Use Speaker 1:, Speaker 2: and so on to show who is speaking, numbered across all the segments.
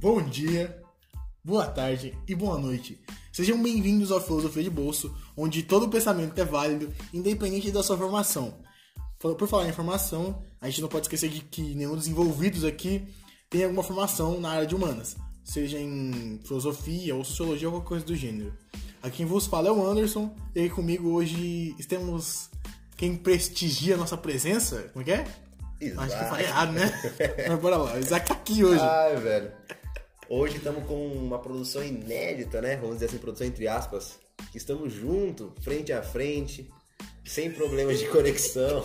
Speaker 1: Bom dia, boa tarde e boa noite. Sejam bem-vindos ao Filosofia de Bolso, onde todo pensamento é válido, independente da sua formação. Fal- Por falar em formação, a gente não pode esquecer de que nenhum dos envolvidos aqui tem alguma formação na área de humanas, seja em filosofia ou sociologia ou qualquer coisa do gênero. Aqui quem vos fala é o Anderson, e aí comigo hoje temos quem prestigia a nossa presença, como é que é? Acho que eu falei errado, né? Mas bora lá, o Isaac tá aqui hoje.
Speaker 2: Ai, velho. Hoje estamos com uma produção inédita, né? Vamos dizer assim, produção entre aspas. Que estamos juntos, frente a frente, sem problemas de conexão.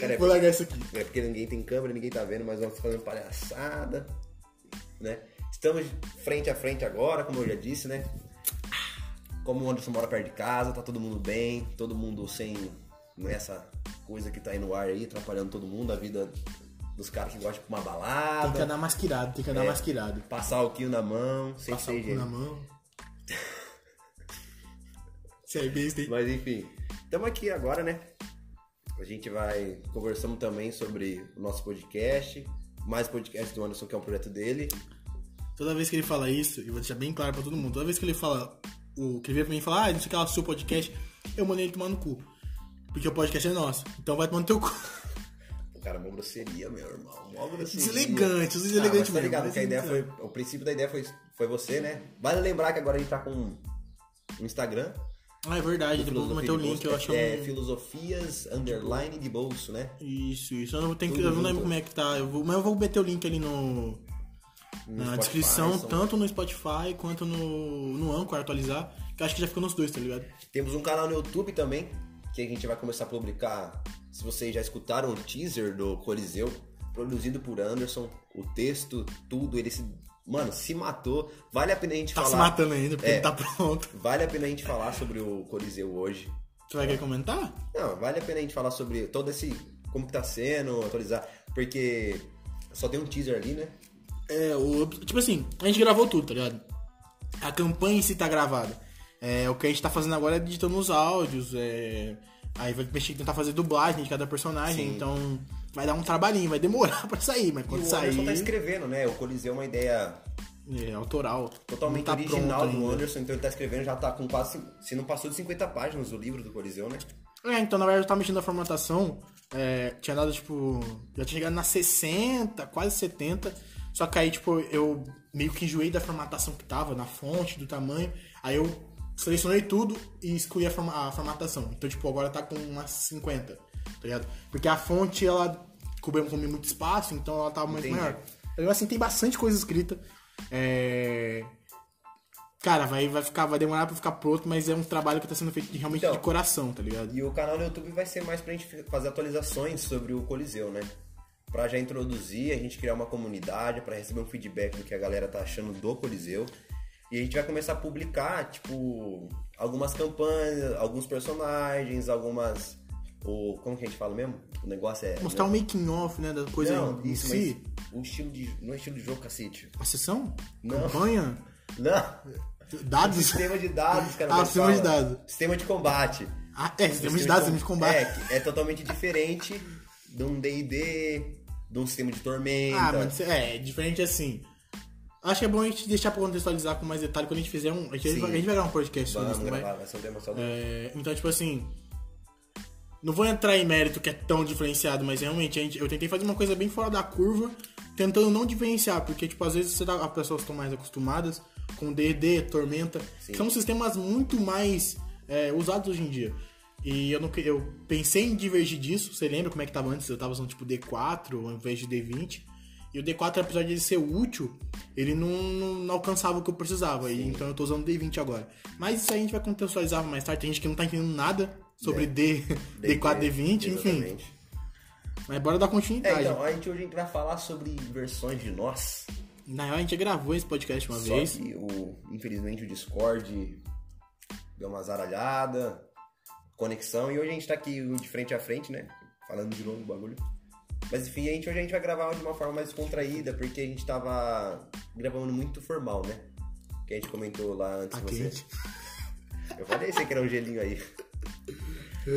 Speaker 2: Cara, é,
Speaker 1: Vou largar isso aqui.
Speaker 2: é porque ninguém tem câmera, ninguém tá vendo, mas vamos fazendo palhaçada, né? Estamos frente a frente agora, como eu já disse, né? Como o Anderson mora perto de casa, tá todo mundo bem, todo mundo sem né, essa coisa que tá aí no ar aí, atrapalhando todo mundo, a vida dos caras que gostam de uma balada.
Speaker 1: Tem que andar masquerado, É. tem que andar masquerado.
Speaker 2: Passar o quilo na mão, sem
Speaker 1: Passar
Speaker 2: ser
Speaker 1: o cu na
Speaker 2: gente.
Speaker 1: mão. Você é besta, hein?
Speaker 2: Mas enfim, estamos aqui agora, né? A gente vai conversando também sobre o nosso podcast, mais podcast do Anderson, que é um projeto dele.
Speaker 1: Toda vez que ele fala isso, e vou deixar bem claro pra todo mundo, toda vez que ele fala, o que ele vem pra mim e fala, ah, não sei o que lá, seu podcast, eu mandei ele tomar no cu. Porque o podcast é nosso, então vai tomar no teu cu.
Speaker 2: O cara, mó grosseria, meu irmão. Mó grosseria.
Speaker 1: Deselegante, os deselegantes
Speaker 2: mas tá
Speaker 1: mesmo,
Speaker 2: ligado,
Speaker 1: mas
Speaker 2: que a ideia
Speaker 1: deselegante.
Speaker 2: foi, o princípio da ideia foi, foi você, né? Vale lembrar que agora a gente tá com um Instagram.
Speaker 1: Ah, é verdade, depois eu vou
Speaker 2: Filosofia
Speaker 1: meter o
Speaker 2: de
Speaker 1: link, eu
Speaker 2: Bolso,
Speaker 1: acho
Speaker 2: É,
Speaker 1: um-
Speaker 2: filosofias underline de bolso, né?
Speaker 1: Isso, isso. Eu não, tenho, que-
Speaker 2: Tudo
Speaker 1: eu não lembro
Speaker 2: junto.
Speaker 1: como é que tá. Eu vou, mas eu vou meter o link ali no,
Speaker 2: No
Speaker 1: na
Speaker 2: Spotify,
Speaker 1: descrição, então.
Speaker 2: são-
Speaker 1: tanto no Spotify quanto no, no Anchor, atualizar. Que eu acho que já ficou nos dois, tá ligado?
Speaker 2: Temos um canal no YouTube também, que a gente vai começar a publicar. Se vocês já escutaram o teaser do Coliseu, produzido por Anderson, o texto, tudo, ele se. Mano, se matou. Vale a pena a gente
Speaker 1: Tá se
Speaker 2: falar.
Speaker 1: matando ainda, porque
Speaker 2: É.
Speaker 1: não tá pronto.
Speaker 2: Vale a pena a gente falar sobre o Coliseu hoje.
Speaker 1: Você vai querer comentar?
Speaker 2: Não, vale a pena a gente falar sobre todo esse. como que tá sendo, atualizar. Porque só tem um teaser ali, né?
Speaker 1: É, o, tipo assim, a gente gravou tudo, tá ligado? A campanha em si tá gravada. É, o que a gente tá fazendo agora é editando os áudios, é, aí vai mexer, tentar fazer dublagem de cada personagem,
Speaker 2: Sim.
Speaker 1: então vai dar um trabalhinho, vai demorar pra sair, mas
Speaker 2: E o
Speaker 1: quando
Speaker 2: Anderson
Speaker 1: sair,
Speaker 2: tá escrevendo, né? O Coliseu é uma ideia
Speaker 1: é autoral.
Speaker 2: totalmente
Speaker 1: não tá
Speaker 2: original
Speaker 1: pronto
Speaker 2: do
Speaker 1: ainda.
Speaker 2: Anderson, então ele tá escrevendo, já tá com quase. cin- Se não passou de 50 páginas o livro do Coliseu, né?
Speaker 1: É, então na verdade eu tava mexendo na formatação. é, tinha dado, tipo. Já tinha chegado na 60, quase 70. Só que aí, tipo, eu meio que enjoei da formatação que tava, na fonte, do tamanho. Aí eu selecionei tudo e excluí a, forma- a formatação. Então, tipo, agora tá com umas 50, tá ligado? Porque a fonte, ela cobriu comi muito espaço, então ela tava muito
Speaker 2: Entendi.
Speaker 1: maior. Então, assim, tem bastante coisa escrita. É. Cara, vai, vai ficar, vai demorar pra ficar pronto, mas é um trabalho que tá sendo feito de- realmente
Speaker 2: Então,
Speaker 1: de coração, tá ligado?
Speaker 2: E o canal no YouTube vai ser mais pra gente fazer atualizações sobre o Coliseu, né? Pra já introduzir, a gente criar uma comunidade, pra receber um feedback do que a galera tá achando do Coliseu. E a gente vai começar a publicar, tipo, algumas campanhas, alguns personagens, algumas. O, como que a gente fala mesmo? O negócio é.
Speaker 1: Mostrar um making off, né, da coisa
Speaker 2: Não,
Speaker 1: em
Speaker 2: isso,
Speaker 1: si.
Speaker 2: mas o estilo de. Não é estilo de jogo, cacete.
Speaker 1: A sessão?
Speaker 2: Não.
Speaker 1: Campanha?
Speaker 2: Não!
Speaker 1: Dados?
Speaker 2: Sistema de dados, cara.
Speaker 1: Ah,
Speaker 2: mas
Speaker 1: sistema de
Speaker 2: fala.
Speaker 1: dados.
Speaker 2: Sistema de combate.
Speaker 1: Ah, é, sistema de dados, sistema de combate.
Speaker 2: É, que é totalmente diferente de um D&D, de um sistema de tormenta.
Speaker 1: ah, mas isso é, é diferente assim. Acho que é bom a gente deixar pra contextualizar com mais detalhe quando a gente fizer um. A gente,
Speaker 2: Sim.
Speaker 1: vai, a gente vai gravar um podcast sobre
Speaker 2: Vamos
Speaker 1: isso, não vai?
Speaker 2: gravar, vai ser um tema só do...
Speaker 1: É, então, tipo assim. Não vou entrar em mérito que é tão diferenciado, mas realmente a gente- eu tentei fazer uma coisa bem fora da curva, tentando não diferenciar, porque, tipo, às vezes você tá, as pessoas estão mais acostumadas com DD, Tormenta, que são sistemas muito mais é, usados hoje em dia. E eu, não, que- eu pensei em divergir disso, você lembra como é que tava antes? Eu tava usando tipo D4 ao invés de D20. E o D4, apesar de ele ser útil, ele não, não, não alcançava o que eu precisava. E, então eu tô usando D20 agora. Mas isso aí a gente vai contextualizar mais tarde. Tem gente que não tá entendendo nada sobre D,
Speaker 2: D&D,
Speaker 1: D4, D20, enfim.
Speaker 2: exatamente.
Speaker 1: Mas bora dar
Speaker 2: É,
Speaker 1: continuidade.
Speaker 2: então, a gente, hoje a gente vai falar sobre versões de nós.
Speaker 1: Na real, a gente já gravou esse podcast uma
Speaker 2: Só
Speaker 1: vez.
Speaker 2: que, o, infelizmente, o Discord deu uma zaralhada, conexão, e hoje a gente tá aqui de frente a frente, né? Falando de novo o bagulho. Mas enfim, a gente, hoje a gente vai gravar de uma forma mais contraída, porque a gente tava gravando muito formal, né? Que a gente comentou lá antes
Speaker 1: Tá
Speaker 2: de você.
Speaker 1: quente.
Speaker 2: Eu falei, você que era um gelinho aí.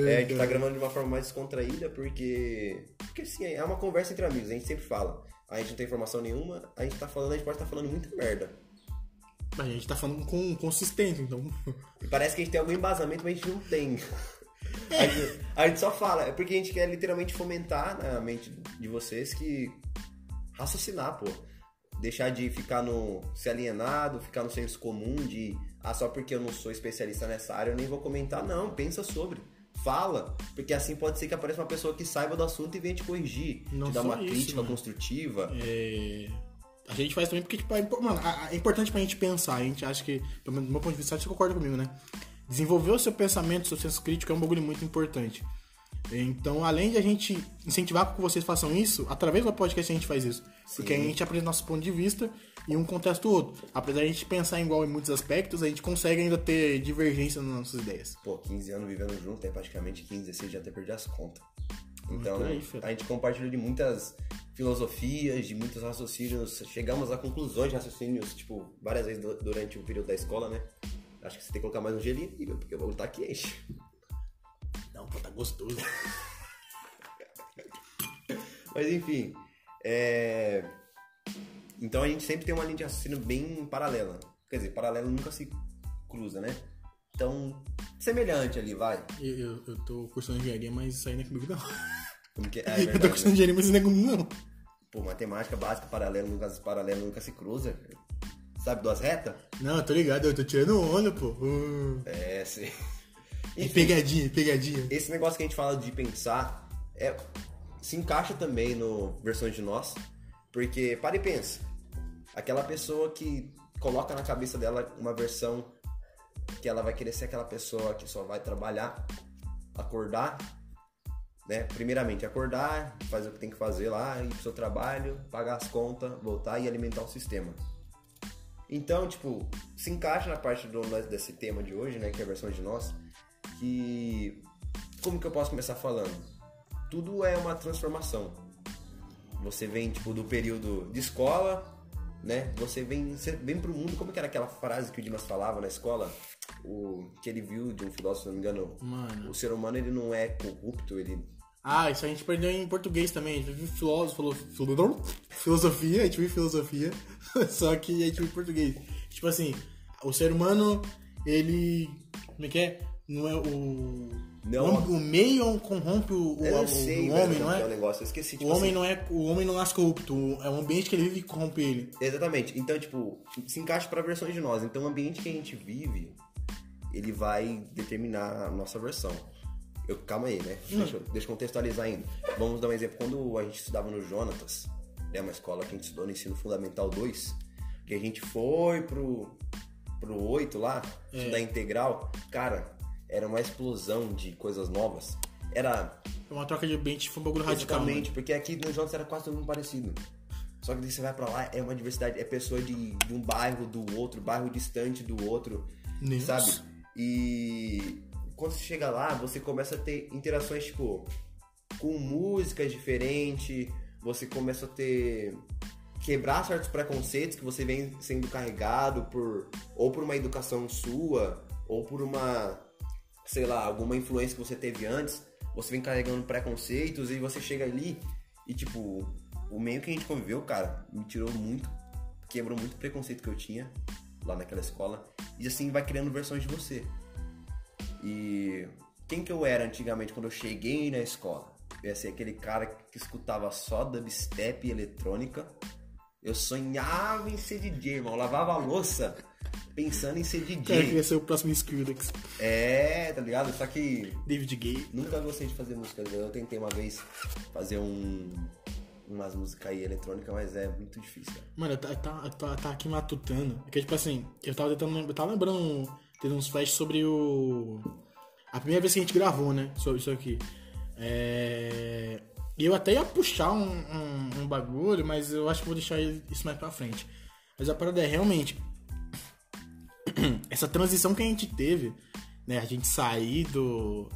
Speaker 2: É, a gente tá gravando de uma forma mais descontraída, porque. Porque assim, é uma conversa entre amigos, a gente sempre fala. A gente não tem informação nenhuma, a gente tá falando, a gente pode estar falando muita merda.
Speaker 1: A gente tá falando com consistente, então.
Speaker 2: E parece que a gente tem algum embasamento, mas a gente não tem. A gente, a gente só fala, é porque a gente quer literalmente fomentar na mente de vocês que raciocinar, pô. Deixar de ficar no. se alienado, ficar no senso comum de. Ah, só porque eu não sou especialista nessa área, eu nem vou comentar. Não, pensa sobre. Fala, porque assim pode ser que apareça uma pessoa que saiba do assunto e venha te corrigir,
Speaker 1: Não
Speaker 2: te dar uma
Speaker 1: só isso, né?
Speaker 2: crítica
Speaker 1: mano.
Speaker 2: construtiva.
Speaker 1: É, A gente faz também porque, tipo, é, impo- mano, a- a- é importante pra gente pensar. A gente acha que, pelo menos do meu ponto de vista, acho que você concorda comigo, né? Desenvolver o seu pensamento, o seu senso crítico é um bagulho muito importante. Então, além de a gente incentivar que vocês façam isso, através do podcast a gente faz isso. Porque a gente aprende nosso ponto de vista e um contexto o outro. Apesar de a gente pensar igual em muitos aspectos, a gente consegue ainda ter divergência nas nossas ideias.
Speaker 2: Pô, 15 anos vivendo junto, é praticamente 15, 16, já até perdi as contas. Então,
Speaker 1: Por aí, fera.
Speaker 2: a gente compartilhou de muitas filosofias, de muitos raciocínios, chegamos a conclusões de raciocínios, tipo, várias vezes du- durante o período da escola, né? Acho que você tem que colocar mais um gelinho aí, meu, porque o bagulho tá quente.
Speaker 1: Não, pô, tá gostoso.
Speaker 2: Mas enfim, é... Então a gente sempre tem uma linha de raciocínio bem paralela. Quer dizer, paralela nunca se cruza, né? Então, semelhante ali, vai.
Speaker 1: Eu, eu, eu tô cursando engenharia, mas isso aí não é comigo, não.
Speaker 2: Como que é?
Speaker 1: eu
Speaker 2: É
Speaker 1: tô
Speaker 2: verdade, né?
Speaker 1: cursando engenharia, mas isso não é comigo, não.
Speaker 2: Pô, matemática básica, paralelo, nunca, paralelo nunca se cruza. Sabe duas retas?
Speaker 1: Não, eu tô ligado, eu tô tirando onda, pô. Uh,
Speaker 2: É, sim.
Speaker 1: é
Speaker 2: Enfim,
Speaker 1: pegadinha, é pegadinha.
Speaker 2: esse negócio que a gente fala de pensar é, se encaixa também no versões de nós, porque para e pensa. Aquela pessoa que coloca na cabeça dela uma versão que ela vai querer ser aquela pessoa que só vai trabalhar, acordar, né? Primeiramente acordar, fazer o que tem que fazer lá, ir pro seu trabalho, pagar as contas, voltar e alimentar o sistema. Então, tipo, se encaixa na parte do, desse tema de hoje, né? Que é a versão de nós. Que. Como que eu posso começar falando? Tudo é uma transformação. Você vem, tipo, do período de escola, né? Você vem, você vem pro mundo. Como que era aquela frase que o Dimas falava na escola? O, que ele viu de um filósofo, se não me engano.
Speaker 1: Mano.
Speaker 2: O ser humano, ele não é corrupto, ele
Speaker 1: Ah, isso a gente aprendeu em português também. A gente viu filósofo, falou- filo- filosofia, a gente viu filosofia, só que a gente viu em português. Tipo assim, o ser humano, ele. Como é que é? Não é o.
Speaker 2: Não.
Speaker 1: O meio corrompe o, o,
Speaker 2: Eu
Speaker 1: o-
Speaker 2: não
Speaker 1: o
Speaker 2: sei, velho,
Speaker 1: homem,
Speaker 2: como
Speaker 1: não
Speaker 2: um que é o
Speaker 1: é?
Speaker 2: negócio, eu esqueci.
Speaker 1: O
Speaker 2: tipo
Speaker 1: homem
Speaker 2: assim,
Speaker 1: não é. O homem não nasce corrupto. o- É o ambiente que ele vive que corrompe ele.
Speaker 2: Exatamente. Então, tipo, se encaixa para versões de nós. Então, o ambiente que a gente vive, ele vai determinar a nossa versão. Eu, calma aí, né?
Speaker 1: Hum.
Speaker 2: Deixa, eu, deixa eu contextualizar ainda. Vamos dar um exemplo. Quando a gente estudava no Jonatas, né, uma escola que a gente estudou no Ensino Fundamental 2, que a gente foi pro, pro 8 lá,
Speaker 1: É.
Speaker 2: estudar integral, cara, era uma explosão de coisas novas. Era
Speaker 1: É uma troca de ambiente, foi um bagulho radical. mano.
Speaker 2: Radicalmente, porque aqui nos jogos era quase todo mundo parecido. Só que daí você vai pra lá, é uma diversidade, é pessoa de, de um bairro do outro, bairro distante do outro,
Speaker 1: Nossa.
Speaker 2: sabe? E quando você chega lá, você começa a ter interações, tipo, com músicas diferentes, você começa a ter. quebrar certos preconceitos que você vem sendo carregado por. ou por uma educação sua, ou por uma. sei lá, alguma influência que você teve antes, você vem carregando preconceitos e você chega ali e, tipo, o meio que a gente conviveu, cara, me tirou muito. quebrou muito preconceito que eu tinha lá naquela escola. E assim vai criando versões de você. E quem que eu era antigamente quando eu cheguei na escola? Eu ia ser aquele cara que escutava só dubstep e eletrônica. Eu sonhava em ser DJ, irmão. Eu lavava a louça pensando em ser
Speaker 1: O cara
Speaker 2: DJ.
Speaker 1: queria ser o próximo Skrillex.
Speaker 2: É, tá ligado? Só que
Speaker 1: David Gay.
Speaker 2: nunca gostei de fazer música. né? Eu tentei uma vez fazer um, umas músicas aí eletrônicas, mas é muito difícil, cara.
Speaker 1: Mano, eu tá, tá, tá, tá aqui matutando. Porque, tipo assim, eu tava tentando. lem- Eu tava lembrando. um, Tendo uns flash sobre o. A primeira vez que a gente gravou, né? Sobre isso aqui. É. E eu até ia puxar um, um, um bagulho, mas eu acho que vou deixar isso mais pra frente. Mas a parada é realmente. essa transição que a gente teve, né? A gente sair do.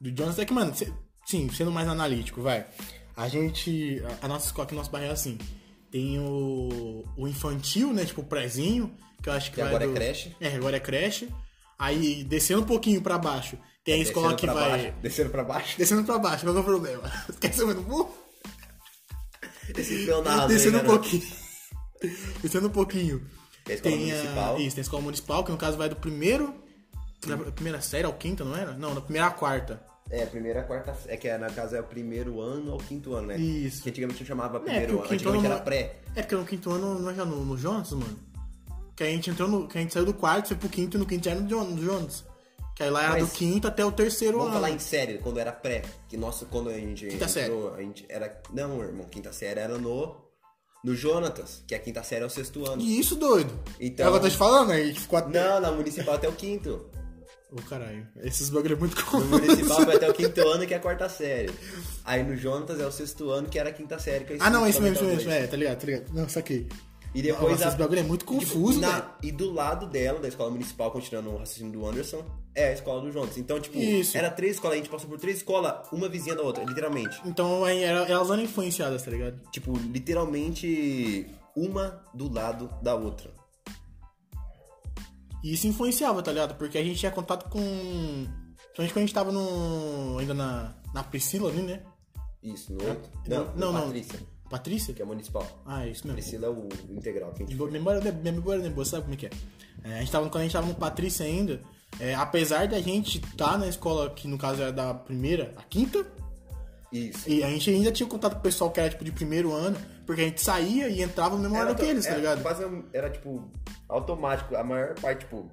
Speaker 1: Do Jonas, é que, mano, cê- sim, sendo mais analítico, vai. A gente. A, a nossa escola aqui, nosso bairro é assim. Tem o, o infantil, né? Tipo, o prezinho, que eu acho que
Speaker 2: E
Speaker 1: vai
Speaker 2: agora é
Speaker 1: do-
Speaker 2: creche.
Speaker 1: É, agora é creche. Aí, descendo um pouquinho pra baixo, Tem escola que
Speaker 2: Tá pra
Speaker 1: vai.
Speaker 2: Baixo, descendo pra baixo.
Speaker 1: Descendo pra baixo, qual que é o problema? Quer subir no burro?
Speaker 2: Esse Leonardo
Speaker 1: Descendo
Speaker 2: aí,
Speaker 1: um
Speaker 2: garoto.
Speaker 1: pouquinho. Descendo um pouquinho.
Speaker 2: Tem a escola
Speaker 1: a-
Speaker 2: municipal.
Speaker 1: Isso, tem a escola municipal, que no caso vai do primeiro. Da primeira série ao quinta, não era? Não, da primeira à quarta.
Speaker 2: É, a primeira, a quarta. É que na casa é o primeiro ano ao quinto ano, né?
Speaker 1: Isso.
Speaker 2: Que antigamente não chamava
Speaker 1: É, porque
Speaker 2: primeiro
Speaker 1: o
Speaker 2: ano,
Speaker 1: quinto ano.
Speaker 2: antigamente
Speaker 1: não-
Speaker 2: era pré.
Speaker 1: É, porque no quinto ano não era no, no Jonas, mano. Que a gente entrou no. Que a gente saiu do quarto, foi pro quinto e no quinto já era no Jon- no Jonas. Que aí lá era
Speaker 2: Mas-
Speaker 1: do quinto até o terceiro
Speaker 2: Vamos
Speaker 1: ano.
Speaker 2: falar em série, quando era pré. Que nossa, quando a gente
Speaker 1: Quinta série.
Speaker 2: entrou, a gente era. Não, irmão, quinta série era no. No Jonatas, que a quinta série é o sexto ano.
Speaker 1: E isso, doido.
Speaker 2: Então-
Speaker 1: É o que eu tô te falando, aí que ficou até.
Speaker 2: Não, na municipal até o quinto.
Speaker 1: Ô, caralho. Esses bagulho é muito
Speaker 2: No
Speaker 1: comum.
Speaker 2: municipal vai até o quinto ano, que é a quarta série. Aí no Jonatas é o sexto ano, que era a quinta série. Que é o
Speaker 1: Ah, não, é isso mesmo, isso
Speaker 2: fundamental
Speaker 1: mesmo.
Speaker 2: dois.
Speaker 1: É, tá ligado, tá ligado. Não, saquei.
Speaker 2: E depois
Speaker 1: Nossa,
Speaker 2: a-
Speaker 1: esse bagulho é muito confuso,
Speaker 2: E, tipo,
Speaker 1: né?
Speaker 2: na- e do lado dela, da escola municipal, continuando o raciocínio do Anderson, é a escola do Jonas. Então, tipo,
Speaker 1: Isso.
Speaker 2: era três escolas, a gente passou por três escolas, uma vizinha da outra, literalmente.
Speaker 1: Então aí, era- elas eram influenciadas, tá ligado?
Speaker 2: Tipo, literalmente uma do lado da outra.
Speaker 1: E isso influenciava, tá ligado? Porque a gente tinha contato com. Principalmente quando a gente tava no. ainda na, na Priscila ali, né?
Speaker 2: Isso, no outro. Não,
Speaker 1: não,
Speaker 2: no
Speaker 1: não.
Speaker 2: Patrícia,
Speaker 1: Patrícia?
Speaker 2: que é municipal.
Speaker 1: Ah, é isso mesmo.
Speaker 2: Priscila é o integral que a gente
Speaker 1: Bo- Memória de- memória de boa, sabe como é que é? É, a gente tava, quando a gente tava no Patrícia ainda, é, apesar da gente estar tá na escola, que no caso era da primeira, a quinta,
Speaker 2: Isso.
Speaker 1: e a gente ainda tinha contato com o pessoal que era tipo de primeiro ano, porque a gente saía e entrava no mesmo hora
Speaker 2: to-
Speaker 1: que eles, tá
Speaker 2: era
Speaker 1: ligado?
Speaker 2: Quase, um- era, tipo, automático. A maior parte, tipo...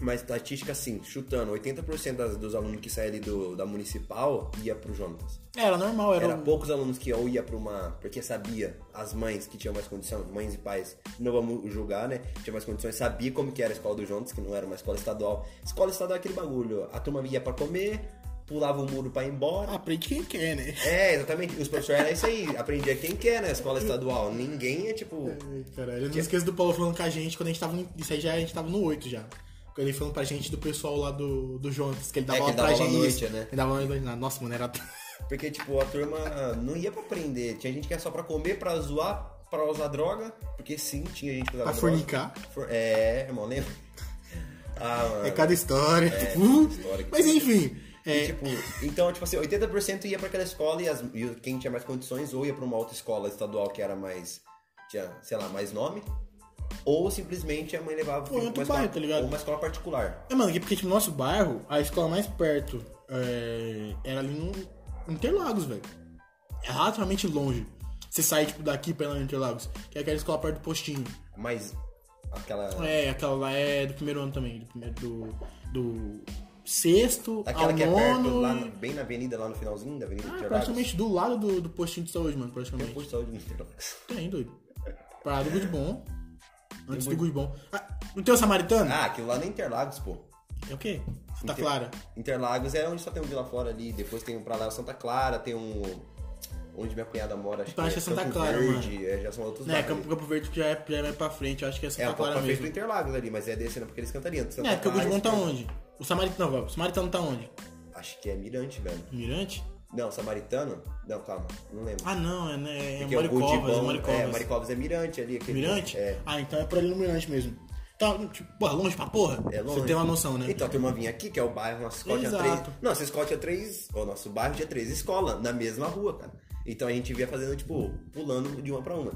Speaker 2: Uma estatística, assim, chutando, 80% das- dos alunos que saíam ali do, da municipal ia pro Jonas.
Speaker 1: Era normal, era, um
Speaker 2: Era
Speaker 1: o-
Speaker 2: poucos alunos que ou ia pra uma. Porque sabia, as mães que tinham mais condição, mães e pais, não vamos julgar, né? Tinha mais condições, sabia como que era a escola do Jonas, que não era uma escola estadual. Escola estadual é aquele bagulho. A turma ia pra comer, pulava o muro pra ir embora.
Speaker 1: um, Aprende quem quer, né?
Speaker 2: É, exatamente. Os professores era isso aí. Aprendia quem quer, né? Escola estadual. Ninguém é tipo.
Speaker 1: Ai, Caralho, eu não esqueço do Paulo falando com a gente quando a gente tava no. Isso aí já a gente tava no 8 já. Quando ele falando pra gente do pessoal lá do, do Jonas, que ele dava
Speaker 2: É, que
Speaker 1: aula
Speaker 2: ele
Speaker 1: pra
Speaker 2: dava
Speaker 1: gente.
Speaker 2: aula à noite, né?
Speaker 1: Ele dava aula à noite. Nossa, mano, era.
Speaker 2: Porque, tipo, a turma não ia pra aprender. Tinha gente que era só pra comer, pra zoar, pra usar droga. Porque sim, tinha gente que usava
Speaker 1: Pra
Speaker 2: droga.
Speaker 1: fornicar.
Speaker 2: For- É, irmão, lembra? Ah, mano.
Speaker 1: É cada história.
Speaker 2: cada história que
Speaker 1: Mas
Speaker 2: tem.
Speaker 1: enfim.
Speaker 2: E,
Speaker 1: é,
Speaker 2: tipo, então, tipo assim, 80% ia pra aquela escola e, as, e quem tinha mais condições ou ia pra uma outra escola estadual que era mais, tinha, sei lá, mais nome, ou simplesmente a mãe levava
Speaker 1: Ou em outro
Speaker 2: uma escola,
Speaker 1: bairro, tá ligado?
Speaker 2: ou uma escola particular.
Speaker 1: É, mano, porque tipo, no nosso bairro, a escola mais perto é, era ali no Interlagos, velho. É relativamente longe. Você sai, tipo, daqui pra ir lá no Interlagos, que é aquela escola perto do postinho.
Speaker 2: Mas aquela...
Speaker 1: É, aquela lá é do primeiro ano também, do primeiro do. do sexto,
Speaker 2: Aquela
Speaker 1: ao
Speaker 2: que é perto,
Speaker 1: nono.
Speaker 2: lá,
Speaker 1: e-
Speaker 2: na- bem na avenida, lá no finalzinho da Avenida
Speaker 1: Ah,
Speaker 2: Interlagos.
Speaker 1: praticamente do lado do, do postinho de saúde, mano, praticamente.
Speaker 2: Posto de saúde no Interlagos.
Speaker 1: Tem, doido. Parada do Good Bom. Antes do Good Bom. Ah, não tem o Samaritano?
Speaker 2: Ah, aquilo lá no Interlagos, pô.
Speaker 1: É o quê? Santa
Speaker 2: Inter-
Speaker 1: Clara.
Speaker 2: Interlagos é onde só tem um Vila Flora ali, depois tem um pra lá Santa Clara, tem um. Onde minha cunhada mora, acho
Speaker 1: Então, acho
Speaker 2: que é
Speaker 1: que é Santa
Speaker 2: Campo
Speaker 1: Clara,
Speaker 2: Verde, é, já são outros
Speaker 1: Né,
Speaker 2: bairros
Speaker 1: Campo,
Speaker 2: ali.
Speaker 1: Campo Verde já é, já é mais pra frente, eu acho que é
Speaker 2: É,
Speaker 1: Santa
Speaker 2: um pouco
Speaker 1: Clara
Speaker 2: pra frente do
Speaker 1: mesmo.
Speaker 2: Interlagos ali, mas é descendo porque eles cantariam. Santa
Speaker 1: É, porque o
Speaker 2: Clara,
Speaker 1: Good Bom tá
Speaker 2: esse-
Speaker 1: onde? O Samaritano, velho. O Samaritano tá onde?
Speaker 2: Acho que é Mirante, velho.
Speaker 1: No Mirante?
Speaker 2: Não, Samaritano? Não, calma, não lembro.
Speaker 1: Ah, não, é, né, é
Speaker 2: Porque o
Speaker 1: Maricovas, é
Speaker 2: Goldibão- É,
Speaker 1: Maricovas.
Speaker 2: Maricovas é Mirante ali. aquele-
Speaker 1: Mirante?
Speaker 2: É.
Speaker 1: Ah, então é por ali no Mirante mesmo. Tá, tipo, porra, longe pra porra?
Speaker 2: É longe.
Speaker 1: Você tem uma noção, né?
Speaker 2: Então, a turma vinha aqui, que é o bairro, nossa escola tinha
Speaker 1: Exato.
Speaker 2: três. Nossa escola tinha três. O nosso bairro tinha três escolas, na mesma rua, cara. Então a gente via fazendo, tipo, pulando de uma pra uma.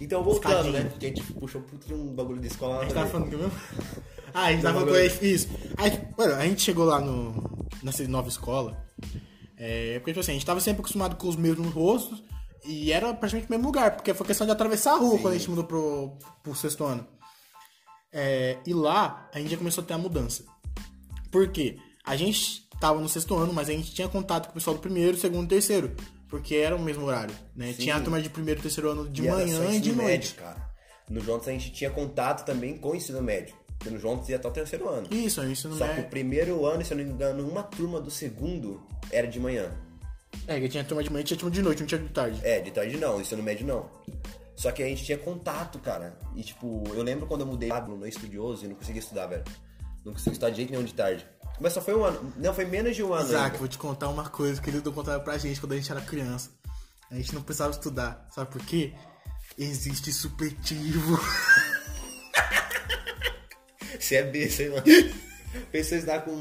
Speaker 2: Então, voltando,
Speaker 1: Escadinha.
Speaker 2: né? A gente puxou puto de um bagulho de escola lá.
Speaker 1: A gente tava
Speaker 2: atrás.
Speaker 1: falando que mesmo? Ah, a gente
Speaker 2: Não,
Speaker 1: tava
Speaker 2: não,
Speaker 1: falando
Speaker 2: não.
Speaker 1: com isso. Aí, mano, a gente chegou lá no, nessa nova escola. É, porque, tipo assim, a gente tava sempre acostumado com os mesmos rostos. E era praticamente o mesmo lugar, porque foi questão de atravessar a rua quando a gente mudou pro, pro sexto ano. É, e lá, a gente já começou a ter a mudança. Por quê? A gente tava no sexto ano, mas a gente tinha contato com o pessoal do primeiro, segundo e terceiro. Porque era o mesmo horário, né?
Speaker 2: Sim.
Speaker 1: Tinha a turma de primeiro e terceiro ano de
Speaker 2: E era só
Speaker 1: manhã e
Speaker 2: ensino
Speaker 1: de noite.
Speaker 2: médio, cara. No Jontes a gente tinha contato também com o ensino médio. Porque no Jontes ia até o terceiro ano.
Speaker 1: Isso, é o ensino
Speaker 2: Só que
Speaker 1: médio.
Speaker 2: o primeiro ano, se eu não me engano, uma turma do segundo era de manhã.
Speaker 1: É, que tinha turma de manhã e tinha turma de noite, não tinha de tarde.
Speaker 2: É, de tarde não, ensino médio não. Só que a gente tinha contato, cara. E tipo, eu lembro quando eu mudei lá no estudioso e não conseguia estudar, velho. Não conseguia estudar de jeito nenhum de tarde. Mas só foi um ano. Não, foi menos de um ano.
Speaker 1: É, Isaac,
Speaker 2: ainda.
Speaker 1: vou te contar uma coisa que eles não contavam pra gente quando a gente era criança. A gente não precisava estudar. Sabe por quê? Existe supletivo.
Speaker 2: Você é besta, hein, mano? Pessoa está com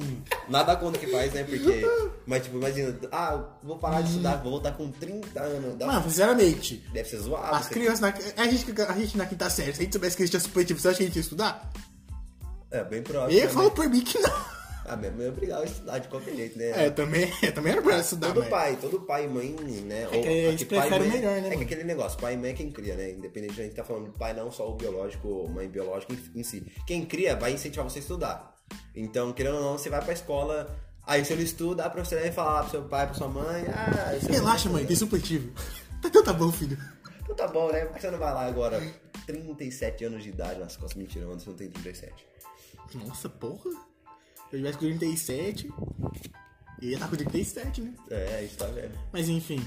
Speaker 2: nada contra o que faz, né? Porque. Mas, tipo, imagina, ah, vou parar de estudar, vou voltar com 30 anos. dá-
Speaker 1: Mano, sinceramente,
Speaker 2: Deve ser zoado.
Speaker 1: as
Speaker 2: você-
Speaker 1: crianças na. é A gente, a gente na quinta série, se a gente soubesse que existia supletivo, você acha que a gente ia estudar?
Speaker 2: É, bem provável.
Speaker 1: Eu
Speaker 2: né?
Speaker 1: falo por mim que não.
Speaker 2: Ah, minha mãe é obrigada a estudar de qualquer jeito, né?
Speaker 1: É, também, também era pra estudar,
Speaker 2: Todo
Speaker 1: mas-
Speaker 2: pai, todo pai e mãe, né?
Speaker 1: É que eles preferem melhor, né,
Speaker 2: É
Speaker 1: mano?
Speaker 2: que aquele negócio, pai e mãe é quem cria, né? Independente, a gente tá falando de pai não só o biológico, ou mãe biológica em- em si. Quem cria vai incentivar você a estudar. Então, querendo ou não, você vai pra escola, aí se ele estuda, a professora vai falar pro seu pai, pra sua mãe, ah, você
Speaker 1: Relaxa, mãe, tem supletivo. Tá, então tá bom, filho.
Speaker 2: Então tá bom, né? Por que você não vai lá agora? 37 anos de idade nas costas. Mentira, mano, você não tem 37.
Speaker 1: Nossa, porra. Se eu tivesse com 37, eu ia estar com 37, né?
Speaker 2: É, isso tá velho.
Speaker 1: Mas enfim.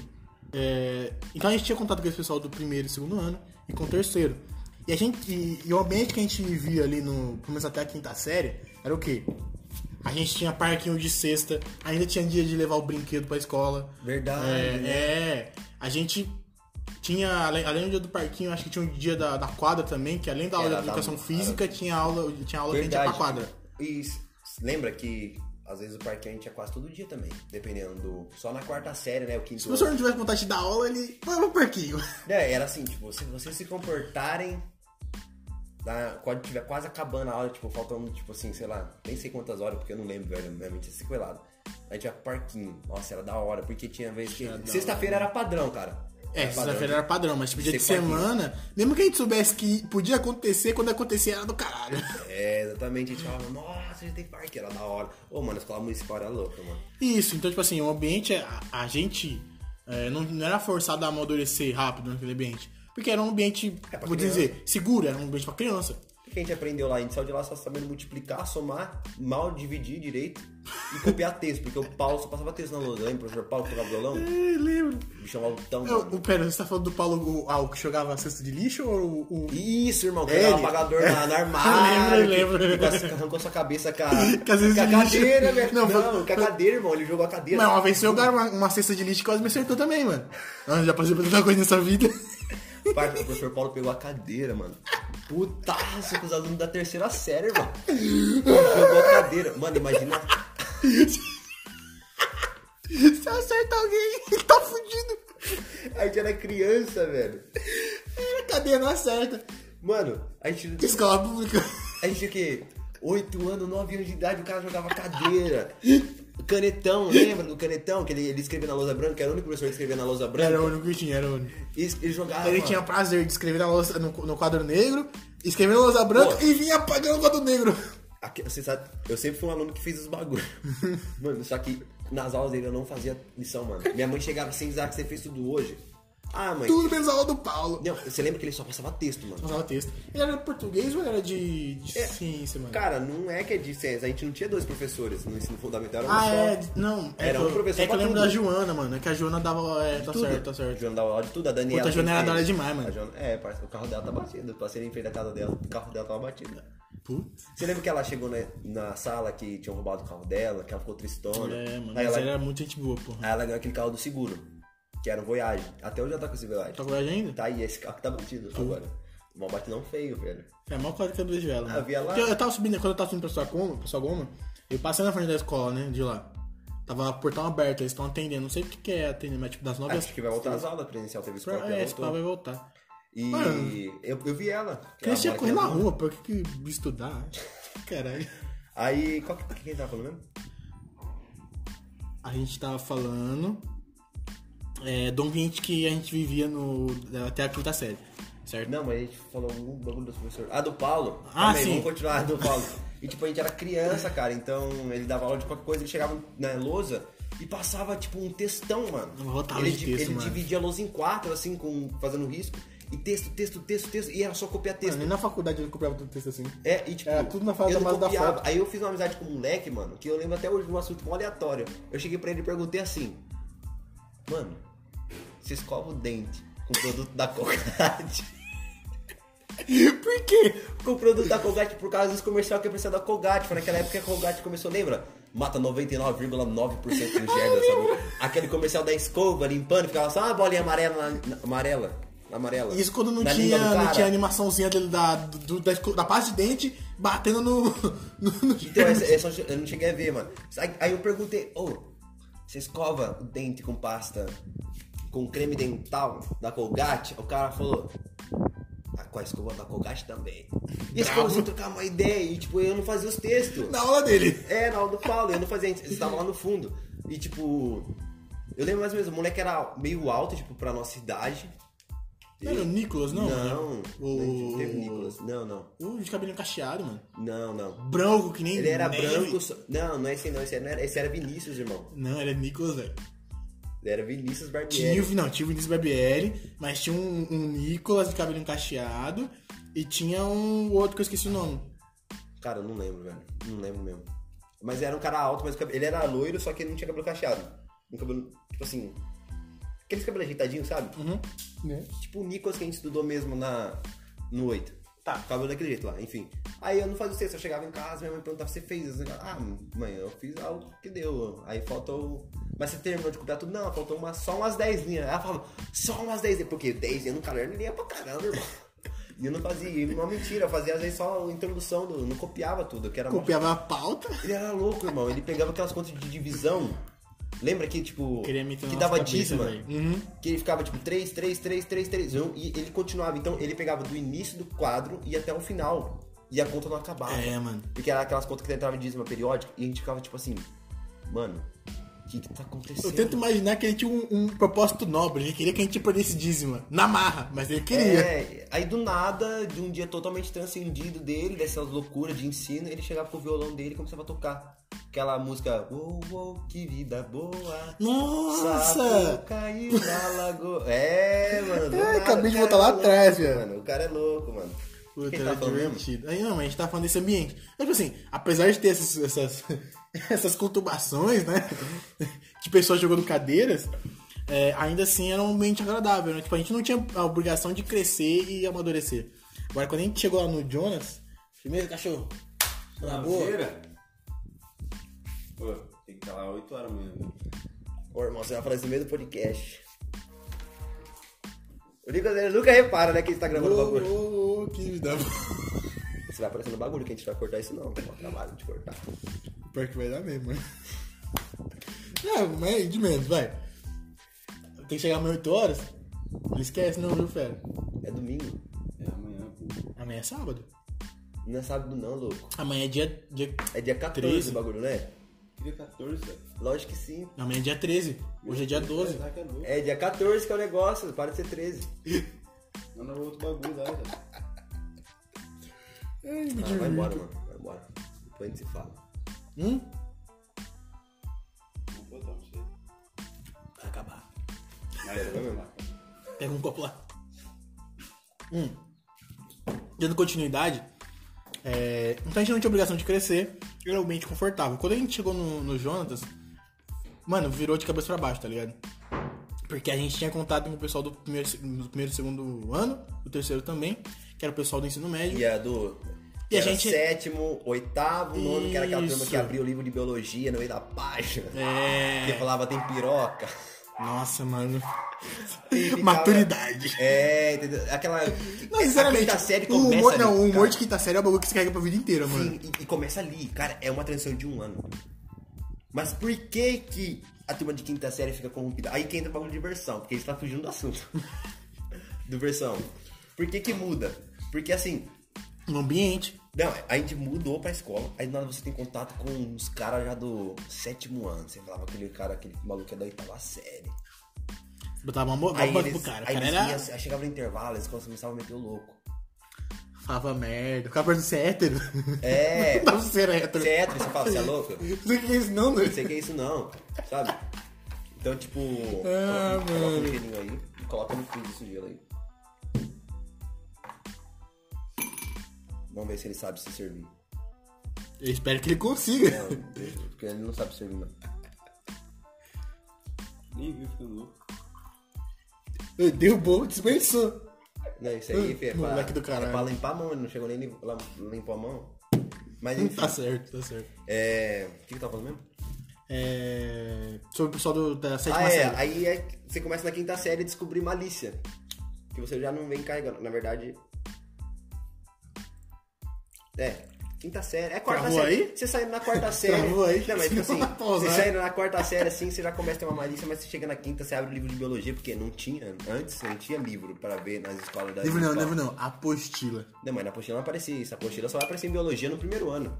Speaker 1: é, Então a gente tinha contato com esse pessoal do primeiro e segundo ano e com o terceiro. E a gente. E, e o ambiente que a gente vivia ali no. Pelo menos até a quinta série, era o quê? A gente tinha parquinho de sexta, ainda tinha dia de levar o brinquedo pra escola.
Speaker 2: Verdade,
Speaker 1: É,
Speaker 2: né?
Speaker 1: é, a gente tinha, além, além do dia do parquinho, acho que tinha o dia da, da quadra também, que além da aula
Speaker 2: Era
Speaker 1: de educação
Speaker 2: da- né?
Speaker 1: física, tinha aula, tinha aula que a gente ia pra quadra.
Speaker 2: E s- lembra que às vezes o parquinho a gente ia quase todo dia também, dependendo do. Só na quarta série, né? O quinto.
Speaker 1: Se o professor não tivesse vontade de dar aula, ele. Vai pro parquinho.
Speaker 2: É, era assim, tipo, se vocês se comportarem. Na, quando tiver quase acabando a aula, tipo, faltando, tipo assim, sei lá, nem sei quantas horas, porque eu não lembro, velho, minha mente é sequelada. A gente ia pro parquinho. Nossa, era da hora, porque tinha vez que.
Speaker 1: da
Speaker 2: Sexta-feira era padrão, cara.
Speaker 1: É,
Speaker 2: Era padrão. né?
Speaker 1: sexta-feira era padrão, mas tipo, dia de
Speaker 2: Ser parquinho.
Speaker 1: semana, mesmo que a gente soubesse que podia acontecer, quando acontecia era do caralho.
Speaker 2: É, exatamente. A gente falava, nossa, a gente tem parque, era da hora. Ô, mano, a escola municipal era louca, mano.
Speaker 1: Isso, então, tipo assim, o ambiente, a, a gente é, não, não era forçado a amadurecer rápido naquele ambiente. Porque era um ambiente,
Speaker 2: É, pra
Speaker 1: vou
Speaker 2: criança.
Speaker 1: dizer, seguro, era um ambiente pra criança.
Speaker 2: O que a gente aprendeu lá? A gente saiu de lá só sabendo multiplicar, somar, mal dividir direito e copiar texto, porque o Paulo só passava texto na lousa. Lembra, o professor Paulo que jogava violão?
Speaker 1: Eu lembro.
Speaker 2: Me chamava tão.
Speaker 1: Eu, o- pera, você tá falando do Paulo o, ah, o que jogava cesto de lixo ou o. o...
Speaker 2: Isso, irmão, que
Speaker 1: Ele? Ah,
Speaker 2: era um apagador na, na armário.
Speaker 1: Eu lembro, eu
Speaker 2: que-
Speaker 1: lembro.
Speaker 2: que arrancou sua cabeça com a, com
Speaker 1: às vezes
Speaker 2: a
Speaker 1: ele-
Speaker 2: cadeira, velho.
Speaker 1: Não,
Speaker 2: Não,
Speaker 1: foi-
Speaker 2: com a cadeira, irmão. Ele jogou a cadeira.
Speaker 1: Não, uma vez jogaram uma, uma cesta de lixo e quase me acertou também, mano. Ah, já passei por tanta coisa nessa vida.
Speaker 2: Pai, o professor Paulo pegou a cadeira, mano. Putaço com os alunos da terceira série, irmão. Jogou a cadeira. Mano, imagina.
Speaker 1: Se eu acertar alguém, ele tá fudido.
Speaker 2: A gente era criança, velho.
Speaker 1: Cadê? Não acerta.
Speaker 2: Mano, a gente.
Speaker 1: Escola pública.
Speaker 2: A gente tinha o quê? 8 anos, 9 anos de idade, o cara jogava cadeira. Canetão, lembra do canetão? Que ele, ele escrevia na lousa branca, era o único professor que escrevia na lousa branca.
Speaker 1: Era o único que tinha, era o único.
Speaker 2: E es- ele jogava.
Speaker 1: Ele tinha prazer de escrever na lousa, no, no quadro negro, escrever na lousa branca
Speaker 2: Pô.
Speaker 1: e vinha apagando o quadro negro.
Speaker 2: Aqui, você sabe, eu sempre fui um aluno que fez os bagulho. mano, só que nas aulas dele eu não fazia lição, mano. Minha mãe chegava assim, Isaac, você fez tudo hoje? Ah, mãe.
Speaker 1: Tudo menos a aula do Paulo.
Speaker 2: Não, você lembra que ele só passava texto, mano?
Speaker 1: Passava texto. Ele era português ou era de, de ciência, mano?
Speaker 2: Cara, não é que é de ciência. A gente não tinha dois professores no ensino fundamental, era um
Speaker 1: Ah,
Speaker 2: só.
Speaker 1: é. Não, é
Speaker 2: Era
Speaker 1: que
Speaker 2: um
Speaker 1: eu-
Speaker 2: professor
Speaker 1: É que eu
Speaker 2: pra
Speaker 1: lembro
Speaker 2: tudo.
Speaker 1: da Joana, mano. É que a Joana dava. É, tá certo, tá certo.
Speaker 2: Joana dava aula de tudo, a Daniela.
Speaker 1: Puta, a Joana
Speaker 2: sempre
Speaker 1: era da hora
Speaker 2: fez.
Speaker 1: demais, mano.
Speaker 2: A Joana- é, parece que o carro dela tá batido. Eu Passei em frente da casa dela, o carro dela tava batido.
Speaker 1: Putz.
Speaker 2: Você lembra que ela chegou na, na sala que tinham roubado o carro dela, que ela ficou tristona?
Speaker 1: É, mano.
Speaker 2: Aí
Speaker 1: Mas ela
Speaker 2: ela,
Speaker 1: Ah. era muito gente boa, porra.
Speaker 2: aí ela ganhou aquele carro do seguro, que era um Voyage. Até hoje ela tá com esse Voyage.
Speaker 1: Tá com coragem ainda?
Speaker 2: Tá aí, esse carro que tá batido agora. Um batidão feio, velho.
Speaker 1: É a maior coisa que eu vejo ela. mano.
Speaker 2: Havia Ah, lá-
Speaker 1: Porque Eu, eu tava subindo, quando eu tava subindo pra sua goma, pra sua goma, eu passei na frente da escola, né, de lá. Tava portão aberto, eles estão atendendo. Não sei o que, que é atender, mas tipo, das nove às...
Speaker 2: Acho que vai voltar às aulas presencial, teve escola que
Speaker 1: É,
Speaker 2: ela
Speaker 1: esse pau
Speaker 2: voltou.
Speaker 1: vai voltar.
Speaker 2: E
Speaker 1: Mano.
Speaker 2: eu, eu vi ela. Ela
Speaker 1: Criança tinha que
Speaker 2: mora aqui
Speaker 1: correr na rua, pra que que estudar? Caralho.
Speaker 2: Aí, qual que, o que que a gente tava falando mesmo?
Speaker 1: A gente tava falando é, do ambiente que a gente vivia no, até a quinta série, certo?
Speaker 2: Não, mas a gente falou um bagulho dos professores. Ah, do Paulo.
Speaker 1: Ah,
Speaker 2: Também,
Speaker 1: sim.
Speaker 2: Vamos continuar do Paulo. E tipo, a gente era criança, cara, então ele dava aula de qualquer coisa, ele chegava na lousa e passava tipo um textão, mano.
Speaker 1: Uma rotada
Speaker 2: ele
Speaker 1: de texto,
Speaker 2: ele
Speaker 1: mano.
Speaker 2: dividia a lousa em quatro, assim, com, fazendo risco. E texto, texto, texto, texto. E era só copiar texto.
Speaker 1: Mano, nem na faculdade eu copiava tudo texto assim.
Speaker 2: É, e tipo,
Speaker 1: Era tudo na fase da
Speaker 2: eu não
Speaker 1: base da
Speaker 2: copiava.
Speaker 1: foto.
Speaker 2: Aí eu fiz uma amizade com um moleque, mano, que eu lembro até hoje de um assunto mó aleatório. Eu cheguei pra ele e perguntei assim: Mano, você escova o dente com produto da Colgate?
Speaker 1: Por quê?
Speaker 2: com o produto da Colgate por causa dos comercial que apareceu da Colgate. Foi naquela época que a Colgate começou, lembra? Mata 99,9% dos gerdas, sabe? Aquele comercial da escova limpando, ficava só uma bolinha amarela, "Ah, na- na- amarela amarela.
Speaker 1: Isso quando não
Speaker 2: Na
Speaker 1: tinha,
Speaker 2: língua do
Speaker 1: não
Speaker 2: cara.
Speaker 1: tinha a animaçãozinha dele da, do- da, da parte de dente batendo no. no, no-
Speaker 2: Então, essa, essa eu não cheguei a ver, mano. Aí- Aí eu perguntei, ô, você escova o dente com pasta, com creme dental da Colgate? O cara falou, ah, com a escova da Colgate também. E esse
Speaker 1: Bravo.
Speaker 2: povo trocar uma ideia e, tipo, eu não fazia os textos.
Speaker 1: na aula dele.
Speaker 2: É, na aula do Paulo, eu não fazia, eles estavam lá no fundo. E tipo, eu lembro mais ou menos, o moleque era meio alto, tipo, pra nossa idade.
Speaker 1: Não era o Nicolas, não?
Speaker 2: Não,
Speaker 1: né? O.
Speaker 2: teve Nicolas. Não, não.
Speaker 1: O de cabelinho cacheado, mano.
Speaker 2: Não, não.
Speaker 1: Branco que nem.
Speaker 2: Ele era
Speaker 1: nem-
Speaker 2: branco. só- Não, não é esse aí, não. Esse, aí não era, esse era Vinícius, irmão.
Speaker 1: Não, ele é Nicolas, velho.
Speaker 2: Ele é. era
Speaker 1: Tinha,
Speaker 2: Vinícius Barbieri.
Speaker 1: o- não, tinha o Vinícius Barbieri, mas tinha um, um Nicolas de cabelinho cacheado e tinha um outro que eu esqueci o nome.
Speaker 2: Cara, eu não lembro, velho. Não lembro mesmo. Mas era um cara alto, mas o cabelo... ele era loiro, só que ele não tinha cabelo cacheado. Um cabelo, tipo assim. Aqueles cabelos ajeitadinhos, sabe?
Speaker 1: Uhum.
Speaker 2: Tipo o Nicolas que a gente estudou mesmo na, no 8.
Speaker 1: Tá.
Speaker 2: Cabelo daquele jeito lá, enfim. Aí eu não fazia o texto, eu chegava em casa, minha mãe perguntava, você fez? esse negócio?" Ah, mãe, eu fiz algo que deu. Aí faltou. Mas você terminou de comprar tudo? Não, faltou uma, só umas 10 linhas. Ela falava, só umas 10 linhas, porque 10 linhas no caderno lia pra caramba, irmão. E eu não fazia, e não é mentira, eu fazia às vezes só a introdução, do- não copiava tudo, que era mó-
Speaker 1: Copiava a pauta.
Speaker 2: ele era louco, irmão. Ele pegava aquelas contas de divisão. Lembra que, tipo,
Speaker 1: Queria meter na
Speaker 2: que
Speaker 1: nossa
Speaker 2: dava
Speaker 1: cabeça,
Speaker 2: dízima?
Speaker 1: velho. Uhum.
Speaker 2: Que ele ficava, tipo, 3, 3, 3, 3, 3, 1, e ele continuava. Então, ele pegava do início do quadro e até o final. E a conta não acabava.
Speaker 1: É, mano.
Speaker 2: Porque era aquelas contas que entrava em dízima periódica, e a gente ficava, tipo assim, mano, o que que tá acontecendo?
Speaker 1: Eu tento imaginar que ele tinha um, um propósito nobre, ele queria que a gente perdesse dízima. Na marra, mas ele queria.
Speaker 2: É, aí do nada, de um dia totalmente transcendido dele, dessas loucuras de ensino, ele chegava com o violão dele e começava a tocar aquela música, uou, uou, que vida boa.
Speaker 1: Nossa!
Speaker 2: Sapo caiu na lagoa. É, mano. do
Speaker 1: É,
Speaker 2: nada,
Speaker 1: acabei de
Speaker 2: o cara
Speaker 1: voltar lá
Speaker 2: é louco,
Speaker 1: atrás, velho.
Speaker 2: Mano, o cara é louco, mano.
Speaker 1: Puta, é
Speaker 2: Quem
Speaker 1: era
Speaker 2: tá falando mesmo?
Speaker 1: divertido. Aí, não, mas a gente tá falando desse ambiente. Mas, tipo assim, apesar de ter essas, essas, essas conturbações, né? De pessoas jogando cadeiras, é, ainda assim era um ambiente agradável, né? Tipo, a gente não tinha a obrigação de crescer e amadurecer. Agora, quando a gente chegou lá no Jonas, primeiro cachorro. Na boa.
Speaker 3: Laveira? Pô, tem que estar lá 8 horas amanhã. né?
Speaker 2: Ô, irmão, você vai falar isso no meio do podcast. O Nicolas ele nunca repara, né, que a gente tá
Speaker 1: Ô,
Speaker 2: gravando o bagulho.
Speaker 1: ô, ô, que vida.
Speaker 2: Você vai aparecendo no bagulho que a gente vai cortar isso não. Dá trabalho de cortar.
Speaker 1: Pior que vai dar mesmo, né? É, mas de menos, vai. Tem que chegar amanhã 8 horas? Não esquece não, viu, fera?
Speaker 2: É domingo.
Speaker 3: É amanhã, pô.
Speaker 1: Amanhã é sábado.
Speaker 2: Não é sábado não, louco.
Speaker 1: Amanhã é dia, dia...
Speaker 2: É dia 14
Speaker 1: 13.
Speaker 2: o bagulho, né?
Speaker 3: Queria 14, velho.
Speaker 2: Lógico que sim.
Speaker 1: Amanhã é dia 13. Hoje é dia 12.
Speaker 3: Tá que é louco.
Speaker 2: É dia 14 que é o negócio, para de ser 13. É.
Speaker 3: Manda outro bagulho lá, velho.
Speaker 1: Ai, me
Speaker 2: Ah, vai
Speaker 1: divirto.
Speaker 2: embora, mano. Vai embora. Depois a gente se fala.
Speaker 1: Hum?
Speaker 3: Vou botar pra você.
Speaker 1: Vai acabar.
Speaker 3: Mas é eu vou lá.
Speaker 1: Pega um copo lá. Hum. Dando continuidade, é, então a gente não tinha obrigação de crescer, era um ambiente confortável. Quando a gente chegou no, no Jonatas, mano, virou de cabeça pra baixo, tá ligado? Porque a gente tinha contato com o pessoal do primeiro, do primeiro e segundo ano, do terceiro também, que era o pessoal do ensino médio.
Speaker 2: E a do.
Speaker 1: E a
Speaker 2: era
Speaker 1: gente-
Speaker 2: Sétimo, oitavo, nono, que era aquela turma
Speaker 1: Isso.
Speaker 2: que abriu o livro de biologia no meio da página.
Speaker 1: É.
Speaker 2: Que falava tem piroca.
Speaker 1: Nossa, mano.
Speaker 2: E ficava-
Speaker 1: Maturidade.
Speaker 2: É, entendeu? Aquela.
Speaker 1: Não, sinceramente.
Speaker 2: a quinta série
Speaker 1: o
Speaker 2: começa
Speaker 1: humor,
Speaker 2: ali,
Speaker 1: não, o humor
Speaker 2: cara.
Speaker 1: de quinta série é o bagulho que você carrega pra vida inteira, mano.
Speaker 2: Sim, e, e começa ali, cara, é uma transição de um ano. Mas por que que a turma de quinta série fica corrompida? Aí que entra o bagulho de versão, porque a gente tá fugindo do assunto. do versão. Por que que muda? Porque assim,
Speaker 1: No ambiente.
Speaker 2: Não, a gente mudou pra escola, aí do nada você tem contato com uns caras já do sétimo ano. Você falava aquele cara, aquele maluco que é da oitava série.
Speaker 1: Botava uma
Speaker 2: Aí
Speaker 1: bomba pro
Speaker 2: eles-
Speaker 1: cara. O
Speaker 2: aí
Speaker 1: cara
Speaker 2: eles
Speaker 1: era.
Speaker 2: vinham, assim, aí chegava no intervalo, eles começavam a meter o louco.
Speaker 1: Falava merda. Ficava perto de ser hétero.
Speaker 2: É.
Speaker 1: Não tava ser hétero.
Speaker 2: Você é hétero, você fala, você é louco?
Speaker 1: Não sei o que é isso, não,
Speaker 2: Não
Speaker 1: doido.
Speaker 2: sei o que é isso não, sabe? Então, tipo,
Speaker 1: Ah,
Speaker 2: coloca, coloca um
Speaker 1: mano.
Speaker 2: gelinho aí e coloca no fundo desse gelo aí. Vamos ver se ele sabe se servir.
Speaker 1: Eu espero que ele consiga.
Speaker 2: Não, porque ele não sabe servir, não.
Speaker 3: Nem viu ficando louco.
Speaker 1: Eu Derrubou, dispensou.
Speaker 2: Não, isso aí, Fê, é pra,
Speaker 1: Ah, Moleque do caralho.
Speaker 2: é pra limpar a mão, ele não chegou nem lim- lá- limpou a mão. Mas enfim,
Speaker 1: Tá certo, tá certo.
Speaker 2: é... O que que eu tava falando mesmo?
Speaker 1: É... Sobre o pessoal do- da sétima
Speaker 2: Ah, é,
Speaker 1: série.
Speaker 2: aí é que você começa na quinta série a descobrir malícia. que você já não vem carregando. Na verdade. É. Quinta série. É quarta
Speaker 1: Travou
Speaker 2: série.
Speaker 1: aí?
Speaker 2: Você saindo na quarta série.
Speaker 1: Travou aí?
Speaker 2: Não, mas tipo assim,
Speaker 1: Senão vai pausar.
Speaker 2: você saindo na quarta série assim, você já começa a ter uma malícia, mas você chega na quinta, você abre o livro de biologia, porque não tinha. Antes não tinha livro pra ver nas escolas da
Speaker 1: Livro não,
Speaker 2: escolas.
Speaker 1: livro não. Apostila.
Speaker 2: Não, mas na apostila não aparecia isso. A apostila só vai aparecer em biologia no primeiro ano.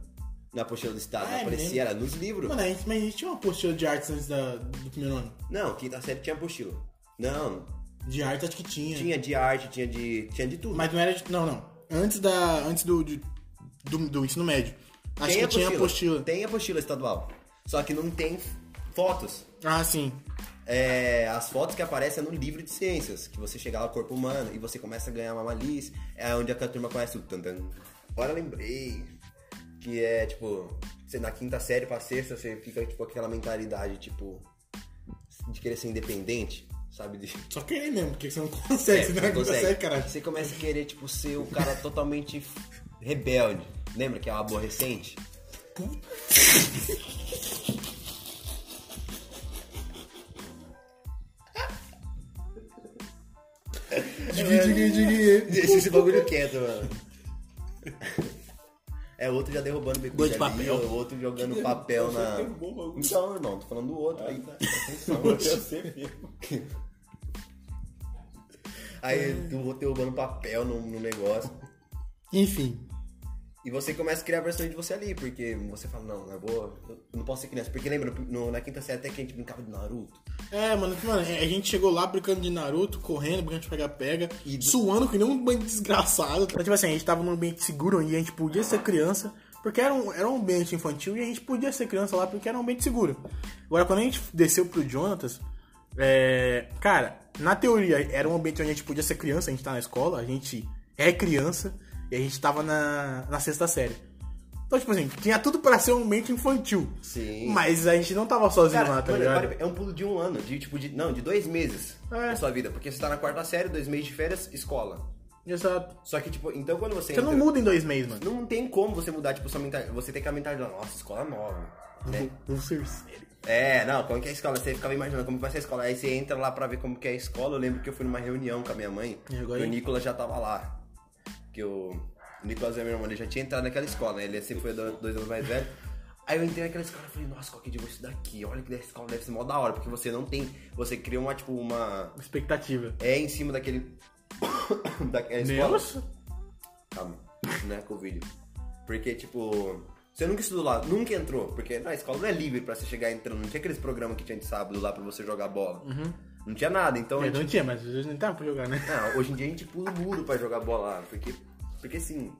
Speaker 2: Na apostila do estado.
Speaker 1: Ah,
Speaker 2: não
Speaker 1: é
Speaker 2: aparecia, era nos livros.
Speaker 1: Mano, a gente, mas a gente tinha uma apostila de artes antes da, do primeiro ano.
Speaker 2: Não, quinta série tinha apostila. Não,
Speaker 1: De arte acho que tinha.
Speaker 2: tinha de arte, tinha de. tinha de tudo.
Speaker 1: Mas não era de. Não, não. Antes da. Antes do. de- do, do ensino médio. Acho que tinha apostila.
Speaker 2: Tem é apostila estadual. Só que não tem fotos.
Speaker 1: Ah, sim.
Speaker 2: É, as fotos que aparecem é no livro de ciências, que você chega lá, corpo humano, e você começa a ganhar uma malícia. É onde a turma conhece o tantan. Agora eu lembrei. Que é tipo, você na quinta série pra sexta, você fica tipo aquela mentalidade, tipo, de querer ser independente, sabe? De-
Speaker 1: Só querer mesmo, porque você não consegue.
Speaker 2: É,
Speaker 1: é,
Speaker 2: você
Speaker 1: você
Speaker 2: não
Speaker 1: não consegue, caralho.
Speaker 2: Você começa a querer, tipo, ser o cara totalmente rebelde. Lembra que é o aborrecente?
Speaker 1: Digui, digui, digui.
Speaker 2: Deixa esse bagulho quieto, mano. É outro já derrubando
Speaker 1: Dois
Speaker 2: bebida
Speaker 1: de
Speaker 2: ali,
Speaker 1: papel.
Speaker 2: ó, outro jogando papel na.
Speaker 3: derrubou o um bagulho.
Speaker 2: É Então, irmão, tô falando do outro aí.
Speaker 3: Eu sei mesmo.
Speaker 2: Aí do outro derrubando papel no, no negócio.
Speaker 1: Enfim.
Speaker 2: E você começa a criar a versão de você ali, porque você fala, não, eu vou. Eu não posso ser criança. Porque lembra, no- na quinta série até que a gente brincava de Naruto.
Speaker 1: É, mano, que, mano, a gente chegou lá brincando de Naruto, correndo, brincando de pega-pega,
Speaker 2: E-
Speaker 1: suando que nem um banho desgraçado. Mas, tipo assim, a gente tava num ambiente seguro onde a gente podia ser criança, porque era um, era um ambiente infantil e a gente podia ser criança lá porque era um ambiente seguro. Agora, quando a gente desceu pro Jonatas, é, cara, na teoria era um ambiente onde a gente podia ser criança, a gente tá na escola, a gente é criança e a gente tava na, na sexta série. Então, tipo assim, tinha tudo pra ser um ambiente infantil.
Speaker 2: Sim.
Speaker 1: Mas a gente não tava sozinho
Speaker 2: Cara,
Speaker 1: lá, tá
Speaker 2: mano,
Speaker 1: ligado?
Speaker 2: pare- é um pulo de um ano, de tipo, de, não, de dois meses
Speaker 1: É.
Speaker 2: da sua vida. Porque você tá na quarta série, dois meses de férias, escola.
Speaker 1: Exato.
Speaker 2: Só que, tipo, então quando você.
Speaker 1: Você não
Speaker 2: entra-
Speaker 1: muda em dois meses, mano.
Speaker 2: Não tem como você mudar, tipo, sua mentalidade. Você tem que a mentalidade, nossa, escola nova, né?
Speaker 1: Vou ser sério.
Speaker 2: É, não, como que é a escola? Você ficava imaginando como vai ser a escola. Aí você entra lá pra ver como que é a escola. Eu lembro que eu fui numa reunião com a minha mãe.
Speaker 1: E agora,
Speaker 2: e o
Speaker 1: hein?
Speaker 2: Nicolas já tava lá. Que o, o Nicolas é meu irmão, ele já tinha entrado naquela escola, né? Ele sempre foi do- dois anos mais velho. Aí eu entrei naquela escola e falei, nossa, é qualquer dia eu vou estudar aqui. Olha que dessa escola deve ser mó da hora, porque você não tem. Você cria uma, tipo, uma.
Speaker 1: Expectativa.
Speaker 2: É em cima daquele. daquela escola.
Speaker 1: Nossa.
Speaker 2: Calma, não é Covid. Porque, tipo, você nunca estudou lá, nunca entrou. Porque na escola não é livre pra você chegar entrando. Não tinha aqueles programas que tinha de sábado lá pra você jogar bola. Não tinha nada, então.
Speaker 1: Uhum. É,
Speaker 2: a gente-
Speaker 1: não tinha, mas às vezes não tava pra jogar, né?
Speaker 2: Não, hoje em dia a gente pula o muro pra jogar bola lá. Porque, porque sim.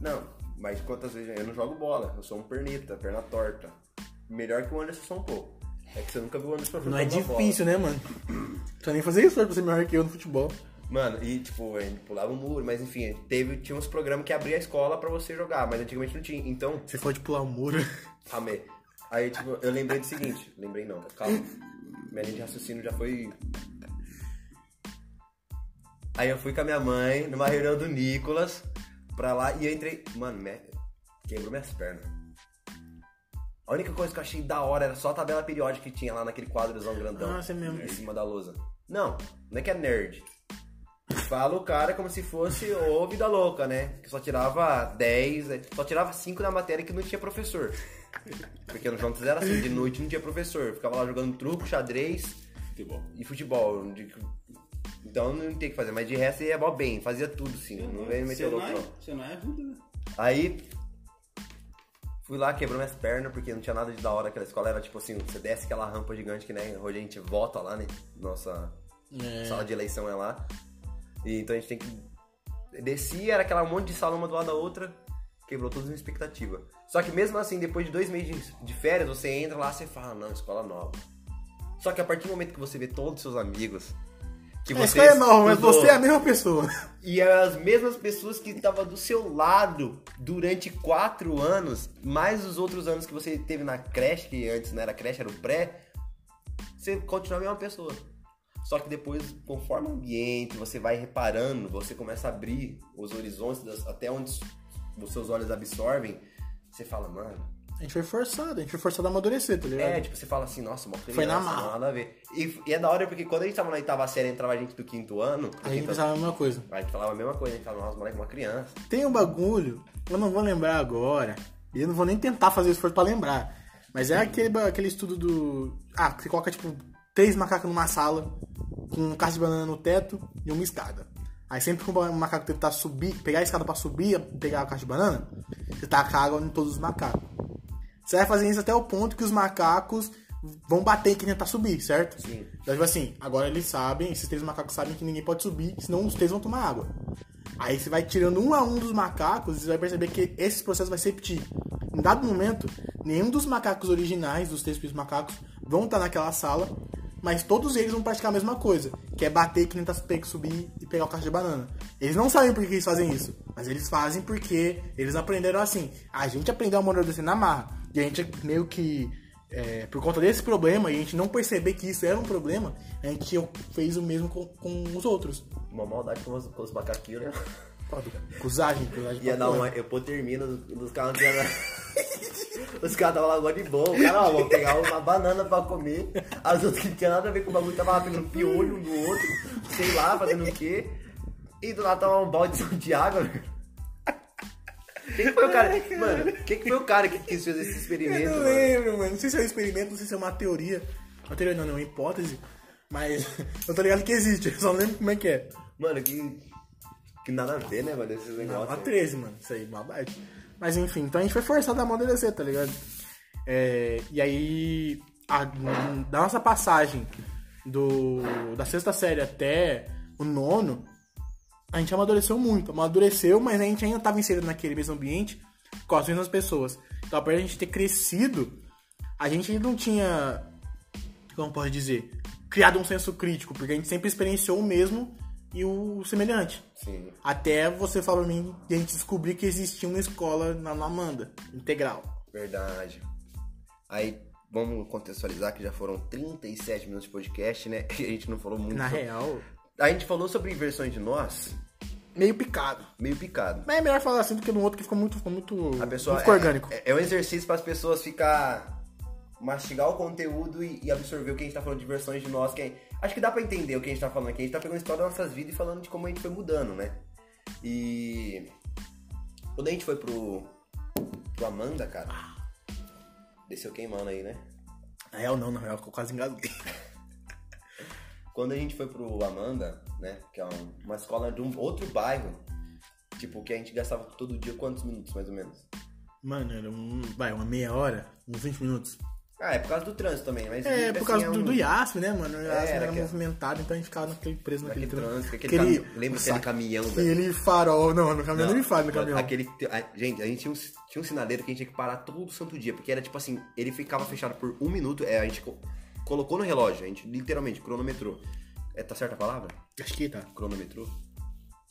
Speaker 2: Não, mas quantas vezes eu não jogo bola? Eu sou um pernita, perna torta. Melhor que o Anderson só um pouco. É que você nunca viu o Anderson
Speaker 1: Não é
Speaker 2: jogar bola.
Speaker 1: difícil, né, mano? Precisa nem fazer isso né, pra ser melhor que eu no futebol.
Speaker 2: Mano, e tipo, a gente pulava o muro, mas enfim, teve, tinha uns programas que abria a escola pra você jogar, mas antigamente não tinha. Então,
Speaker 1: Você pode pular o muro.
Speaker 2: Calma aí. Aí, tipo, eu lembrei do seguinte. Lembrei não, calma. Minha linha de raciocínio já foi... Aí eu fui com a minha mãe, numa reunião do Nicolas, pra lá, e eu entrei... Mano, me- quebrou minhas pernas. A única coisa que eu achei da hora era só a tabela periódica que tinha lá naquele quadrozão grandão.
Speaker 1: Nossa, é mesmo.
Speaker 2: Em cima da lousa. Não, não é que é nerd. Fala o cara como se fosse o vida louca, né? Que só tirava 10, né? só tirava 5 na matéria que não tinha professor. Porque no Juntos era assim, de noite não tinha professor. Ficava lá jogando truco, xadrez
Speaker 3: Futebol.
Speaker 2: e futebol. De- Então não tem o que fazer, mas de resto ia mó bem, fazia tudo sim. Não vem meter louco não.
Speaker 3: Você não ajuda, né?
Speaker 2: Aí fui lá, quebrou minhas pernas, porque não tinha nada de da hora aquela escola. Era tipo assim, você desce aquela rampa gigante que né, hoje a gente volta lá, né? Nossa sala de eleição é lá. E, então a gente tem que. Descia, era aquela um monte de sala uma do lado da outra, quebrou toda a minha expectativa. Só que mesmo assim, depois de dois meses de, de férias, você entra lá e fala, não, escola nova. Só que a partir do momento que você vê todos os seus amigos. Que
Speaker 1: A
Speaker 2: você
Speaker 1: escola é nova, mas
Speaker 2: estudou-
Speaker 1: você é a mesma pessoa.
Speaker 2: e as mesmas pessoas que estavam do seu lado durante quatro anos, mais os outros anos que você teve na creche, que antes não era creche, era o pré, você continua a mesma pessoa. Só que depois, conforme o ambiente, você vai reparando, você começa a abrir os horizontes, das- até onde os seus olhos absorvem, você fala, mano,
Speaker 1: A gente foi forçado, a gente foi forçado a amadurecer, tá ligado?
Speaker 2: É, tipo, você fala assim, nossa, uma criança,
Speaker 1: Foi na marra.
Speaker 2: não, nada a ver. E, e é da hora porque quando a gente tava na oitava série, entrava a gente do quinto ano, do
Speaker 1: a gente
Speaker 2: quinto-
Speaker 1: pensava a mesma coisa.
Speaker 2: a gente falava a mesma coisa, a gente falava, nossa, moleque, uma criança.
Speaker 1: Tem um bagulho, eu não vou lembrar agora, e eu não vou nem tentar fazer esforço pra lembrar. Mas é aquele, ba- aquele estudo do. Ah, que você coloca, tipo, três macacos numa sala, com um cacho de banana no teto e uma escada. Aí sempre que um macaco tentar subir, pegar a escada pra subir, pegar o cacho de banana, você taca água em todos os macacos. Você vai fazer isso até o ponto que os macacos vão bater em quem tentar subir, certo?
Speaker 2: Sim.
Speaker 1: Então, tipo assim, agora eles sabem, esses três macacos sabem que ninguém pode subir, senão os três vão tomar água. Aí você vai tirando um a um dos macacos e você vai perceber que esse processo vai se repetir. Em dado momento, nenhum dos macacos originais, dos três primeiros macacos, vão estar naquela sala, mas todos eles vão praticar a mesma coisa, que é bater que tentar pe- subir e pegar o caixa de banana. Eles não sabem por que eles fazem isso, mas eles fazem porque eles aprenderam assim. A gente aprendeu a amadurecer na marra, e a gente meio que é, por conta desse problema e a gente não perceber que isso era um problema, a gente fez o mesmo com, com os outros.
Speaker 2: Uma maldade com os, com os macaquinhos, né?
Speaker 1: Ó, do- Cusagem, cusagem.
Speaker 2: Ia
Speaker 1: pra
Speaker 2: dar uma
Speaker 1: porra.
Speaker 2: hipotermia nos, nos caras. não tinha nada. Os caras estavam lá agora de bom. O cara, ó, vou pegar uma banana pra comer. As outras que não tinha nada a ver com o bagulho, tava lá pegando piolho um no outro, sei lá, fazendo o quê. E do lado tava um balde de água, velho. Quem que foi o cara? Mano, quem que foi o cara que quis fazer esse
Speaker 1: Eu
Speaker 2: experimento?
Speaker 1: não
Speaker 2: mano?
Speaker 1: lembro, mano. Não sei se é um experimento, não sei se é uma teoria. Uma teoria não, não, é uma hipótese. Mas eu tô ligado que existe, eu só não lembro como é que é.
Speaker 2: Mano, que. Que nada a ver, né, mano? Esses negócios.
Speaker 1: Uma 13, mano. Isso aí, maldade. Mas enfim, então a gente foi forçado a amadurecer, tá ligado? É, e aí, a- da nossa passagem do, da sexta série até o nono, a gente amadureceu muito. Amadureceu, mas a gente ainda estava inserido naquele mesmo ambiente com as mesmas pessoas. Então, apesar de a gente ter crescido, a gente ainda não tinha como pode dizer, criado um senso crítico, porque a gente sempre experienciou o mesmo e o semelhante.
Speaker 2: Sim.
Speaker 1: Até você falar pra mim e a gente descobrir que existia uma escola na na Amanda, integral.
Speaker 2: Verdade. Aí, vamos contextualizar que já foram 37 minutos de podcast, né? E a gente não falou muito.
Speaker 1: Na
Speaker 2: sobre-
Speaker 1: real,
Speaker 2: A gente falou sobre versões de nós,
Speaker 1: meio picado.
Speaker 2: meio picado.
Speaker 1: Mas é melhor falar assim do que no outro que ficou muito. Ficou muito
Speaker 2: A pessoa
Speaker 1: não ficou
Speaker 2: é,
Speaker 1: orgânico.
Speaker 2: É, é um exercício para as pessoas ficar mastigar o conteúdo e, e absorver o que a gente tá falando de versões de nós. Que é- acho que dá para entender o que a gente tá falando aqui. A gente tá pegando a história das nossas vidas e falando de como a gente foi mudando, né? E quando a gente foi pro pro Amanda, cara, desceu queimando aí, né?
Speaker 1: Na real, não, na real, ficou quase engasguei.
Speaker 2: Quando a gente foi pro Amanda, né? Que é um- uma escola de um outro bairro, tipo, que a gente gastava todo dia quantos minutos, mais ou menos?
Speaker 1: Mano, era um. Vai, uma meia hora, uns 20 minutos.
Speaker 2: Ah, é por causa do trânsito também, mas. assim, um
Speaker 1: É, por causa do, do IASP, né, mano? O IASP
Speaker 2: É, era
Speaker 1: era,
Speaker 2: aquela-
Speaker 1: movimentado, então a gente ficava naquele, preso naquele,
Speaker 2: Aquele trânsito, aquele,
Speaker 1: né? Aquele-
Speaker 2: caminhão. Lembra aquele
Speaker 1: saca-
Speaker 2: caminhão, velho?
Speaker 1: Aquele farol. Não, no caminhão
Speaker 2: Não,
Speaker 1: não, me fala no
Speaker 2: mano,
Speaker 1: caminhão.
Speaker 2: Aquele, a- gente, a gente tinha um, tinha um sinaleiro que a gente tinha que parar todo santo dia, porque era tipo assim, ele ficava fechado por um minuto, é, a gente co- colocou no relógio, a gente literalmente cronometrou. É, tá certa a palavra?
Speaker 1: Acho que tá.
Speaker 2: Cronometrou?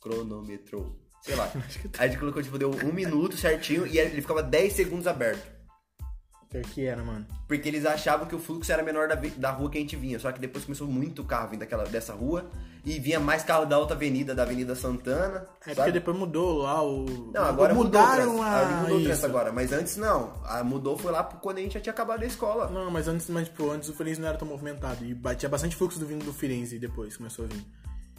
Speaker 2: Cronometrou. Sei lá. Aí a gente colocou, tipo, deu um minuto certinho e ele ficava 10 segundos aberto.
Speaker 1: Pior que era, mano.
Speaker 2: Porque eles achavam que o fluxo era menor da, vi- da rua que a gente vinha. Só que depois começou muito carro vindo daquela, dessa rua. E vinha mais carro da outra avenida, da Avenida Santana.
Speaker 1: É porque
Speaker 2: sabe?
Speaker 1: depois mudou lá o.
Speaker 2: Não, agora
Speaker 1: mudaram
Speaker 2: mudou o trânsito.
Speaker 1: a.
Speaker 2: Ah, mudou o trânsito
Speaker 1: isso.
Speaker 2: agora. Mas antes não. Ah, mudou foi lá quando a gente já tinha acabado a escola.
Speaker 1: Não, mas antes, mas, tipo, antes o Firenze não era tão movimentado. E ba- tinha bastante fluxo do vindo do Firenze depois começou a vir.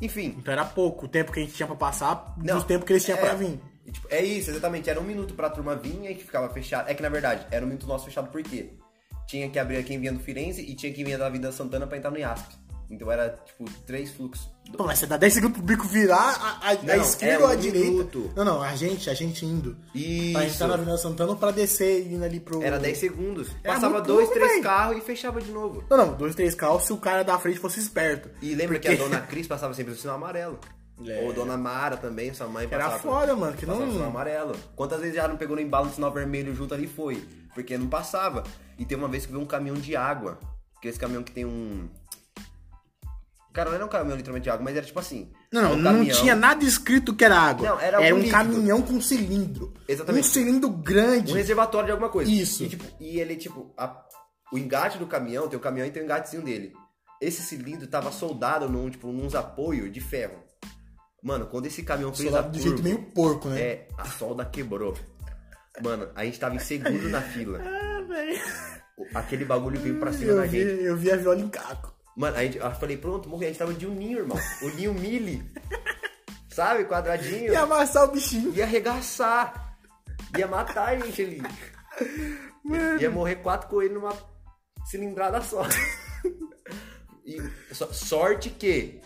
Speaker 2: Enfim.
Speaker 1: Então era pouco o tempo que a gente tinha pra passar
Speaker 2: Não,
Speaker 1: do tempo que eles tinham
Speaker 2: é,
Speaker 1: pra vir.
Speaker 2: e, tipo, é isso, exatamente. Era um minuto pra turma vir e aí que ficava fechado. É que na verdade, era um minuto nosso fechado por quê? Tinha que abrir quem vinha do Firenze e tinha quem vinha da Avenida Santana pra entrar no IASP. Então era, tipo, três fluxos.
Speaker 1: Pô, mas você dá 10 segundos pro bico virar a, a- a
Speaker 2: Não, é
Speaker 1: esquerda ou a
Speaker 2: um
Speaker 1: direita.
Speaker 2: minuto.
Speaker 1: Não, não, a gente, a gente indo.
Speaker 2: Isso.
Speaker 1: Pra entrar na Avenida Santana ou pra descer e indo ali pro.
Speaker 2: Era 10 segundos.
Speaker 1: Era
Speaker 2: Passava
Speaker 1: muito
Speaker 2: dois,
Speaker 1: pouco,
Speaker 2: três
Speaker 1: véi.
Speaker 2: carros e fechava de novo.
Speaker 1: Não, não, dois, três carros se o cara da frente fosse esperto.
Speaker 2: E lembra
Speaker 1: Porque
Speaker 2: que a dona Cris passava sempre no sinal amarelo.
Speaker 1: É.
Speaker 2: Ou dona Mara também, sua mãe
Speaker 1: Era
Speaker 2: passava.
Speaker 1: foda, mano, que
Speaker 2: passava
Speaker 1: não-
Speaker 2: no sinal amarelo. Quantas vezes já não pegou no embalo no sinal vermelho junto ali e foi? Porque não passava. E tem uma vez que veio um caminhão de água. Que é esse caminhão que tem um. Cara, não era um caminhão literalmente de água, mas era tipo assim.
Speaker 1: Não,
Speaker 2: um
Speaker 1: não
Speaker 2: caminhão-
Speaker 1: tinha nada escrito que era água.
Speaker 2: Não, era
Speaker 1: era
Speaker 2: algum
Speaker 1: um
Speaker 2: líquido.
Speaker 1: caminhão com cilindro.
Speaker 2: Exatamente.
Speaker 1: Um cilindro
Speaker 2: Um
Speaker 1: grande.
Speaker 2: reservatório de alguma coisa.
Speaker 1: Isso.
Speaker 2: E, tipo, e ele, tipo, a- o engate do caminhão, tem o caminhão e tem o engatezinho dele. Esse cilindro tava soldado num, tipo, uns apoio de ferro. Mano, quando esse caminhão fez a é,
Speaker 1: Soldado do jeito
Speaker 2: curva,
Speaker 1: meio porco, né?
Speaker 2: é, a solda quebrou. Mano, a gente tava em segundo na fila.
Speaker 1: também.
Speaker 2: Aquele bagulho veio pra cima
Speaker 1: Eu
Speaker 2: da
Speaker 1: vi,
Speaker 2: gente.
Speaker 1: eu vi a viola em caco.
Speaker 2: Mano, a gente, eu falei, pronto, morri. A gente tava de uninho, irmão. Uninho mili. Sabe? Quadradinho.
Speaker 1: E amassar o bichinho.
Speaker 2: Ia arregaçar. Ia matar a gente ali.
Speaker 1: Mano.
Speaker 2: Ia morrer quatro coelhos numa cilindrada só. E so- sorte que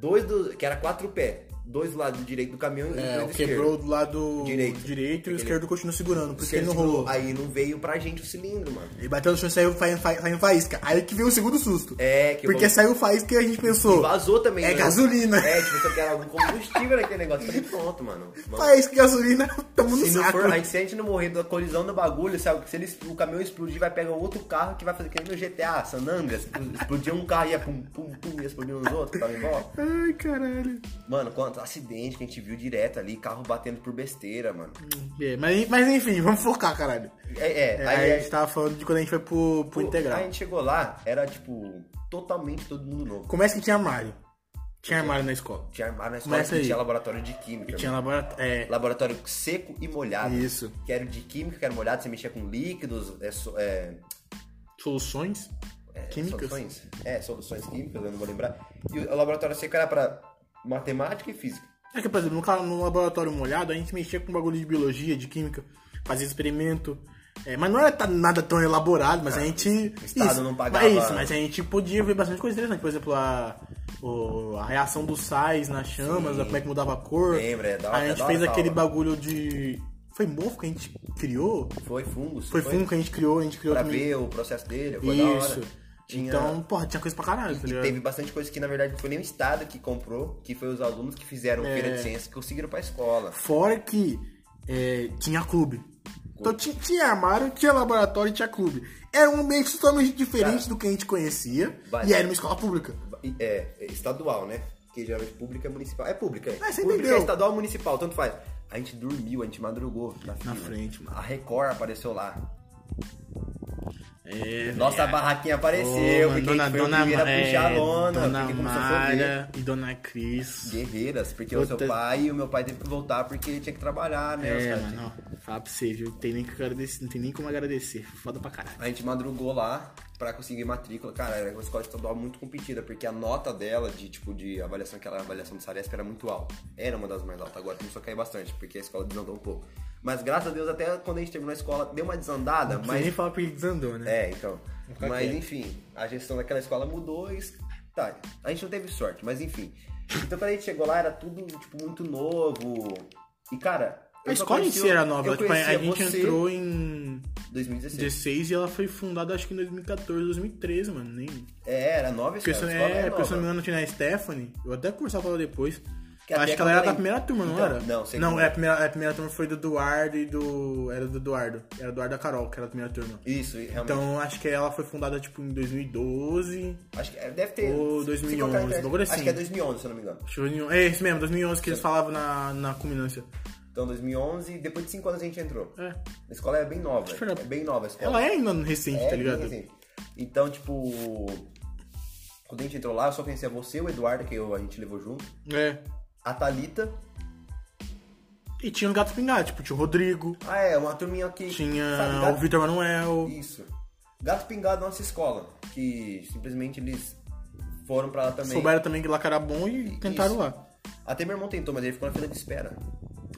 Speaker 2: dois do, que era quatro pé, dois do lado direito do caminhão e
Speaker 1: É,
Speaker 2: dois do
Speaker 1: o
Speaker 2: esquerdo.
Speaker 1: quebrou do lado
Speaker 2: Direito.
Speaker 1: direito e o
Speaker 2: Ele-
Speaker 1: esquerdo continua segurando, por isso que ele
Speaker 2: Esquerdo
Speaker 1: não rolou.
Speaker 2: segurou. Aí não veio pra gente o cilindro, mano.
Speaker 1: Ele bateu no chão e saiu fa- fa- saiu faísca. Aí que veio o segundo susto.
Speaker 2: É, que
Speaker 1: Porque
Speaker 2: eu-
Speaker 1: saiu faísca e a gente pensou.
Speaker 2: Vazou também.
Speaker 1: É
Speaker 2: né?
Speaker 1: gasolina.
Speaker 2: É, tipo, só que era algum combustível naquele negócio. Eu Falei, pronto, mano. Vamos-
Speaker 1: Faísca e gasolina, tamo no
Speaker 2: Se, não
Speaker 1: saco.
Speaker 2: for, a gente- se a gente não morrer da colisão do bagulho, sabe? Se ele, expl- o caminhão explodir, vai pegar um outro carro que vai fazer que nem no GTA, San Andreas. expl- Explodia um carro e ia pum, pum, pum, ia explodindo nos outros, tava igual.
Speaker 1: Ai, caralho.
Speaker 2: Mano, quanto acidente que a gente viu direto ali, carro batendo por besteira, mano.
Speaker 1: É, mas, mas enfim, vamos focar, caralho.
Speaker 2: É, é,
Speaker 1: É,
Speaker 2: aí,
Speaker 1: aí a gente tava falando de quando a gente foi pro, pro integral.
Speaker 2: Aí a gente chegou lá, era tipo, totalmente todo mundo novo.
Speaker 1: Começa que tinha armário. Tinha armário na escola.
Speaker 2: Tinha armário na escola
Speaker 1: Começa
Speaker 2: que
Speaker 1: aí.
Speaker 2: tinha laboratório de química.
Speaker 1: Tinha
Speaker 2: mano.
Speaker 1: laboratório. É,
Speaker 2: Laboratório seco e molhado.
Speaker 1: Isso.
Speaker 2: Que era de química, que era molhado, você mexia com líquidos, é, so- é,
Speaker 1: soluções
Speaker 2: É,
Speaker 1: químicas.
Speaker 2: Soluções, é, soluções químicas, eu não vou lembrar. E o laboratório seco era pra matemática e física.
Speaker 1: É que, por exemplo, no, ca- no laboratório molhado, a gente mexia com bagulho de biologia, de química, fazia experimento. É, mas não era ta- nada tão elaborado, mas a gente.
Speaker 2: É, o Estado não pagava.
Speaker 1: Mas, é isso, mas a gente podia ver bastante coisa interessante. Por exemplo, a, o- a reação dos sais nas chamas,
Speaker 2: Sim.
Speaker 1: como é que mudava a cor.
Speaker 2: Lembra, é da hora,
Speaker 1: a
Speaker 2: é
Speaker 1: gente
Speaker 2: da hora
Speaker 1: fez
Speaker 2: essa
Speaker 1: aquele
Speaker 2: aula.
Speaker 1: bagulho de. Foi mofo que a gente criou?
Speaker 2: Foi fungos.
Speaker 1: Foi fungo que a gente criou, a gente criou
Speaker 2: Pra
Speaker 1: também.
Speaker 2: ver o processo dele, foi da
Speaker 1: Isso.
Speaker 2: hora. Tinha-
Speaker 1: Então, porra, tinha coisa pra caralho, tá
Speaker 2: E
Speaker 1: ligado?
Speaker 2: teve bastante coisa que, na verdade, não foi nem o Estado que comprou, que foi os alunos que fizeram
Speaker 1: É.
Speaker 2: feira de ciência que conseguiram pra escola.
Speaker 1: Fora que é, tinha clube. Então ti- tinha, armário, tinha laboratório e tinha clube. Era um ambiente totalmente diferente do que a gente conhecia.
Speaker 2: vai.
Speaker 1: E era uma escola pública.
Speaker 2: E- É, é estadual, né? Porque geralmente pública é municipal. É pública, é.
Speaker 1: Ah, você
Speaker 2: pública
Speaker 1: entendeu.
Speaker 2: é estadual ou municipal, tanto faz. A gente dormiu, a gente madrugou na, fila.
Speaker 1: frente, mano.
Speaker 2: A Record apareceu lá.
Speaker 1: É,
Speaker 2: Nossa barraquinha apareceu, porque a
Speaker 1: dona,
Speaker 2: gente foi o
Speaker 1: dona,
Speaker 2: primeiro a puxar a
Speaker 1: é,
Speaker 2: lona,
Speaker 1: dona
Speaker 2: porque começou a chover.
Speaker 1: Mara e Dona Cris.
Speaker 2: Guerreiras, porque o
Speaker 1: Puta.
Speaker 2: seu pai e o meu pai teve que voltar porque ele tinha que trabalhar, né? os
Speaker 1: É,
Speaker 2: caras tinham-
Speaker 1: mano, ó, fala pra você, viu? Tem nem que agradecer, não tem nem como agradecer. Foda pra caralho.
Speaker 2: A gente madrugou lá pra conseguir matrícula. Cara, era uma escola estadual muito competida, porque a nota dela de tipo de avaliação, aquela avaliação do Saresp era muito alta. Era uma das mais altas, agora começou a cair bastante, porque a escola desandou um pouco. Mas graças a Deus, até quando a gente terminou a escola, deu uma desandada,
Speaker 1: Mas
Speaker 2: mas
Speaker 1: nem falar porque ele desandou, né?
Speaker 2: É, então.
Speaker 1: ficar
Speaker 2: Mas
Speaker 1: quieto.
Speaker 2: enfim, a gestão daquela escola mudou e. Tá, a gente não teve sorte, mas enfim. Então quando a gente chegou lá era tudo, tipo, muito novo. E cara.
Speaker 1: a
Speaker 2: eu só
Speaker 1: escola em
Speaker 2: conheci-
Speaker 1: si era nova.
Speaker 2: Eu
Speaker 1: tipo, a a
Speaker 2: conhecia
Speaker 1: gente
Speaker 2: você
Speaker 1: entrou em
Speaker 2: 2016.
Speaker 1: 16 e ela foi fundada acho que em 2014, 2013, mano. Nem,
Speaker 2: É, era nova a
Speaker 1: Porque se,
Speaker 2: escola. a escola
Speaker 1: é,
Speaker 2: era
Speaker 1: porque se eu não me
Speaker 2: nova.
Speaker 1: engano tinha a Stephanie, eu até conversava com ela depois.
Speaker 2: Que até
Speaker 1: Acho que ela era
Speaker 2: quando
Speaker 1: da
Speaker 2: ela-
Speaker 1: primeira turma, não
Speaker 2: Então,
Speaker 1: era?
Speaker 2: não, sei
Speaker 1: Não,
Speaker 2: como
Speaker 1: é, a
Speaker 2: é.
Speaker 1: primeira, a primeira turma foi do Eduardo e do. Era do Eduardo. Era do Eduardo da Carol, que era a primeira turma.
Speaker 2: Isso, e realmente.
Speaker 1: Então acho que ela foi fundada tipo em 2012.
Speaker 2: acho que é, deve ter.
Speaker 1: Ou
Speaker 2: se- se
Speaker 1: 2011,
Speaker 2: colocar na internet,
Speaker 1: bagulho assim.
Speaker 2: Acho que é 2011, se eu não me engano.
Speaker 1: Acho que foi- É isso mesmo, 2011 que eles falavam na, na culminância.
Speaker 2: Então 2011, depois de 5 anos a gente entrou.
Speaker 1: É.
Speaker 2: A escola é bem nova.
Speaker 1: que era-
Speaker 2: É bem nova a escola.
Speaker 1: Ela é ainda recente,
Speaker 2: É,
Speaker 1: tá ligado?
Speaker 2: bem assim. Então, tipo. Quando a gente entrou lá, eu só conhecia você, o Eduardo, que eu- a gente levou junto,
Speaker 1: É.
Speaker 2: a Thalita.
Speaker 1: E tinha os gatos pingados, tipo, tinha o Rodrigo,
Speaker 2: Ah, é, uma turminha que. sabe,
Speaker 1: tinha o
Speaker 2: gato-
Speaker 1: Vitor Manuel.
Speaker 2: Isso. Gato Pingado, nossa escola. Que simplesmente eles foram pra lá também.
Speaker 1: Souberam também que lá que era bom e
Speaker 2: Isso.
Speaker 1: tentaram lá.
Speaker 2: Até meu irmão tentou, mas ele ficou na fila de espera.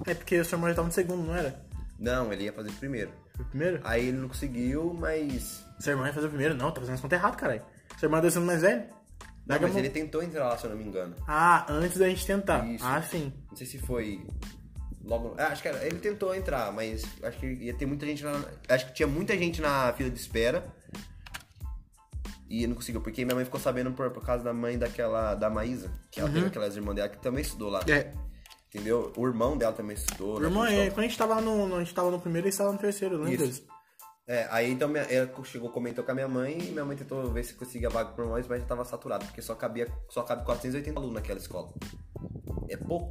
Speaker 1: É porque o seu irmão já tava no segundo, não era?
Speaker 2: Não, ele ia fazer primeiro.
Speaker 1: Foi o primeiro?
Speaker 2: Aí ele não conseguiu, mas.
Speaker 1: Seu irmão ia fazer o primeiro? Não, tá fazendo as contas errado, caralho. Seu irmão é dois anos mais velho?
Speaker 2: Não,
Speaker 1: Larga a
Speaker 2: mas
Speaker 1: mão.
Speaker 2: ele tentou entrar lá, se eu não me engano.
Speaker 1: Ah, antes da gente tentar.
Speaker 2: Isso.
Speaker 1: Ah, sim.
Speaker 2: Não sei se foi logo. Ah, acho que era- ele tentou entrar, mas acho que ia ter muita gente na. Acho que tinha muita gente na fila de espera. E não conseguiu, porque minha mãe ficou sabendo por, por causa da mãe daquela. da Maísa, que ela teve aquelas irmãs dela que também estudou lá.
Speaker 1: Uhum. É.
Speaker 2: Entendeu? O irmão dela também
Speaker 1: O
Speaker 2: estudou. né, na
Speaker 1: irmão é.
Speaker 2: função.
Speaker 1: Quando a gente tava no, no- a gente tava no primeiro, eles estavam no terceiro, lembra?
Speaker 2: Isso. É, aí então minha- ela chegou, comentou com a minha mãe e minha mãe tentou ver se conseguia vaga pro nós, mas já tava saturado, porque só cabia, só cabe 480 alunos naquela escola. É pouco.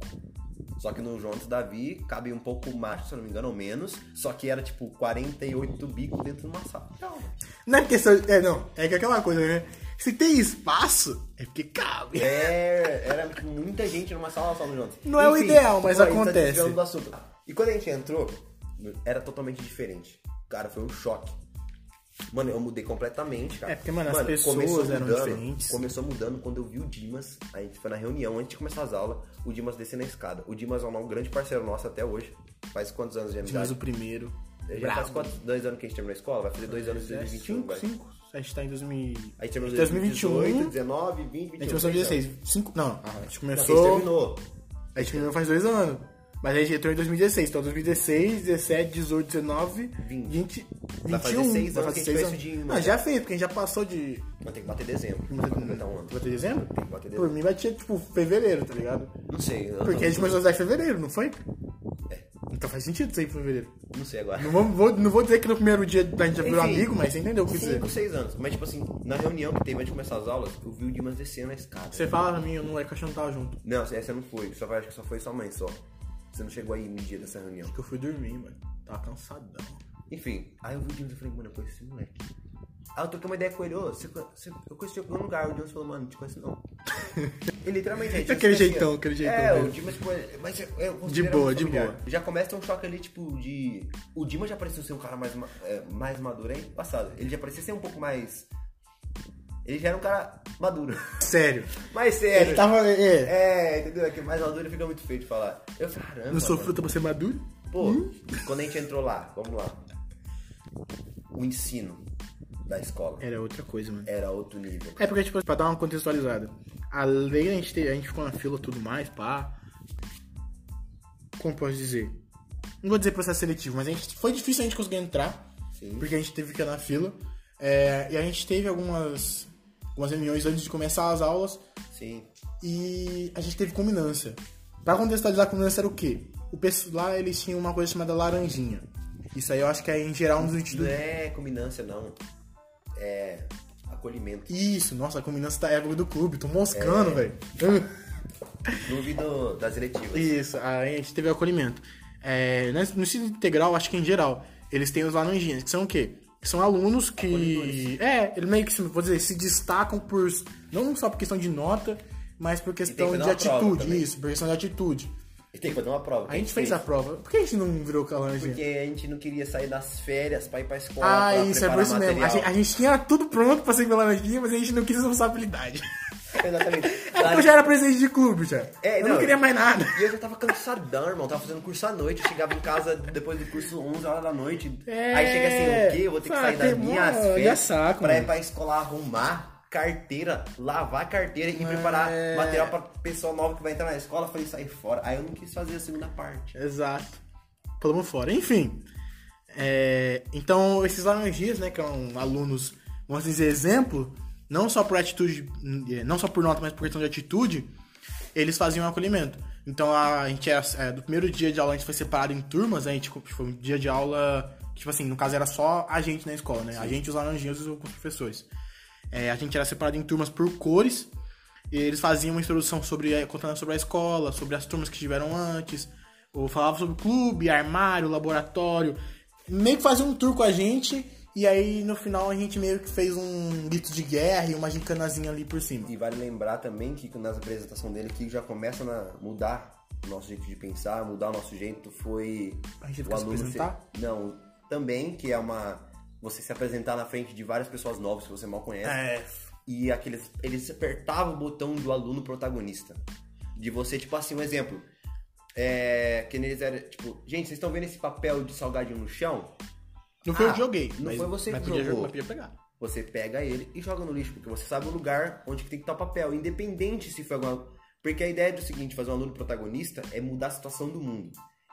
Speaker 2: Só que no Jonas Davi cabe um pouco mais, se eu não me engano, ou menos. Só que era tipo 48 bicos dentro de uma sala. Então,
Speaker 1: Não é questão. É, não. É que aquela coisa, né? Se tem espaço, é porque cabe.
Speaker 2: é, era muita gente numa sala só no Jonas.
Speaker 1: Não é o ideal, mas
Speaker 2: pô, a gente
Speaker 1: acontece.
Speaker 2: Tá desviando do assunto. E quando a gente entrou, era totalmente diferente. Cara, foi um choque. Mano, eu mudei completamente, cara.
Speaker 1: É, porque, mano, as pessoas eram diferentes.
Speaker 2: Começou mudando quando eu vi o Dimas. A gente foi na reunião, antes de começar as aulas, o Dimas descer na escada. O Dimas é um grande parceiro nosso até hoje. Faz quantos anos de
Speaker 1: Mas
Speaker 2: amizade?
Speaker 1: o primeiro.
Speaker 2: Já
Speaker 1: bravo. É,
Speaker 2: faz quantos, dois anos que a gente terminou a escola? Vai fazer dois anos em 2021,
Speaker 1: cinco,
Speaker 2: vai.
Speaker 1: cinco. A gente tá em 2000...
Speaker 2: Aí terminou
Speaker 1: 2021.
Speaker 2: 2018, 19, 20, 21.
Speaker 1: A gente começou em
Speaker 2: três um, anos.
Speaker 1: 16. Cinco, não, a gente
Speaker 2: Não, que a gente
Speaker 1: começou...
Speaker 2: terminou.
Speaker 1: A gente terminou faz dois anos. Mas a gente entrou em 2016. Então 2016, 17, 18, 19,
Speaker 2: 20.
Speaker 1: 20, 21.
Speaker 2: Vai fazer seis anos que a gente fez isso de um uma
Speaker 1: Não, já fez, porque a gente já passou de...
Speaker 2: Mas tem que bater dezembro.
Speaker 1: Vai
Speaker 2: Vai completar um ano.
Speaker 1: ter dezembro?
Speaker 2: Tem que
Speaker 1: Por
Speaker 2: bater dezembro.
Speaker 1: mim vai ter, tipo, fevereiro, tá ligado?
Speaker 2: Não sei. eu
Speaker 1: Porque a gente
Speaker 2: não,
Speaker 1: começou a usar em fevereiro, não foi?
Speaker 2: É.
Speaker 1: Então faz sentido sair em fevereiro.
Speaker 2: não sei agora.
Speaker 1: Não vou, vou- não vou dizer que no primeiro dia a gente já virou
Speaker 2: Enfim,
Speaker 1: amigo, mas você entendeu o que eu quis dizer.
Speaker 2: Cinco, seis anos. Mas, tipo assim, na reunião que teve antes de começar as aulas, eu vi o Dimas descer na escada.
Speaker 1: Você fala pra mim, eu não é que a gente não tava junto.
Speaker 2: Não, essa não foi. Só, acho que só foi sua mãe só. Você não chegou aí no dia dessa reunião.
Speaker 1: Porque eu fui dormir, mano. Tava cansadão.
Speaker 2: Enfim, aí eu vi o Dimas e falei, mano, eu conheço esse moleque. Aí eu troquei uma ideia com ele, ô, você conhe- você- eu conheci em algum lugar. O Dimas falou, mano, não te conheço não. Ele literalmente. a gente
Speaker 1: Aquele
Speaker 2: se conhecia.
Speaker 1: jeitão, aquele jeitão
Speaker 2: É,
Speaker 1: dele.
Speaker 2: o Dimas, tipo, é- mas eu, eu considero
Speaker 1: De boa,
Speaker 2: muito
Speaker 1: de
Speaker 2: familiar.
Speaker 1: boa.
Speaker 2: Já começa um choque ali, tipo, de. O Dimas já parecia ser um cara mais, ma- é, mais maduro, hein? Passado. Ele já parecia ser um pouco mais. Ele já era um cara maduro.
Speaker 1: Sério.
Speaker 2: mais sério.
Speaker 1: Ele tava. É.
Speaker 2: É, entendeu? É que mais maduro fica muito feio de falar. Eu falei, caramba.
Speaker 1: não sou
Speaker 2: mano.
Speaker 1: fruta pra ser maduro?
Speaker 2: Pô, quando a gente entrou lá, vamos lá. O ensino da escola
Speaker 1: Era outra coisa, mano.
Speaker 2: era outro nível.
Speaker 1: É porque, tipo, pra dar uma contextualizada. Além da gente ter. A gente ficou na fila e tudo mais, pá. Como posso dizer? Não vou dizer processo seletivo, mas a gente, foi difícil a gente conseguir entrar.
Speaker 2: Sim.
Speaker 1: Porque a gente teve que ir na fila. É, e a gente teve algumas, algumas reuniões antes de começar as aulas.
Speaker 2: Sim.
Speaker 1: e a gente teve culminância. Pra contextualizar, a culminância era o quê? O pessoal lá, eles tinham uma coisa chamada laranjinha. Isso aí eu acho que é em geral um dos
Speaker 2: Não
Speaker 1: sentidos...
Speaker 2: é combinância, não. É acolhimento.
Speaker 1: Isso, nossa, a culminância tá égua do clube, tô moscando, velho.
Speaker 2: Duvido das eletivas.
Speaker 1: Isso, aí a gente teve o acolhimento. É, né, no ensino integral, acho que em geral, eles têm os laranjinhas, que são o quê? Que são alunos que. É, eles meio que se, vou dizer, se destacam por. Não só por questão de nota, mas por questão
Speaker 2: fazer
Speaker 1: de
Speaker 2: uma prova
Speaker 1: atitude.
Speaker 2: também.
Speaker 1: Isso, por questão de atitude.
Speaker 2: E tem que fazer uma prova. que
Speaker 1: A gente fez a prova. Por que a gente não virou com a laranjinha?
Speaker 2: Porque a gente não queria sair das férias pra ir pra escola.
Speaker 1: Ah,
Speaker 2: pra
Speaker 1: isso é
Speaker 2: preparar
Speaker 1: por isso mesmo. A
Speaker 2: material.
Speaker 1: gente, a gente tinha tudo pronto pra ser pela laranjinha, mas a gente não quis usar essa habilidade.
Speaker 2: Exatamente.
Speaker 1: É porque eu já era presidente de clube já.
Speaker 2: É,
Speaker 1: eu não,
Speaker 2: não.
Speaker 1: queria mais nada.
Speaker 2: E eu já tava cansadão, irmão. Tava fazendo curso à noite. Eu chegava em casa depois do curso 11 horas da noite.
Speaker 1: É.
Speaker 2: Aí chega assim, o quê? Eu vou ter que
Speaker 1: Ah,
Speaker 2: sair
Speaker 1: tem
Speaker 2: das minhas
Speaker 1: mó-
Speaker 2: férias
Speaker 1: já saco,
Speaker 2: pra ir
Speaker 1: mano.
Speaker 2: pra escola arrumar carteira, lavar carteira e preparar
Speaker 1: É.
Speaker 2: material pra pessoa nova que vai entrar na escola. Eu falei, sai fora. Aí eu não quis fazer a segunda parte.
Speaker 1: Exato. Pulamos fora. Enfim. É, então, esses laranjinhas, né, que são alunos, vamos dizer, exemplo, não só por atitude, é, não só por nota, mas por questão de atitude, eles faziam acolhimento. Então, a, gente era, é, do primeiro dia de aula, a gente foi separado em turmas, a gente, tipo, um dia de aula, tipo assim, no caso era só a gente na escola, né? A gente, os laranjinhas e os professores. É, a gente era separado em turmas por cores, e eles faziam uma introdução sobre, eh, contando sobre a escola, sobre as turmas que tiveram antes, ou falava sobre o clube, armário, laboratório, meio que fazia um tour com a gente, e aí no final a gente meio que fez um grito de guerra e uma gincanazinha ali por cima.
Speaker 2: E vale lembrar também que nas apresentações dele que já começa a mudar o nosso jeito de pensar, mudar o nosso jeito foi
Speaker 1: A gente fica se apresentar?
Speaker 2: se- Não, também que é uma você se apresentar na frente de várias pessoas novas que você mal conhece.
Speaker 1: É.
Speaker 2: E aqueles eles apertavam o botão do aluno protagonista. De você, tipo assim, um exemplo. É, que eles eram, tipo, gente, vocês estão vendo esse papel de salgadinho no chão?
Speaker 1: Não foi eu
Speaker 2: Ah,
Speaker 1: que joguei.
Speaker 2: não foi você
Speaker 1: mas
Speaker 2: que
Speaker 1: podia Jogar,
Speaker 2: jogou.
Speaker 1: mas podia pegar.
Speaker 2: Você pega ele e joga no lixo, porque você sabe o lugar onde que tem que estar o papel, independente se foi alguma. Porque a ideia é do seguinte: fazer um aluno protagonista é mudar a situação do mundo.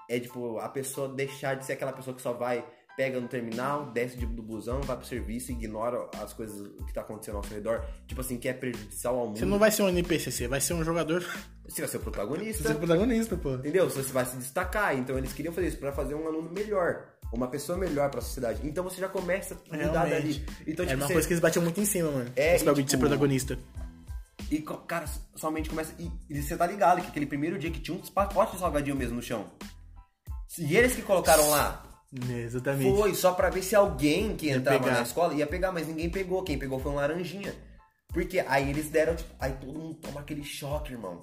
Speaker 2: É tipo, a pessoa deixar de ser aquela pessoa que só vai, pega no terminal, desce de- do busão, vai pro serviço, ignora as coisas que tá acontecendo ao seu redor. Tipo assim, que é prejudicial ao mundo.
Speaker 1: Você não vai ser um NPC, você vai ser um jogador, você
Speaker 2: Você vai ser o
Speaker 1: vai
Speaker 2: protagonista.
Speaker 1: ser protagonista, pô.
Speaker 2: Entendeu? Você vai se destacar. Então eles queriam fazer isso pra fazer um aluno melhor, uma pessoa melhor pra sociedade. Então você já começa a mudar
Speaker 1: Realmente.
Speaker 2: dali. Então,
Speaker 1: Era
Speaker 2: tipo,
Speaker 1: uma
Speaker 2: você-
Speaker 1: coisa que eles batiam muito em cima, mano.
Speaker 2: É,
Speaker 1: Esse bagulho
Speaker 2: e,
Speaker 1: de ser
Speaker 2: tipo,
Speaker 1: protagonista.
Speaker 2: E, co- cara, sua mente começa. E, e você tá ligado que aquele primeiro dia que tinha uns pacotes de salgadinho mesmo no chão. E eles que colocaram lá.
Speaker 1: É, Exatamente.
Speaker 2: Foi só pra ver se alguém que
Speaker 1: Ia
Speaker 2: entrava
Speaker 1: pegar.
Speaker 2: na escola ia pegar, mas ninguém pegou. Quem pegou foi um laranjinha. Porque aí eles deram, tipo, aí todo mundo toma aquele choque, irmão.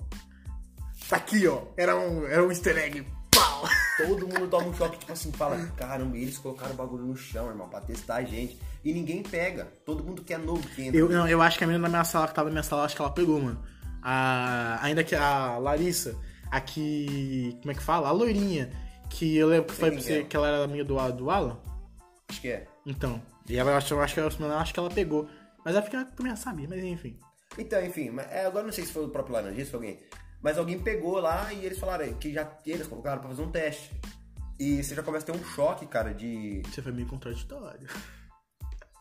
Speaker 1: Tá aqui, ó. Era um, era um easter egg. Pau!
Speaker 2: Todo mundo toma um choque, tipo assim, fala, caramba, eles colocaram o bagulho no chão, irmão, pra testar a gente. E ninguém pega. Todo mundo quer novo que entra.
Speaker 1: Eu, não, eu acho que a menina da minha sala, que tava na minha sala, acho que ela pegou, mano. A, ainda que a Larissa, a que. Como é que fala? A loirinha. Que eu lembro que falei pra
Speaker 2: quem é
Speaker 1: você
Speaker 2: ela.
Speaker 1: que ela era amiga do, do Alan.
Speaker 2: Acho que é.
Speaker 1: Então. E ela, eu acho, eu acho que ela, eu acho que ela pegou. Mas é porque ela também já sabia, mas enfim.
Speaker 2: Então, enfim, mas, é, agora não sei se foi o próprio Laranjinha, se foi alguém. Mas alguém pegou lá e eles falaram que já que eles colocaram pra fazer um teste. E você já começa a ter um choque, cara, de.
Speaker 1: Você foi meio contraditório.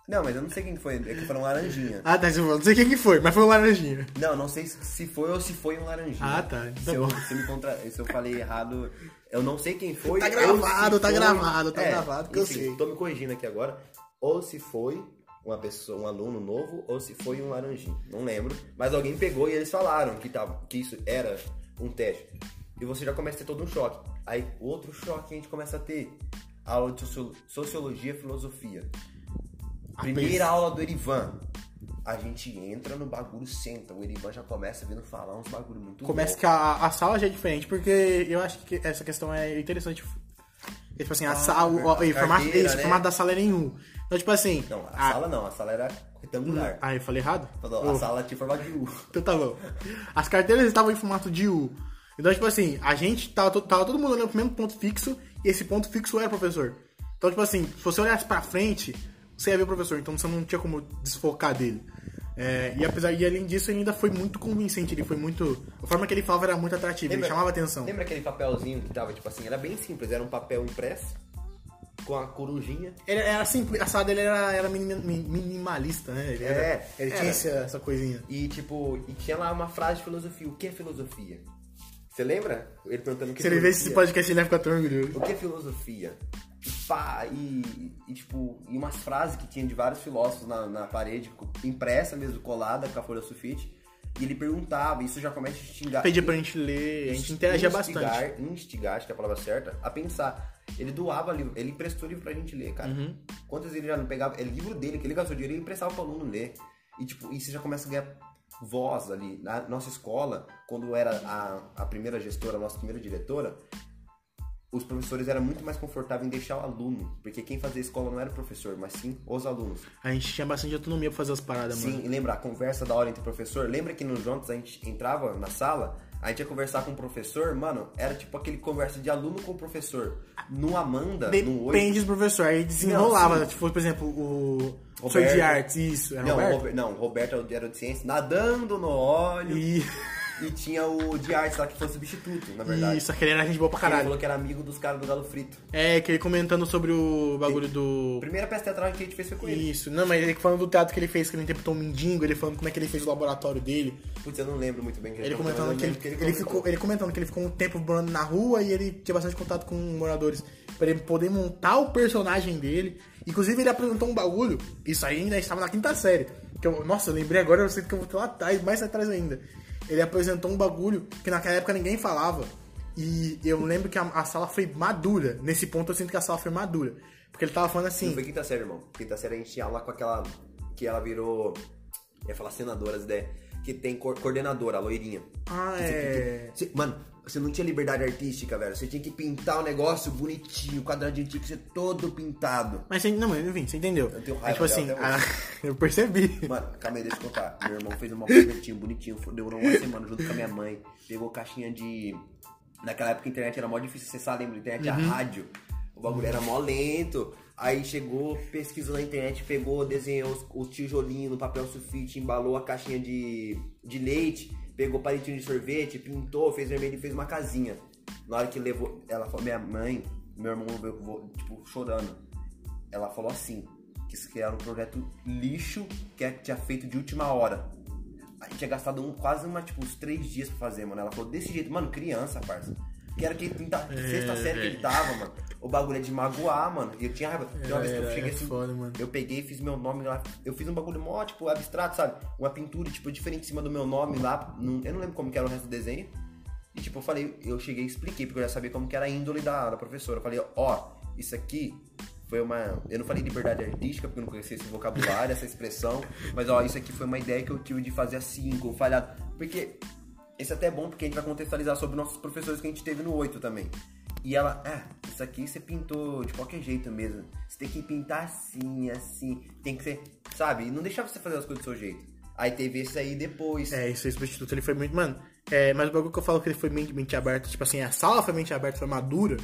Speaker 2: Não, mas eu não sei quem que foi, é que foi um laranjinha.
Speaker 1: Ah, tá, você falou, não sei quem que foi, mas foi o Laranjinha.
Speaker 2: Não, não sei se foi ou se foi um laranjinha.
Speaker 1: Ah, tá, tá
Speaker 2: se, eu,
Speaker 1: bom.
Speaker 2: se, me contra... se eu falei errado, eu não sei quem foi.
Speaker 1: Tá
Speaker 2: ou se
Speaker 1: gravado, tá
Speaker 2: foi- É,
Speaker 1: gravado, tá gravado, que eu
Speaker 2: enfim,
Speaker 1: sei.
Speaker 2: Tô me corrigindo aqui agora. Ou se foi uma pessoa, um aluno novo, ou se foi um laranjinho. Não lembro. Mas alguém pegou e eles falaram que, tava, que isso era um teste. E você já começa a ter todo um choque. Aí, outro choque que a gente começa a ter. Aula de socio- sociologia e filosofia.
Speaker 1: Ah,
Speaker 2: Primeira aula do Erivan. A gente entra no bagulho, senta. O Erivan já começa vindo falar uns bagulho muito
Speaker 1: Começa
Speaker 2: louco.
Speaker 1: que a, a sala já é diferente, porque eu acho que essa questão é interessante. Porque, Tipo assim, a
Speaker 2: Ah,
Speaker 1: sala, o, o- o
Speaker 2: carteira,
Speaker 1: formato, isso, o
Speaker 2: né?
Speaker 1: formato da sala é nenhum. Então, tipo assim.
Speaker 2: Não, a
Speaker 1: a-
Speaker 2: sala não. A sala era retangular.
Speaker 1: Ah, eu falei errado?
Speaker 2: Falou,
Speaker 1: Oh,
Speaker 2: A sala tinha formato de U.
Speaker 1: Então tá bom. As carteiras estavam em formato de U. Então, tipo assim, a gente tava, to- tava todo mundo olhando pro mesmo ponto fixo e esse ponto fixo era o professor. Então, tipo assim, se você olhasse pra frente, você ia ver o professor, então você não tinha como desfocar dele. É, e apesar de além disso, ele ainda foi muito convincente, ele foi muito. A forma que ele falava era muito atrativa, ele chamava atenção.
Speaker 2: Lembra aquele papelzinho que tava, tipo assim, era bem simples. Era um papel impresso com a corujinha.
Speaker 1: Ele era simples, a sala dele era, era minim- mi- minimalista, né? Ele, era-
Speaker 2: É,
Speaker 1: ele
Speaker 2: era.
Speaker 1: tinha essa, essa coisinha.
Speaker 2: E, tipo, e tinha lá uma frase de filosofia. O que é filosofia? Você lembra? Ele perguntando o que
Speaker 1: Se ele
Speaker 2: é
Speaker 1: vê esse
Speaker 2: filosofia.
Speaker 1: podcast, ele vai ficar tão orgulhoso.
Speaker 2: O que é filosofia? E pá, e, e, tipo, e umas frases que tinha de vários filósofos na, na parede, co- impressa mesmo, colada com a folha sulfite. E ele perguntava, isso já começa a te xingar.
Speaker 1: Pedia pra gente ler, a gente interagia
Speaker 2: instigar,
Speaker 1: bastante.
Speaker 2: Instigar, acho que é a palavra certa, a pensar. Ele doava livro, ele emprestou livro pra gente ler, cara.
Speaker 1: Uhum.
Speaker 2: Quantas ele já não pegava? É livro dele, que ele gastou dinheiro, ele emprestava pro aluno ler. E tipo, e você já começa a ganhar voz ali. Na nossa escola, quando era a, a primeira gestora, a nossa primeira diretora, os professores eram muito mais confortáveis em deixar o aluno. Porque quem fazia a escola não era o professor, mas sim os alunos.
Speaker 1: A gente tinha bastante autonomia pra fazer as paradas, mano.
Speaker 2: Sim, e lembra a conversa da hora entre o professor? Lembra que nos juntos a gente entrava na sala, a gente ia conversar com o professor, mano, era tipo aquele conversa de aluno com o professor. No Amanda, no 8.
Speaker 1: Depende do professor, aí desenrolava.
Speaker 2: Não, sim.
Speaker 1: tipo, por exemplo, o.
Speaker 2: Roberto.
Speaker 1: Professor de artes, isso. Era
Speaker 2: Não,
Speaker 1: Roberto?
Speaker 2: Roberto, não, Roberto era o de- era o de ciência, nadando no óleo. E,
Speaker 1: E.
Speaker 2: tinha o de artes lá que foi substituto, na É verdade.
Speaker 1: Isso, aquele era gente boa pra
Speaker 2: Ele
Speaker 1: caralho.
Speaker 2: falou que era amigo dos caras do Galo Frito.
Speaker 1: É, que ele comentando sobre o bagulho do.
Speaker 2: A primeira peça teatral que a gente fez foi com ele.
Speaker 1: Isso, não, mas ele falando do teatro que ele fez, que ele interpretou o Mindingo, ele falando como é que ele fez o laboratório dele.
Speaker 2: Putz, eu não lembro muito bem o que
Speaker 1: Ele
Speaker 2: falou, mas eu
Speaker 1: comentando que ele,
Speaker 2: lembro
Speaker 1: ele ficou, ele comentando que ele ficou um tempo morando na rua e ele tinha bastante contato com moradores pra ele poder montar o personagem dele. Inclusive ele apresentou um bagulho, isso aí ainda estava na quinta série. Que eu, nossa, eu lembrei agora, eu sei que eu vou ter lá atrás, mais atrás ainda. Ele apresentou um bagulho que naquela época ninguém falava. E eu lembro que a, a sala foi madura. Nesse ponto eu sinto que a sala foi madura. Porque ele tava falando
Speaker 2: Não
Speaker 1: assim.
Speaker 2: foi quinta série, irmão. Quinta série a gente tinha aula com aquela. Que ela virou. Ia falar senadora, as ideias. Que tem cor- coordenadora, a loirinha.
Speaker 1: Ah,
Speaker 2: Que você-
Speaker 1: é.
Speaker 2: que- que- você- mano, você não tinha liberdade artística, velho. Você tinha que pintar o negócio bonitinho, o quadradinho tinha que ser todo pintado.
Speaker 1: Mas você- não, mas enfim, você entendeu.
Speaker 2: Eu tenho
Speaker 1: É
Speaker 2: raiva
Speaker 1: tipo assim,
Speaker 2: dela até
Speaker 1: a- eu percebi.
Speaker 2: Mano, calma aí, deixa eu contar. Meu irmão fez uma bonitinho, bonitinho. Demorou uma semana junto com a minha mãe. Pegou caixinha de. Naquela época a internet era mó difícil acessar, lembra? A internet era rádio. O bagulho era mó lento. Aí chegou, pesquisou na internet, pegou, desenhou os- o tijolinho no papel sulfite, embalou a caixinha de, de leite, pegou palitinho de sorvete, pintou, fez vermelho e fez uma casinha. Na hora que levou, ela falou: Minha mãe, meu irmão, eu vou, tipo, chorando ela falou assim, que isso que era um projeto lixo que ela tinha feito de última hora. A gente tinha gastado um- quase uma, tipo, uns três dias pra fazer, mano. Ela falou desse jeito, mano, criança, parça. Que era que quinta,
Speaker 1: É,
Speaker 2: sexta série que ele tava, mano. O bagulho é de magoar, mano. E eu tinha raiva. Tinha uma vez que eu
Speaker 1: Era-
Speaker 2: cheguei
Speaker 1: é
Speaker 2: assim,
Speaker 1: foda, mano.
Speaker 2: eu peguei e fiz meu nome lá. Eu fiz um bagulho mó, tipo, abstrato, sabe? Uma pintura, tipo, diferente em cima do meu nome lá. Não- Eu não lembro como que era o resto do desenho. E, tipo, eu falei, eu cheguei e expliquei, porque eu já sabia como que era a índole da, da professora. Eu falei, ó, isso aqui foi uma. Eu não falei liberdade artística, porque eu não conhecia esse vocabulário, essa expressão. Mas, ó, isso aqui foi uma ideia que eu tive de fazer assim, com falhado. Porque. Esse até é bom porque a gente vai contextualizar sobre nossos professores que a gente teve no 8 também. E ela, ah, isso aqui você pintou de qualquer jeito mesmo. Você tem que pintar assim, assim. Tem que ser, sabe? E não deixava você fazer as coisas do seu jeito. Aí teve esse aí depois.
Speaker 1: É, isso, esse substituto ele foi muito. Mano, é, mas o bagulho que eu falo que ele foi mente, mente aberta, tipo assim, a sala foi mente aberta, foi madura.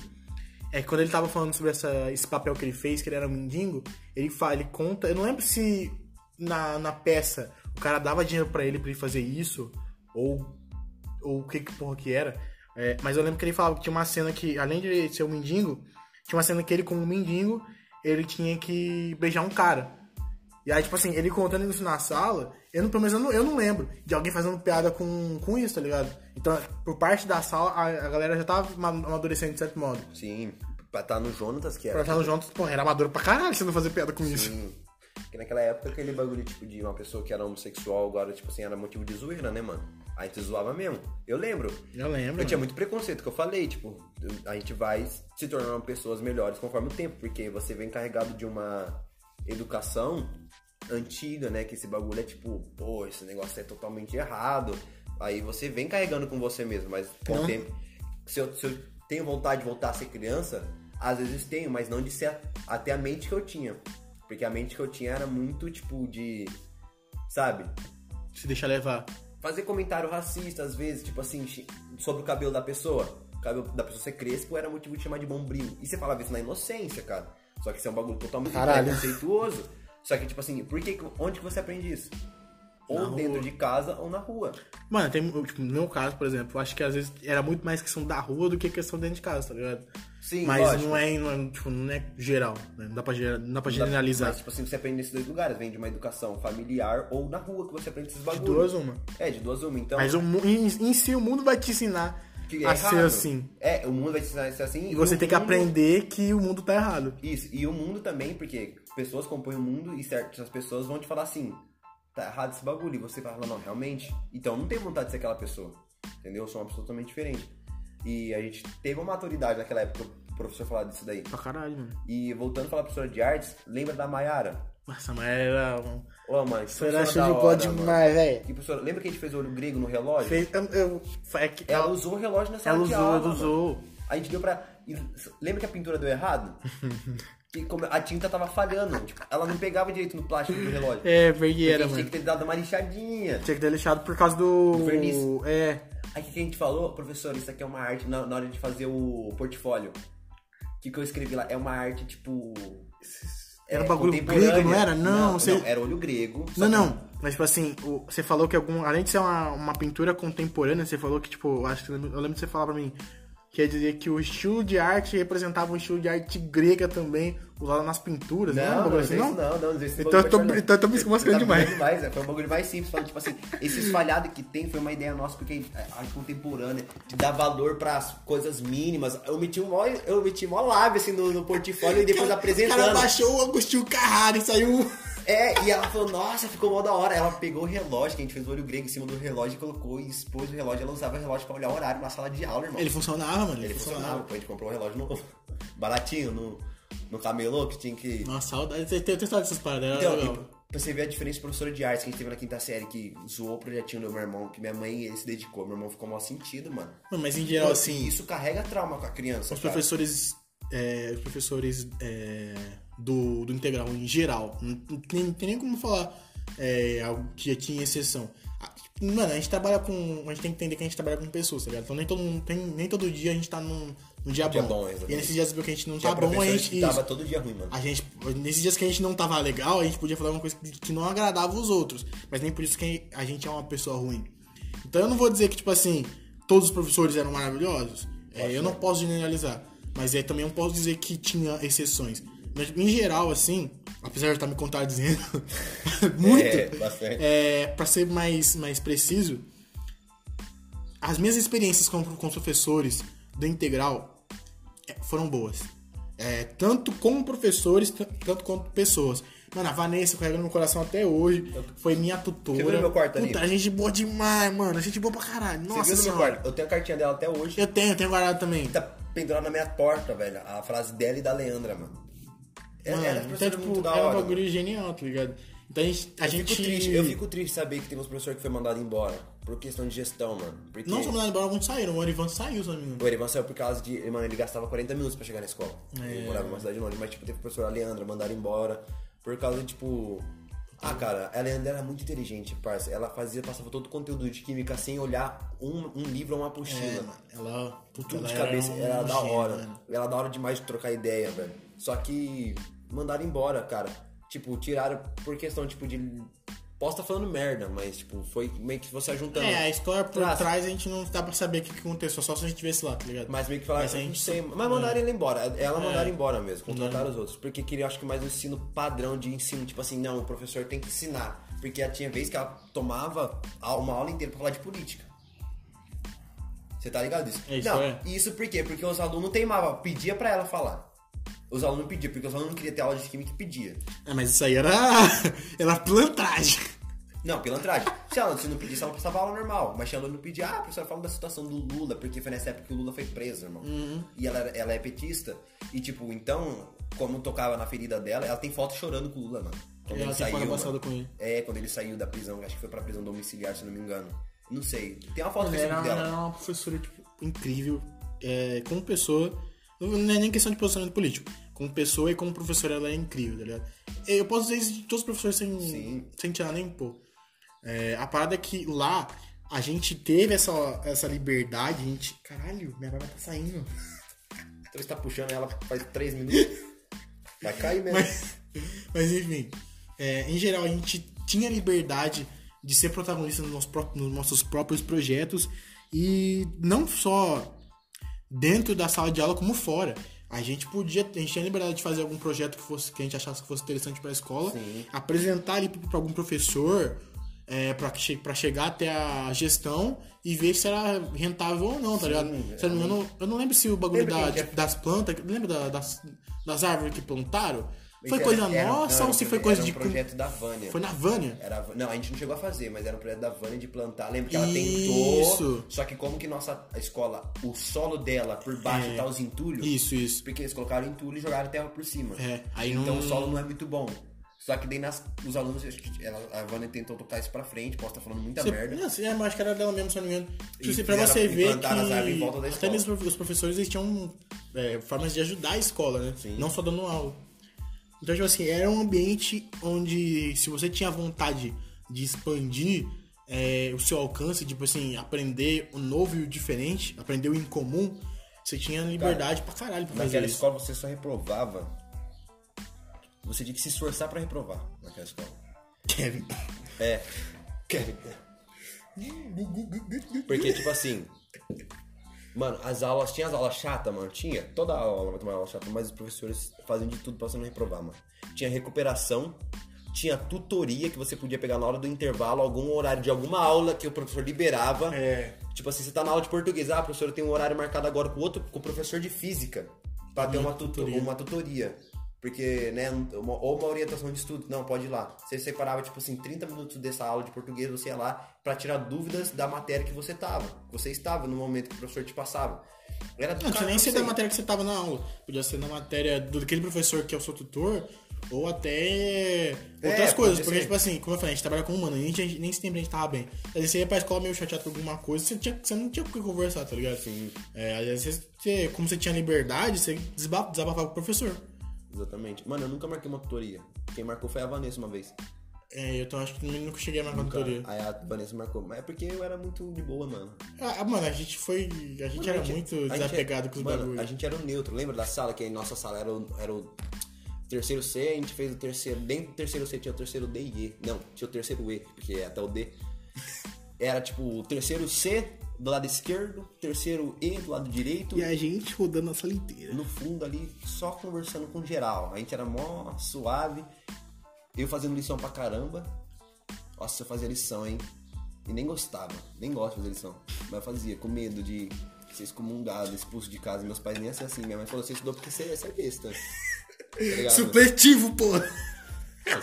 Speaker 1: É que quando ele tava falando sobre essa- esse papel que ele fez, que ele era um mendigo, ele fala, ele conta. Eu não lembro se na, na peça o cara dava dinheiro pra ele pra ele fazer isso, ou. Ou o que que porra que era. É, mas eu lembro que ele falava que tinha uma cena que, além de ele ser um mendigo, tinha uma cena que ele, como um mendigo, ele tinha que beijar um cara. E aí, tipo assim, ele contando isso na sala, eu não, pelo menos eu não, eu não lembro de alguém fazendo piada com, com isso, tá ligado? Então, por parte da sala, a, a galera já tava ma- amadurecendo de certo modo.
Speaker 2: Sim, pra estar no Jonatas, que
Speaker 1: Pra
Speaker 2: era.
Speaker 1: estar no junto, porra, era amador pra caralho você não fazer piada com isso.
Speaker 2: Sim. Porque assim, naquela época aquele bagulho tipo de uma pessoa que era homossexual agora, tipo assim, era motivo de zoeira, né, mano? Aí tu zoava mesmo. Eu lembro.
Speaker 1: Eu lembro.
Speaker 2: Eu tinha muito preconceito que eu falei, tipo, eu- a gente vai se tornando pessoas melhores conforme o tempo, porque você vem carregado de uma educação antiga, né? Que esse bagulho é tipo, pô, esse negócio é totalmente errado. Aí você vem carregando com você mesmo, mas com o
Speaker 1: Não.
Speaker 2: tempo. Se eu, se eu tenho vontade de voltar a ser criança, às vezes tenho, mas não de ser a- até a mente que eu tinha. Porque a mente que eu tinha era muito, tipo, de. Sabe?
Speaker 1: Se deixar levar.
Speaker 2: fazer comentário racista, às vezes, tipo assim, chi- sobre o cabelo da pessoa. O cabelo da pessoa ser crespo era motivo de chamar de bombril. E você falava isso na inocência, cara. Só que isso é um bagulho totalmente
Speaker 1: Caralho.
Speaker 2: preconceituoso. Só que, tipo assim, por que, que- onde que você aprende isso? Ou
Speaker 1: Na
Speaker 2: dentro
Speaker 1: rua.
Speaker 2: de casa ou na rua.
Speaker 1: Mano, tem, eu, tipo, no meu caso, por exemplo, eu acho que às vezes era muito mais questão da rua do que questão dentro de casa, tá ligado?
Speaker 2: Sim,
Speaker 1: mas
Speaker 2: lógico.
Speaker 1: não é, não é, tipo, não é geral, né? Não dá pra, gera- não dá pra generalizar.
Speaker 2: Mas, tipo assim, você aprende nesses dois lugares. Vem de uma educação familiar ou na rua que você aprende esses
Speaker 1: De
Speaker 2: bagulhos.
Speaker 1: duas, uma.
Speaker 2: É, de duas uma. Então,
Speaker 1: Mas o, mu- em, em si, o mundo vai te ensinar
Speaker 2: que é
Speaker 1: a ser
Speaker 2: errado.
Speaker 1: assim.
Speaker 2: É, o mundo vai te ensinar a ser assim.
Speaker 1: E você
Speaker 2: o
Speaker 1: tem que
Speaker 2: mundo-
Speaker 1: aprender que o mundo tá errado.
Speaker 2: Isso, e o mundo também, porque pessoas compõem o mundo e certas pessoas vão te falar assim, tá errado esse bagulho, e você vai falar, não, realmente. Então eu não tenho vontade de ser aquela pessoa, entendeu? Eu sou uma pessoa totalmente diferente. E a gente teve uma maturidade naquela época, o professor falar disso daí.
Speaker 1: Pra caralho, mano.
Speaker 2: E voltando a falar professora de artes, lembra da Mayara?
Speaker 1: Nossa, mas era. um-
Speaker 2: Ô, mãe, que
Speaker 1: Será que
Speaker 2: professora da
Speaker 1: não
Speaker 2: hora,
Speaker 1: pode
Speaker 2: mano.
Speaker 1: mais, velho?
Speaker 2: Que professora, lembra que a gente fez o olho grego no relógio?
Speaker 1: Fez- eu- eu- é que-
Speaker 2: Ela usou o relógio nessa
Speaker 1: Ela
Speaker 2: aula de
Speaker 1: usou,
Speaker 2: aula,
Speaker 1: ela
Speaker 2: mano.
Speaker 1: usou.
Speaker 2: A gente deu pra. e Lembra que a pintura deu errado? Que como a tinta tava falhando. tipo, ela não pegava direito no plástico do relógio.
Speaker 1: É,
Speaker 2: Porque
Speaker 1: vergueira,
Speaker 2: a gente tinha
Speaker 1: mano.
Speaker 2: que ter dado uma lixadinha.
Speaker 1: Tinha que ter deixado por causa do.
Speaker 2: Do verniz.
Speaker 1: É.
Speaker 2: Aí o que que a gente falou, professor, isso aqui é uma arte na, na hora de fazer o portfólio. O que, que eu escrevi lá? É uma arte, tipo. é
Speaker 1: Era um bagulho
Speaker 2: contemporânea.
Speaker 1: grego, não era? Não, você-
Speaker 2: era olho grego. só
Speaker 1: Não,
Speaker 2: que-
Speaker 1: não. Mas, tipo assim, o- você falou que algum. Além de ser uma, uma pintura contemporânea, você falou que, tipo, eu acho que eu lembro eu lembro de você falar pra mim. Quer dizer que o estilo de arte representava um estilo de arte grega também, usado nas pinturas, né?
Speaker 2: Não, não, não,
Speaker 1: bagulho assim,
Speaker 2: isso não, não, não, isso
Speaker 1: Então
Speaker 2: bagulho
Speaker 1: eu tô-
Speaker 2: vai chorar.
Speaker 1: então eu tô me esmascando
Speaker 2: um Tá
Speaker 1: demais.
Speaker 2: bom né? Foi um bagulho mais simples, falando, tipo assim, esse espalhado que tem foi uma ideia nossa, porque a arte contemporânea de dar valor pras coisas mínimas. Eu meti um mó, eu meti mó live assim no, no portfólio e depois
Speaker 1: O cara
Speaker 2: Tá
Speaker 1: tá
Speaker 2: apresentando.
Speaker 1: baixou o Agostinho Carrara e saiu. um
Speaker 2: É, e ela falou, nossa, ficou mó da hora. Ela pegou o relógio, que a gente fez o olho grego em cima do relógio e colocou e expôs o relógio. Ela usava o relógio pra olhar o horário na sala de aula, irmão.
Speaker 1: Ele funcionava, mano. Ele,
Speaker 2: Ele
Speaker 1: funcionava.
Speaker 2: funcionava, pô, a gente comprou um relógio novo, baratinho, no, no camelô, que tinha que...
Speaker 1: Nossa, saudade. Tem, tem, tem saudade dessas paradas. era
Speaker 2: Então,
Speaker 1: legal.
Speaker 2: e pra- pra você ver a diferença do professor de artes que a gente teve na quinta série, que zoou o projetinho do meu irmão, que minha mãe ele se dedicou. Meu irmão ficou mal sentido, mano.
Speaker 1: Mano, mas em geral,
Speaker 2: Pô,
Speaker 1: assim,
Speaker 2: Isso carrega trauma com a criança.
Speaker 1: os
Speaker 2: cara.
Speaker 1: professores. é, os professores é, do, do integral em geral. Não não tem, não tem nem como falar é, algo que tinha exceção. Ah, Mano, a gente trabalha com. A gente tem que entender que a gente trabalha com pessoas, tá ligado? Então nem todo, mundo- tem, nem todo dia a gente tá num, num dia,
Speaker 2: Dia
Speaker 1: bom.
Speaker 2: bom, exatamente.
Speaker 1: e nesses dias que a gente não
Speaker 2: Tinha
Speaker 1: tá bom, a
Speaker 2: professores
Speaker 1: gente.
Speaker 2: que
Speaker 1: isso.
Speaker 2: tava todo dia ruim, mano.
Speaker 1: A gente, nesses dias que a gente não tava legal, a gente podia falar uma coisa que que não agradava os outros. Mas nem por isso que a gente é uma pessoa ruim. Então eu não vou dizer que, tipo assim, todos os professores eram maravilhosos. É, eu não posso generalizar. Mas é, também não posso dizer que tinha exceções. Mas, em geral, assim, apesar de eu estar me contradizendo muito,
Speaker 2: É, bastante.
Speaker 1: é, para ser mais, mais preciso, as minhas experiências com, com os professores do integral é, foram boas. É, tanto como professores, tan- tanto quanto pessoas. Mano, a Vanessa carrega no meu coração até hoje. Foi minha tutora.
Speaker 2: Você viu no meu quarto ali?
Speaker 1: Puta, a gente boa demais, mano. A gente boa pra caralho. Nossa
Speaker 2: Você viu no meu
Speaker 1: senhora.
Speaker 2: quarto? Eu tenho a cartinha dela até hoje.
Speaker 1: Eu tenho, eu tenho guardado também.
Speaker 2: Tá pendurada na minha porta, velho. A frase dela e da Leandra, mano. Ela-
Speaker 1: Mano, então,
Speaker 2: ela é, professora
Speaker 1: tipo,
Speaker 2: muito da
Speaker 1: era um
Speaker 2: hora.
Speaker 1: bagulho genial, tá ligado? Então a gente. A
Speaker 2: eu,
Speaker 1: gente...
Speaker 2: fico triste, eu fico triste saber que tem uns professores que foi mandado embora. Por questão de gestão, mano. Porque
Speaker 1: Não só mandaram embora, alguns saíram. O Orivan saiu, se não me engano.
Speaker 2: o Erivan saiu por causa de. Mano, ele gastava 40 minutos pra chegar na escola.
Speaker 1: É.
Speaker 2: Ele morava numa cidade longe, mas tipo, teve o professor Aleandra, mandaram embora. Por causa, tipo. Ah, cara, a Leandra era muito inteligente, parça. Ela fazia, passava todo o conteúdo de química sem olhar um, um livro ou uma
Speaker 1: É,
Speaker 2: apostila.
Speaker 1: mano. Ela. Puta,
Speaker 2: tudo
Speaker 1: ela
Speaker 2: de cabeça.
Speaker 1: um
Speaker 2: Era da
Speaker 1: gênio,
Speaker 2: hora.
Speaker 1: mano.
Speaker 2: Era da hora demais de trocar ideia, velho. Só que mandaram embora, cara. Tipo, tiraram por questão, tipo, de. Posso estar falando merda, mas, tipo, foi meio que você ajuntando.
Speaker 1: É, a história por
Speaker 2: Traço.
Speaker 1: trás a gente não dá pra saber o que que aconteceu, só se a gente tivesse lá, tá ligado?
Speaker 2: Mas meio que falaram,
Speaker 1: Mas a
Speaker 2: não
Speaker 1: gente- É.
Speaker 2: sei, mas mandaram ele embora. Ela mandaram embora mesmo, contrataram
Speaker 1: Uhum.
Speaker 2: os outros. Porque queria, acho que, mais um ensino padrão de ensino. Tipo assim, não, o professor tem que ensinar. Porque tinha vez que ela tomava a- uma aula inteira pra falar de política. Você tá ligado disso?
Speaker 1: É isso,
Speaker 2: não,
Speaker 1: é.
Speaker 2: isso por quê? Porque os alunos teimavam, pedia pra ela falar. Os alunos pediam, porque os alunos não queriam ter aula de química e pedia.
Speaker 1: É, mas isso aí era. era plantagem.
Speaker 2: Não, pilantragem. Se ela se não pedisse, ela passava aula normal. Mas se ela não pedia, ah, a professora fala da situação do Lula, porque foi nessa época que o Lula foi preso, irmão.
Speaker 1: Uhum.
Speaker 2: E ela, era- ela é petista. E, tipo, então, como tocava na ferida dela, ela tem foto chorando com o Lula, mano. Quando
Speaker 1: É, Ela tem
Speaker 2: ele
Speaker 1: foto
Speaker 2: saiu,
Speaker 1: abraçada
Speaker 2: mano.
Speaker 1: com ele.
Speaker 2: É, quando ele saiu da prisão, acho que foi pra prisão domiciliar, se não me engano. Não sei. Tem uma foto
Speaker 1: Ela
Speaker 2: no
Speaker 1: era,
Speaker 2: Facebook
Speaker 1: ela era
Speaker 2: dela.
Speaker 1: uma professora tipo, incrível, é, como pessoa. Não não é nem questão de posicionamento político. Como pessoa e como professora, ela é incrível, tá ligado? Eu posso dizer isso de todos os professores sem,
Speaker 2: Sim.
Speaker 1: sem tirar nem um pouco. É, a parada é que lá a gente teve essa, essa liberdade, a gente. Caralho, minha barba tá saindo.
Speaker 2: Então você tá puxando ela faz três minutos. Vai cair mesmo.
Speaker 1: Mas, mas, enfim, é, em geral a gente tinha liberdade de ser protagonista nos, nosso pró- nos nossos próprios projetos e não só dentro da sala de aula como fora. A gente podia, a gente tinha liberdade de fazer algum projeto que fosse que a gente achasse que fosse interessante para a escola,
Speaker 2: Sim.
Speaker 1: apresentar ali para algum professor, é, para chegar até a gestão e ver se era rentável ou não, tá ligado? Se eu não me engano, eu não lembro se o bagulho
Speaker 2: Lembra
Speaker 1: da,
Speaker 2: quem é que
Speaker 1: tipo, das plantas, lembra da- das, das árvores que plantaram?
Speaker 2: Mas
Speaker 1: Foi
Speaker 2: era-
Speaker 1: coisa
Speaker 2: era um-
Speaker 1: nossa
Speaker 2: não,
Speaker 1: ou se
Speaker 2: era
Speaker 1: foi
Speaker 2: um
Speaker 1: coisa de.
Speaker 2: projeto da Vânia.
Speaker 1: Foi na Vânia?
Speaker 2: Era, não, a gente não chegou a fazer, mas era um projeto da Vânia de plantar. Lembra que ela
Speaker 1: Isso.
Speaker 2: tentou. Só que como que nossa escola, o solo dela por baixo
Speaker 1: É.
Speaker 2: tá os entulhos.
Speaker 1: Isso, isso.
Speaker 2: Porque eles colocaram entulho e jogaram terra por cima.
Speaker 1: É, aí
Speaker 2: então
Speaker 1: não-
Speaker 2: o solo não é muito bom. Só que daí nas, os alunos, acho que ela- a Vânia tentou tocar isso pra frente, posso estar falando muita
Speaker 1: Você-
Speaker 2: merda.
Speaker 1: Não, você- é, mas acho que era dela mesmo, se eu não me engano. Tipo
Speaker 2: E
Speaker 1: assim, pra
Speaker 2: fizeram-
Speaker 1: você
Speaker 2: e
Speaker 1: ver que
Speaker 2: plantaram as árvores em volta da
Speaker 1: até
Speaker 2: escola.
Speaker 1: mesmo os professores eles tinham é, formas de ajudar a escola, né?
Speaker 2: Sim.
Speaker 1: Não só dando aula. Então, tipo assim, era um ambiente onde se você tinha vontade de expandir é, o seu alcance, tipo assim, aprender o novo e o diferente, aprender o incomum, você tinha liberdade pra caralho pra fazer
Speaker 2: Naquela
Speaker 1: isso.
Speaker 2: escola você só reprovava. Você tinha que se esforçar pra reprovar naquela escola.
Speaker 1: Kevin.
Speaker 2: É. Porque, tipo assim. Mano, as aulas. Tinha as aulas chatas, mano? Tinha. Toda aula vai tomar aula chata, mas os professores faziam de tudo pra você não reprovar, mano. Tinha recuperação. Tinha tutoria que você podia pegar na hora do intervalo, algum horário de alguma aula que o professor liberava.
Speaker 1: É.
Speaker 2: Tipo assim, você tá na aula de português, ah, professor, eu tenho um horário marcado agora com outro, com o professor de física, pra ter uma, tuto- uma tutoria. Porque, né, uma- ou uma orientação de estudo, não, pode ir lá. Você separava, tipo assim, 30 minutos dessa aula de português, você ia lá pra tirar dúvidas da matéria que você tava, que você estava no momento que o professor te passava. Era do
Speaker 1: Não, tinha
Speaker 2: cara,
Speaker 1: nem ser da
Speaker 2: sei.
Speaker 1: matéria que você tava na aula. Podia ser na matéria do daquele professor que é o seu tutor, ou até outras coisas.
Speaker 2: É, podia
Speaker 1: Porque,
Speaker 2: ser.
Speaker 1: tipo assim, como eu falei, a gente trabalha com humano, nem, tinha- nem sempre a gente tava bem. Às vezes você ia pra escola meio chateado com alguma coisa, você, tinha- você não tinha com o que conversar, tá ligado?
Speaker 2: Sim.
Speaker 1: É, às vezes, você, como você tinha liberdade, você desaba- desabafava com o professor.
Speaker 2: Exatamente. Mano, eu nunca marquei uma tutoria. Quem marcou foi a Vanessa uma vez.
Speaker 1: É, eu então, acho que nunca cheguei a marcar tutoria.
Speaker 2: Aí a Vanessa marcou. Mas é porque eu era muito de boa, mano.
Speaker 1: Ah, mano, a gente foi. A gente era
Speaker 2: A gente- a
Speaker 1: muito
Speaker 2: gente é-
Speaker 1: desapegado com os
Speaker 2: mano,
Speaker 1: bagulhos.
Speaker 2: A gente era o neutro, lembra da sala? Que a nossa sala era o, era o terceiro C, a gente fez o terceiro. Dentro do terceiro C tinha o terceiro D e E. Não, tinha o terceiro E, porque é até o D. Era tipo o terceiro C do lado esquerdo, terceiro E do lado direito.
Speaker 1: E a gente rodando a sala inteira.
Speaker 2: No fundo ali, só conversando com geral. A gente era mó suave. Eu fazendo lição pra caramba. Nossa, se eu fazia lição, hein? E nem gostava, nem gosto de fazer lição. Mas eu fazia, com medo de ser excomungado, expulso de casa. Meus pais nem assim. iam ser assim. Minha mãe falou: você estudou porque você, você é besta. Tá ligado?
Speaker 1: Supletivo, pô!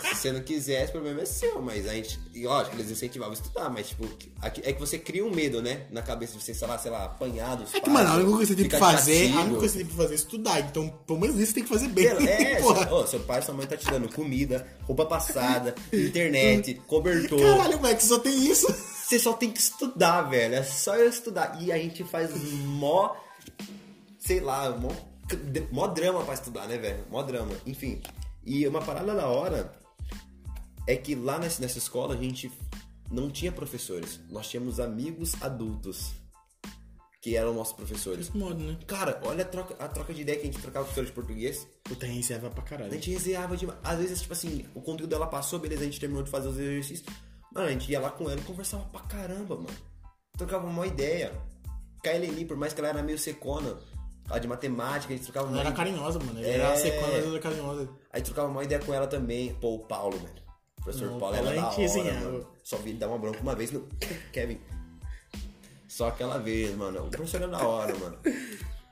Speaker 2: Se você não quiser, esse problema é seu, mas a gente. E lógico, eles incentivavam a estudar, mas tipo, aqui- é que você cria um medo, né? Na cabeça de você, sei lá, sei lá, apanhado.
Speaker 1: É que, mano, a única coisa que você tem que fazer, a única coisa que você tem que fazer é estudar. Então, pelo menos isso você tem que fazer bem.
Speaker 2: É,
Speaker 1: Porra.
Speaker 2: seu, ô, seu pai e sua mãe tá te dando comida, roupa passada, internet, cobertor.
Speaker 1: Caralho, Max, só tem isso.
Speaker 2: Você só tem que estudar, velho. É só eu estudar. E a gente faz mó. Sei lá, mó, mó drama pra estudar, né, velho? Mó drama. Enfim. E uma parada da hora é que lá nessa, nessa escola a gente não tinha professores. Nós tínhamos amigos adultos que eram nossos professores.
Speaker 1: modo, né?
Speaker 2: Cara, olha a troca, a troca de ideia que a gente trocava com professor de português.
Speaker 1: Puta, a gente serve pra
Speaker 2: A
Speaker 1: caralho.
Speaker 2: gente resenhava demais. Às vezes, tipo assim, o conteúdo dela passou, beleza, a gente terminou de fazer os exercícios. Mano, a gente ia lá com ela e conversava pra caramba, mano. Trocava uma ideia. KLM, por mais que ela era meio secona, a de matemática, a gente trocava
Speaker 1: Ela
Speaker 2: uma
Speaker 1: era
Speaker 2: ideia.
Speaker 1: carinhosa, mano. Ela
Speaker 2: É.
Speaker 1: era sequência, mas ela era carinhosa.
Speaker 2: Aí trocava uma ideia com ela também. Pô, o Paulo, velho. O professor
Speaker 1: Não, o
Speaker 2: Paulo
Speaker 1: Paulo é
Speaker 2: era
Speaker 1: a
Speaker 2: da
Speaker 1: gente
Speaker 2: hora,
Speaker 1: resenhava.
Speaker 2: mano. Só vi ele dar uma bronca uma vez no Kevin. Só aquela vez, mano. O professor era da hora, mano.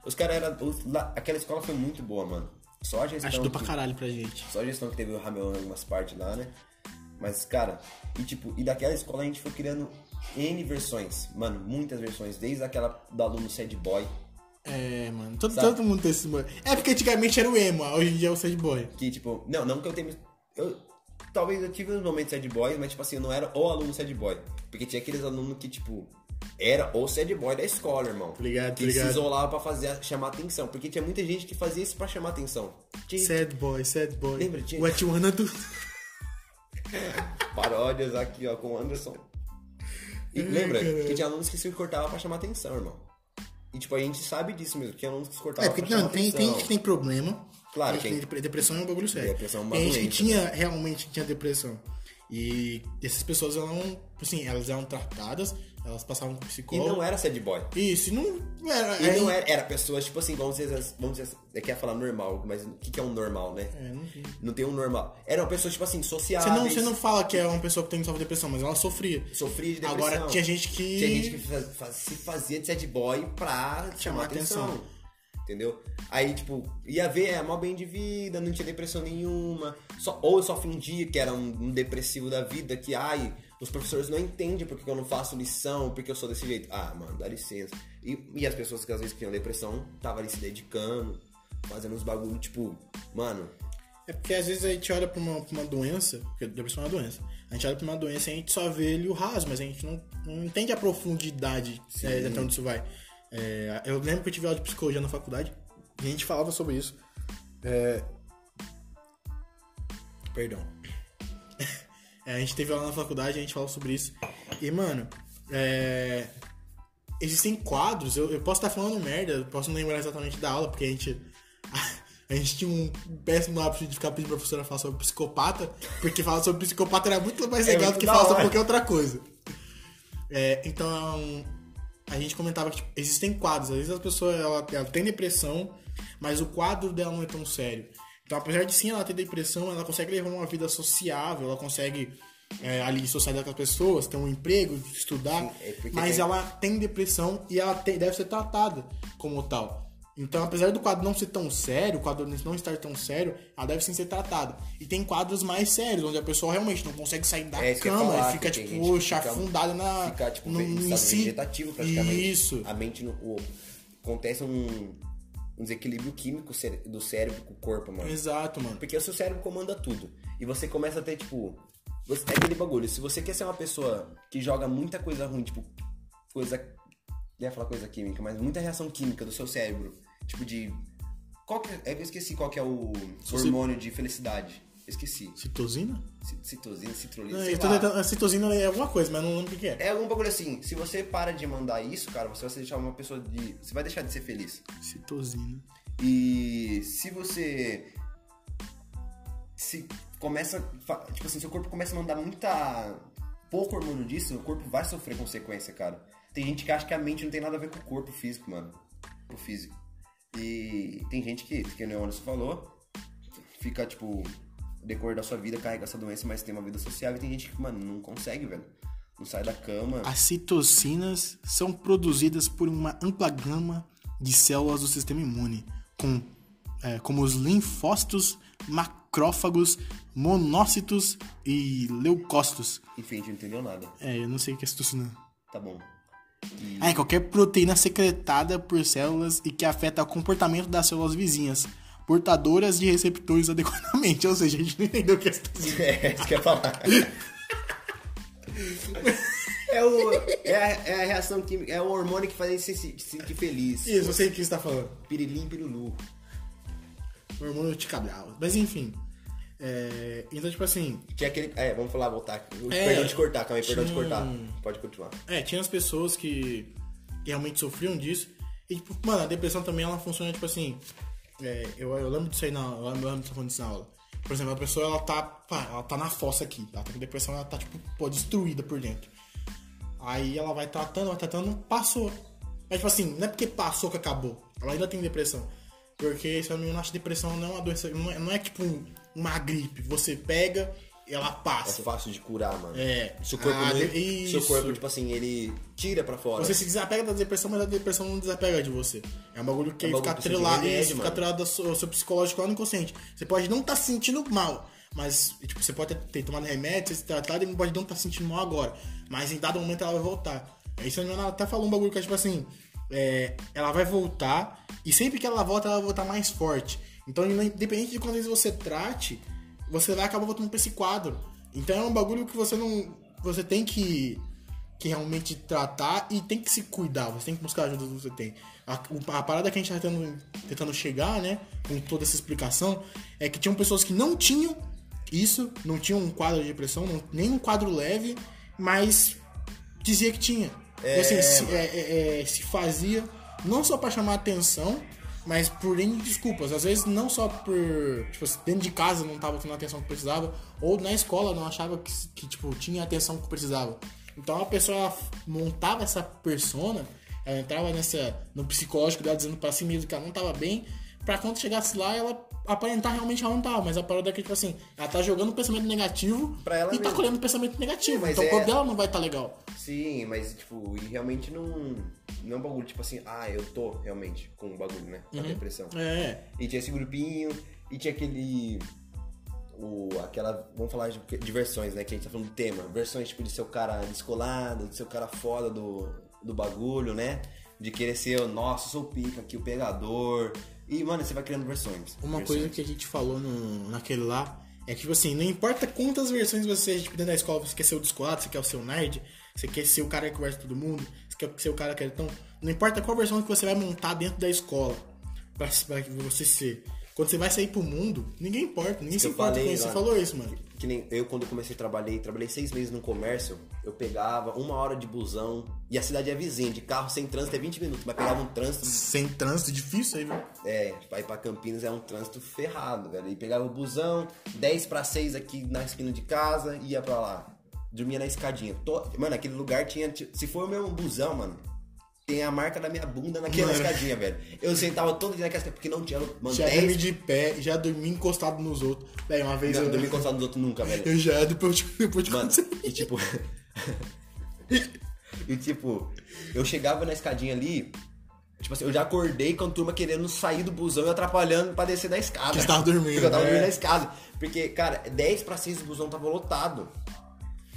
Speaker 2: Os caras eram. os- lá- Aquela escola foi muito boa, mano. Só a gestão.
Speaker 1: Ajudou pra
Speaker 2: que-
Speaker 1: caralho pra gente.
Speaker 2: Só a gestão que teve o Ramel em algumas partes lá, né? Mas, cara, e tipo, e daquela escola a gente foi criando N versões. Mano, muitas versões. Desde aquela do aluno sad boy,
Speaker 1: É, mano. Todo,
Speaker 2: Sabe?
Speaker 1: todo mundo tem esse boy. É porque antigamente era o emo, hoje em dia é o sad boy.
Speaker 2: que tipo, não, não que eu tenha. Eu, talvez eu tive uns momentos sad boy, mas tipo assim, eu não era o aluno sad boy. Porque tinha aqueles alunos que, tipo, era o sad boy da escola, irmão.
Speaker 1: Tô ligado, tô
Speaker 2: que
Speaker 1: ligado.
Speaker 2: se isolava pra fazer, chamar atenção. Porque tinha muita gente que fazia isso pra chamar atenção. Tinha
Speaker 1: Sad boy, sad boy.
Speaker 2: Lembra disso?
Speaker 1: What you wanna do?
Speaker 2: paródias aqui, ó, com o Anderson. E lembra que tinha alunos que se cortavam pra chamar atenção, irmão. E, tipo, a gente sabe disso mesmo, que tinha alunos que se
Speaker 1: É,
Speaker 2: cortavam
Speaker 1: porque
Speaker 2: pra
Speaker 1: não,
Speaker 2: chamar
Speaker 1: tem, tem
Speaker 2: atenção.
Speaker 1: gente que tem problema.
Speaker 2: Claro,
Speaker 1: Tem gente que tem depressão é um bagulho sério.
Speaker 2: Depressão é uma
Speaker 1: tem gente que
Speaker 2: doença,
Speaker 1: tinha, realmente tinha depressão. E essas pessoas, elas não, assim, elas eram tratadas, elas passavam por
Speaker 2: E
Speaker 1: psicólogo.
Speaker 2: não era sad boy.
Speaker 1: Isso, e não era.
Speaker 2: E
Speaker 1: é,
Speaker 2: não era, era pessoas, tipo assim, vamos dizer, vamos dizer eu queria falar normal, mas o que que é um normal, né?
Speaker 1: é, não-
Speaker 2: Não tem um normal. Eram pessoas, tipo assim, sociáveis.
Speaker 1: Você não, você não fala que é uma pessoa que tem salvo depressão, mas ela sofria.
Speaker 2: Sofria de depressão.
Speaker 1: Agora tinha gente que.
Speaker 2: Tinha gente que faz- faz- se fazia de sad boy pra chamar atenção.
Speaker 1: atenção.
Speaker 2: Entendeu? Aí, tipo, ia ver, é mal bem de vida, não tinha depressão nenhuma. Só, ou eu só fingia que era um, um depressivo da vida, que, ai, os professores não entendem porque que eu não faço lição, porque eu sou desse jeito. Ah, mano, dá licença. E, e as pessoas que às vezes tinham depressão, tava ali se dedicando, fazendo uns bagulho, tipo, mano,
Speaker 1: É porque às vezes a gente olha pra uma, pra uma doença, porque depressão é uma doença. A gente olha pra uma doença e a gente só vê ele o raso, mas a gente não, não entende a profundidade né, de até onde isso vai. É, eu lembro que eu tive aula de psicologia na faculdade e a gente falava sobre isso. É, Perdão. É, a gente teve aula na faculdade, a gente falou sobre isso. E, mano, é, existem quadros, eu, eu posso estar falando merda, eu posso não lembrar exatamente da aula, porque a gente. A gente tinha um péssimo hábito de ficar pedindo pra professora falar sobre psicopata, porque falar sobre psicopata era muito mais
Speaker 2: É
Speaker 1: legal do
Speaker 2: muito
Speaker 1: que
Speaker 2: da
Speaker 1: falar sobre
Speaker 2: hora.
Speaker 1: qualquer outra coisa. É, então, a gente comentava que tipo, existem quadros. Às vezes a pessoa ela, ela tem depressão, mas o quadro dela não é tão sério. Então, apesar de sim ela ter depressão, ela consegue levar uma vida sociável, ela consegue é, ali socializar com as pessoas, ter um emprego, estudar.
Speaker 2: é porque
Speaker 1: mas
Speaker 2: tem-
Speaker 1: ela tem depressão e ela tem- deve ser tratada como tal. Então, apesar do quadro não ser tão sério, o quadro não estar tão sério, ela deve sim ser tratada. E tem quadros mais sérios, onde a pessoa realmente não consegue sair da
Speaker 2: É, isso que eu ia
Speaker 1: cama
Speaker 2: falar,
Speaker 1: e fica,
Speaker 2: que tem
Speaker 1: tipo,
Speaker 2: gente que fica-
Speaker 1: chafundada na
Speaker 2: ficar tipo
Speaker 1: no-
Speaker 2: no, em
Speaker 1: em
Speaker 2: estado
Speaker 1: si.
Speaker 2: vegetativo praticamente.
Speaker 1: Isso.
Speaker 2: A mente no o- acontece um, um desequilíbrio químico cere- do cérebro com o corpo, mano.
Speaker 1: Exato, mano.
Speaker 2: Porque o seu cérebro comanda tudo. E você começa a ter, tipo. Você, é aquele bagulho. Se você quer ser uma pessoa que joga muita coisa ruim, tipo, coisa. Não ia falar coisa química, mas muita reação química do seu cérebro. Tipo de. Qual que, é que eu esqueci qual que é o hormônio de felicidade. Esqueci.
Speaker 1: Citosina?
Speaker 2: Ci- Citosina, citrulina.
Speaker 1: Não,
Speaker 2: sei
Speaker 1: eu tô
Speaker 2: lá.
Speaker 1: tentando- a citosina é alguma coisa, mas não lembro o que que é.
Speaker 2: É algum bagulho assim, se você para de mandar isso, cara, você vai se deixar uma pessoa de. Você vai deixar de ser feliz.
Speaker 1: Citosina.
Speaker 2: E se você. Se começa. fa- Tipo assim, seu corpo começa a mandar muita. pouco hormônio disso, o corpo vai sofrer consequência, cara. Tem gente que acha que a mente não tem nada a ver com o corpo físico, mano. O físico. E tem gente que, que o Anderson falou, fica, tipo, no decorrer da sua vida, carrega essa doença, mas tem uma vida sociável. E tem gente que, mano, não consegue, velho. Não sai da cama.
Speaker 1: As citocinas são produzidas por uma ampla gama de células do sistema imune, com, é, como os linfócitos mac- macrófagos, monócitos e leucócitos.
Speaker 2: Enfim, a gente não entendeu nada.
Speaker 1: É, eu não sei o que é citocina.
Speaker 2: Tá bom.
Speaker 1: Ah, É, qualquer proteína secretada por células e que afeta o comportamento das células vizinhas, portadoras de receptores adequadamente. Ou seja, a gente não entendeu o que é citocina.
Speaker 2: É, isso que eu ia falar. É, o, é, a, é a reação química, é o hormônio que faz a gente se, se sentir feliz.
Speaker 1: Isso, eu sei o que você tá falando.
Speaker 2: Pirilim, pirulu.
Speaker 1: Hormônio de cabral. Mas enfim. É, então, tipo assim,
Speaker 2: Tinha aquele. É, vamos falar, voltar. aqui.
Speaker 1: É.
Speaker 2: perdão de cortar, calma aí, perdão de
Speaker 1: Tinha
Speaker 2: cortar.
Speaker 1: um-
Speaker 2: Pode continuar.
Speaker 1: É, tinha as pessoas que que realmente sofriam disso. E, tipo, mano, a depressão também, ela funciona, tipo assim... é, eu, eu lembro disso aí na aula, eu lembro disso falando disso na aula. Por exemplo, a pessoa, ela tá, pá, ela tá na fossa aqui. Ela tá com depressão, ela tá, tipo, pô, destruída por dentro. Aí ela vai tratando, vai tratando, passou. Mas, tipo assim, não é porque passou que acabou. Ela ainda tem depressão. Porque, se eu não me engano, acho que depressão não é uma doença... Não é, não é, tipo, um- uma gripe. Você pega, ela
Speaker 2: É
Speaker 1: passa.
Speaker 2: fácil de curar, mano.
Speaker 1: É.
Speaker 2: Seu corpo,
Speaker 1: Ah,
Speaker 2: não-
Speaker 1: de-
Speaker 2: seu corpo,
Speaker 1: isso.
Speaker 2: tipo assim, ele tira pra fora.
Speaker 1: Você se desapega da depressão, mas a depressão não desapega de você. É um bagulho que
Speaker 2: É um bagulho
Speaker 1: fica
Speaker 2: que precisa de
Speaker 1: atrelado,
Speaker 2: remédio,
Speaker 1: isso, fica
Speaker 2: mano.
Speaker 1: atrelado ao seu, ao seu psicológico lá no inconsciente. Você pode não estar se sentindo mal, mas tipo, você pode ter, ter tomado remédio, ter se tratado e pode não estar se sentindo mal agora. Mas em dado momento ela vai voltar. Aí se eu não me engano, ela até falou um bagulho que é tipo assim: é, ela vai voltar e sempre que ela volta, ela vai voltar mais forte. Então, independente de quantas vezes você trate, você vai acabar voltando pra esse quadro. Então é um bagulho que você não. Você tem que que realmente tratar e tem que se cuidar, você tem que buscar a ajuda que você tem. A, o- a parada que a gente tá tentando, tentando chegar, né, com toda essa explicação, é que tinham pessoas que não tinham isso, não tinham um quadro de depressão, não, nem um quadro leve, mas dizia que tinha. E, assim, se, é, é, é, se fazia não só para chamar atenção, mas por N desculpas. Às vezes não só por, tipo, assim, dentro de casa não tava tendo a atenção que precisava, ou na escola não achava que, que, tipo, tinha a atenção que precisava. Então a pessoa ela f- montava essa persona, ela entrava nessa no psicológico dela dizendo pra si mesmo que ela não tava bem, pra quando chegasse lá ela aparentar realmente ela não tava, mas a parada é que, tipo assim, ela tá jogando um pensamento negativo
Speaker 2: Pra ela
Speaker 1: e tá
Speaker 2: mesma.
Speaker 1: colhendo um pensamento negativo.
Speaker 2: Mas
Speaker 1: então
Speaker 2: é-
Speaker 1: o corpo dela não vai estar legal.
Speaker 2: Sim, mas tipo, e realmente não. Não é um bagulho, tipo assim, ah, eu tô realmente com um bagulho, né? Com a depressão.
Speaker 1: É.
Speaker 2: E tinha esse grupinho, e tinha aquele. O, aquela. Vamos falar de, de versões, né? Que a gente tá falando do tema. Versões tipo de ser o cara descolado, de ser o cara foda do, do bagulho, né? De querer ser o nosso, sou o pica aqui, o pegador. E, mano, você vai criando versões.
Speaker 1: Uma
Speaker 2: versões.
Speaker 1: coisa que a gente falou no, naquele lá é que, tipo assim, não importa quantas versões você seja, tipo, dentro da escola, você quer ser o descolado, você quer ser o nerd, você quer ser o cara que conversa com todo mundo, você quer ser o cara que é tão. Não importa qual versão que você vai montar dentro da escola pra, pra você ser. Quando você vai sair pro mundo, ninguém importa, ninguém se
Speaker 2: eu
Speaker 1: importa
Speaker 2: falei
Speaker 1: com isso. Você
Speaker 2: lá.
Speaker 1: falou isso, mano.
Speaker 2: Que nem eu, quando comecei a trabalhei, trabalhei seis meses no comércio, eu pegava uma hora de busão, e a cidade é vizinha, de carro sem trânsito é 20 minutos, mas pegava um trânsito,
Speaker 1: Sem trânsito, difícil aí, viu?
Speaker 2: é, pra ir pra Campinas é um trânsito ferrado, velho. E pegava o busão, 10 pra 6 aqui na esquina de casa, ia pra lá. Dormia na escadinha. To- Mano, aquele lugar tinha. ti- Se for o meu busão, mano, tem a marca da minha bunda naquela
Speaker 1: Mano.
Speaker 2: escadinha, velho. Eu sentava todo dia naquela escadinha, porque não tinha. Mano,
Speaker 1: Já
Speaker 2: 10
Speaker 1: dormi de pé, já dormi encostado nos outros. Daí uma vez
Speaker 2: Não,
Speaker 1: eu,
Speaker 2: eu dormi encostado nos outros nunca, velho.
Speaker 1: eu já depois de, depois de
Speaker 2: Mano,
Speaker 1: acontecer.
Speaker 2: e tipo. e tipo, eu chegava na escadinha ali. Tipo assim, eu já acordei com a turma querendo sair do busão e atrapalhando pra descer da escada.
Speaker 1: Que você tava dormindo,
Speaker 2: Porque eu tava
Speaker 1: né?
Speaker 2: dormindo na escada. Porque, cara, 10 pra 6 o busão tava lotado.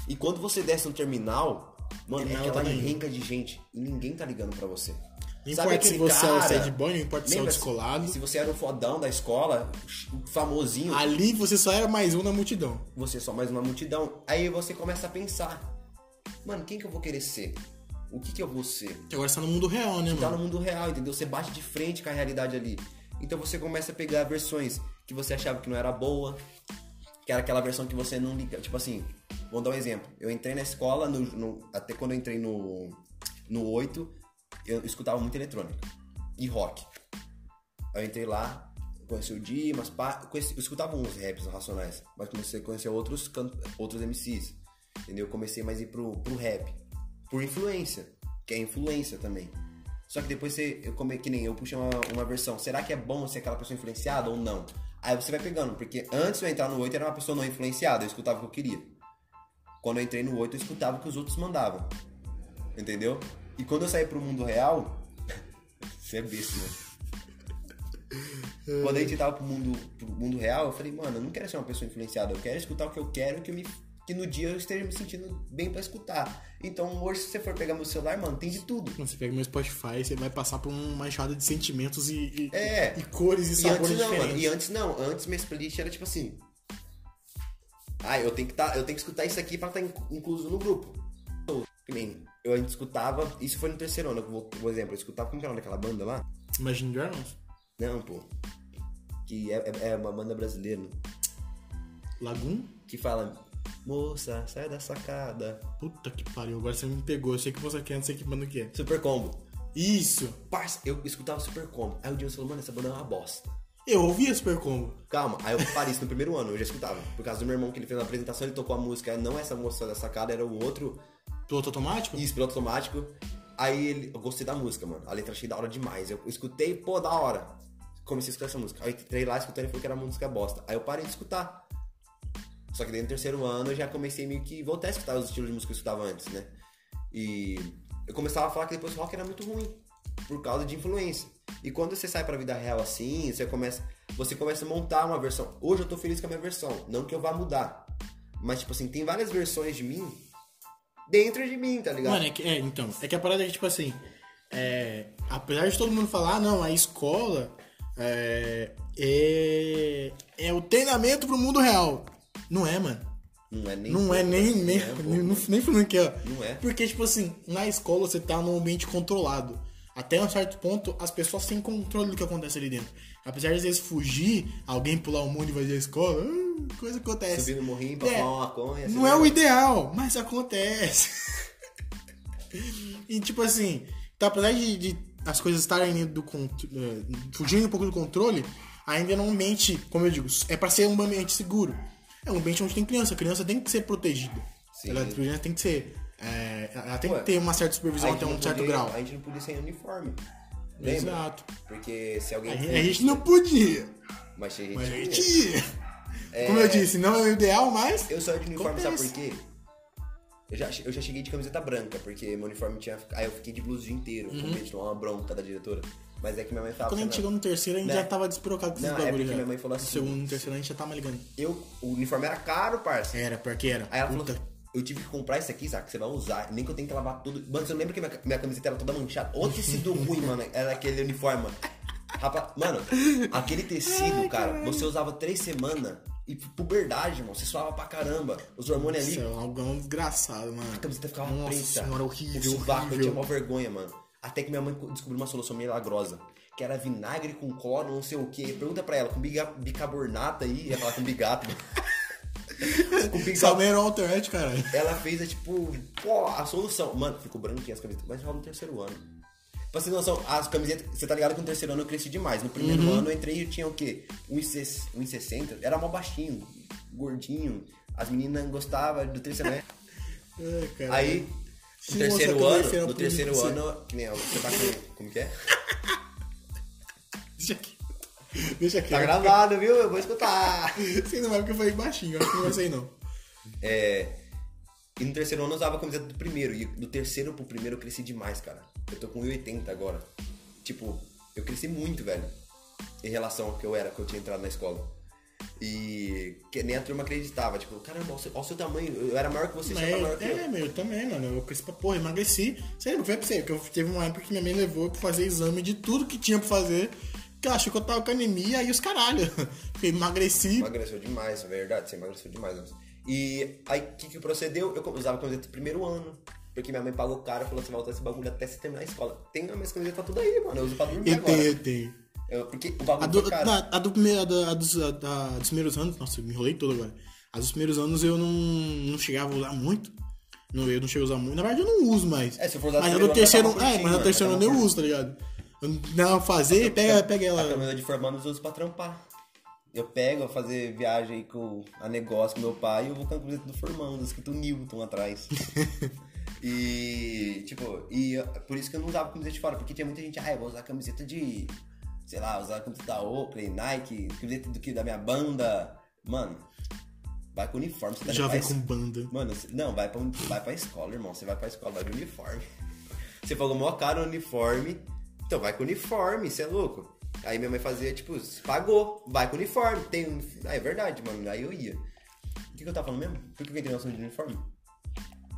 Speaker 2: E quando você desce no terminal, mano,
Speaker 1: Terminal
Speaker 2: é aquela
Speaker 1: tá lindo.
Speaker 2: renca de gente. E ninguém tá ligando pra você.
Speaker 1: Não
Speaker 2: Sabe
Speaker 1: importa se
Speaker 2: aquele
Speaker 1: você é o
Speaker 2: cara-
Speaker 1: sad boy, não importa se é o
Speaker 2: Lembra?
Speaker 1: descolado.
Speaker 2: Se você era o fodão da escola, famosinho,
Speaker 1: Ali você só era mais um na multidão.
Speaker 2: você é só mais uma multidão. Aí você começa a pensar: mano, quem que eu vou querer ser? O que que eu vou ser?
Speaker 1: Que agora você tá no mundo real, né,
Speaker 2: Tá
Speaker 1: mano?
Speaker 2: no mundo real, entendeu? Você bate de frente com a realidade ali. Então você começa a pegar versões que você achava que não era boa, que era aquela versão que você não liga. Tipo assim, vou dar um exemplo. Eu entrei na escola, no- no- até quando eu entrei no, no 8, eu escutava muito eletrônica e rock. Aí eu entrei lá, conheci o Dimas, pá, conheci- eu escutava uns raps racionais, mas comecei a conhecer outros, can- outros MCs, entendeu? Eu comecei mais a ir pro, pro rap, por influência, que é influência também. Só que depois você, eu come, que nem eu puxei uma, uma versão, será que é bom ser aquela pessoa influenciada ou não? Aí você vai pegando, porque antes de eu entrar no 8 era uma pessoa não influenciada, eu escutava o que eu queria. Quando eu entrei no 8 eu escutava o que os outros mandavam, entendeu? E quando eu saí pro mundo real, você é besta, né? Quando a gente tava pro mundo, pro mundo real, eu falei, mano, eu não quero ser uma pessoa influenciada, eu quero escutar o que eu quero que, eu me, que no dia eu esteja me sentindo bem pra escutar. Então hoje, se você for pegar meu celular, mano, tem de tudo.
Speaker 1: Quando você pega meu Spotify, você vai passar por uma enxada de sentimentos e, e-
Speaker 2: É.
Speaker 1: e cores e,
Speaker 2: E antes
Speaker 1: sabores
Speaker 2: não,
Speaker 1: diferentes.
Speaker 2: mano. E antes não. Antes minha playlist era tipo assim. Ah, eu tenho que, tá, eu tenho que escutar isso aqui pra estar incluso no grupo. Que nem Eu antes escutava. Isso foi no terceiro ano. eu vou- Por exemplo, eu escutava como que era o nome daquela banda lá?
Speaker 1: Imagine Dragons,
Speaker 2: Não, pô. Que é, é- é uma banda brasileira.
Speaker 1: Lagoon.
Speaker 2: Que fala. Moça, sai da sacada.
Speaker 1: Puta que pariu, agora você me pegou. Eu sei que você quer, não sei que banda que é.
Speaker 2: Super combo.
Speaker 1: Isso!
Speaker 2: Parça, eu escutava super combo. Aí o Diego falou, mano, essa banda é uma bosta.
Speaker 1: Eu ouvi a Super Combo.
Speaker 2: Calma, aí eu parei isso no primeiro ano, eu já escutava. Por causa do meu irmão que ele fez na apresentação, ele tocou a música, não essa moça da sacada, era o outro,
Speaker 1: Piloto automático?
Speaker 2: isso, piloto automático. Aí ele, eu gostei da música, mano. A letra achei da hora demais. Eu escutei, pô, da hora. Comecei a escutar essa música. Aí eu entrei lá escutando e falei que era uma música bosta. Aí eu parei de escutar. Só que daí no terceiro ano eu já comecei meio que voltar a escutar os estilos de música que eu escutava antes, né? E eu começava a falar que depois o rock era muito ruim, por causa de influência. E quando você sai pra vida real assim, você começa, você começa a montar uma versão. Hoje eu tô feliz com a minha versão, não que eu vá mudar. Mas tipo assim, tem várias versões de mim dentro de mim, tá ligado?
Speaker 1: Mano, é, que- é, então. É que a parada é que, tipo assim. é, apesar de todo mundo falar, "Ah, não, a escola é, é, é o treinamento pro mundo real. Não é, mano.
Speaker 2: não é nem
Speaker 1: Não é nem, nem,
Speaker 2: é,
Speaker 1: nem, nem, nem falando que é.
Speaker 2: Não é.
Speaker 1: Porque, tipo assim, na escola você tá num ambiente controlado. Até um certo ponto, as pessoas têm controle do que acontece ali dentro. Apesar de às vezes fugir, alguém pular o mundo e fazer a escola, ah, coisa acontece.
Speaker 2: subir no morrinho pra
Speaker 1: É.
Speaker 2: fumar uma maconha.
Speaker 1: Não é o ideal, mas acontece. e tipo assim, tá, apesar de, de as coisas estarem dentro do con- eh, fugindo um pouco do controle, ainda é um ambiente, como eu digo, é pra ser um ambiente seguro. É um ambiente onde tem criança, a criança tem que ser protegida.
Speaker 2: Sim.
Speaker 1: Ela, a criança tem que ser. eh, ela tem
Speaker 2: Ué,
Speaker 1: que ter uma certa supervisão
Speaker 2: A
Speaker 1: até
Speaker 2: gente não
Speaker 1: um certo
Speaker 2: podia-
Speaker 1: grau.
Speaker 2: A gente não podia sem uniforme. Lembra?
Speaker 1: Exato.
Speaker 2: Porque se
Speaker 1: A
Speaker 2: alguém.
Speaker 1: gente, a gente não podia,
Speaker 2: Mas se a gente.
Speaker 1: mas a
Speaker 2: podia.
Speaker 1: gente ia. Como eu disse, não é o ideal, mas.
Speaker 2: Eu só ia de uniforme,
Speaker 1: Acontece.
Speaker 2: sabe por quê? Eu já, eu já cheguei de camiseta branca, porque meu uniforme tinha. Aí eu fiquei de blusa o dia inteiro, com medo de tomar uma bronca da diretora. Mas é que minha mãe falava.
Speaker 1: Uhum. Quando a gente
Speaker 2: "Não,
Speaker 1: chegou no terceiro, a gente
Speaker 2: Né?
Speaker 1: já tava desprocado com esses
Speaker 2: Não, é
Speaker 1: bagulhos.
Speaker 2: porque
Speaker 1: já.
Speaker 2: minha mãe falou
Speaker 1: No
Speaker 2: assim,
Speaker 1: segundo, no terceiro, a gente já tava ligando.
Speaker 2: eu, o uniforme era caro, parça.
Speaker 1: Era, pior que era.
Speaker 2: Aí ela
Speaker 1: Puta.
Speaker 2: falou, assim, eu tive que comprar isso aqui, saca? Você vai usar. Nem que eu tenho que lavar tudo. Mano, você não lembra que minha, minha camiseta era toda manchada? O tecido ruim, mano, era aquele uniforme. mano. Rapaz, mano, aquele tecido, cara, você usava três semanas e puberdade, irmão. Você suava pra caramba. Os hormônios ali.
Speaker 1: Isso é um algodão desgraçado, mano.
Speaker 2: A camiseta ficava
Speaker 1: Nossa
Speaker 2: preta.
Speaker 1: senhora, horrível,
Speaker 2: O sovaco, eu
Speaker 1: horrível.
Speaker 2: tinha uma vergonha, mano. Até que minha mãe descobriu uma solução milagrosa. Que era vinagre com cloro, não sei o quê. Pergunta pra ela, com biga- bicarbonato aí. Ia falar com bigato. com bicarbonato.
Speaker 1: Salmeiro era um alternate, caralho.
Speaker 2: Ela fez, é, tipo, pô, a solução. Mano, ficou branquinha as camisetas, mas rola no terceiro ano. Pra você ter noção, as camisetas, você tá ligado que no terceiro ano eu cresci demais. No primeiro
Speaker 1: Uhum.
Speaker 2: ano eu entrei e eu tinha o quê? 1,60. Era mó baixinho, gordinho. As meninas gostavam do terceiro ano.
Speaker 1: Ai, caralho.
Speaker 2: Aí,
Speaker 1: Se você
Speaker 2: no terceiro
Speaker 1: conhecer
Speaker 2: ano,
Speaker 1: a
Speaker 2: no terceiro
Speaker 1: polícia.
Speaker 2: ano, que nem eu, você tá com. Como que é?
Speaker 1: Deixa aqui. Deixa aqui.
Speaker 2: Tá gravado, viu? Eu vou escutar.
Speaker 1: Você não vai porque eu falei baixinho, eu acho que não vai sair, não.
Speaker 2: E no terceiro ano eu usava a camiseta do primeiro. E do terceiro pro primeiro eu cresci demais, cara. Eu tô com 1,80 agora. Tipo, eu cresci muito, velho. Em relação ao que eu era, que eu tinha entrado na escola. E que nem a turma acreditava. Tipo, caramba, olha o seu, olha o seu tamanho. Eu era maior que você, você
Speaker 1: Mas
Speaker 2: era maior que
Speaker 1: é,
Speaker 2: eu.
Speaker 1: meu, eu também, mano. Eu cresci pra porra, emagreci. Você lembra que foi pra você? Porque eu teve uma época que minha mãe levou pra fazer exame de tudo que tinha pra fazer. Que ela achou que eu tava com anemia e os caralho. Porque emagreci.
Speaker 2: Emagreceu demais, é verdade, você emagreceu demais. Anderson. E aí, o que, que procedeu? Eu usava a camiseta do primeiro ano. Porque minha mãe pagou caro e falou: você vai usar esse bagulho até você terminar a escola. Tem a minha camiseta tá tudo aí, mano. Eu uso pra dormir
Speaker 1: Eu tenho,
Speaker 2: agora. Então,
Speaker 1: eu tenho.
Speaker 2: Eu- porque o
Speaker 1: A
Speaker 2: bagulho
Speaker 1: do,
Speaker 2: foi caro.
Speaker 1: da- a do primeiro- a da- a dos, a da- dos primeiros anos, nossa, eu me enrolei todo agora. As dos primeiros anos eu não, não chegava a usar muito. Não, eu não cheguei a usar muito. Na verdade, eu não uso mais.
Speaker 2: É, se eu for usar do
Speaker 1: mas a do
Speaker 2: primeiro
Speaker 1: terceiro.
Speaker 2: ano, vai acabar
Speaker 1: É, mas a do
Speaker 2: curtindo,
Speaker 1: terceiro
Speaker 2: vai
Speaker 1: ano eu
Speaker 2: acabar
Speaker 1: uso, tá ligado? Eu Não, fazer, pega, pega
Speaker 2: A
Speaker 1: ela.
Speaker 2: caminhonete de formandos eu uso pra trampar. Eu pego, eu fazer viagem com a negócio com meu pai e eu vou com a camiseta do Formandos, escrito Newton atrás. e, tipo, e eu- por isso que eu não usava camiseta de fora, porque tinha muita gente, ah, eu vou usar camiseta de, sei lá, usar a camiseta da Oakley, Nike, camiseta do que da minha banda. Mano, vai com uniforme, você tá
Speaker 1: Já vem
Speaker 2: ligado?
Speaker 1: com banda.
Speaker 2: Mano, você- não, vai pra, um, vai pra escola, irmão. Você vai pra escola, vai de uniforme. Você pagou mó caro o uniforme. Então vai com uniforme, você é louco. Aí minha mãe fazia, tipo, "Se pagou, vai com uniforme, tem um... Ah, é verdade, mano. Aí eu ia. O que, que eu tava falando mesmo? Por que eu entrei no assunto de uniforme?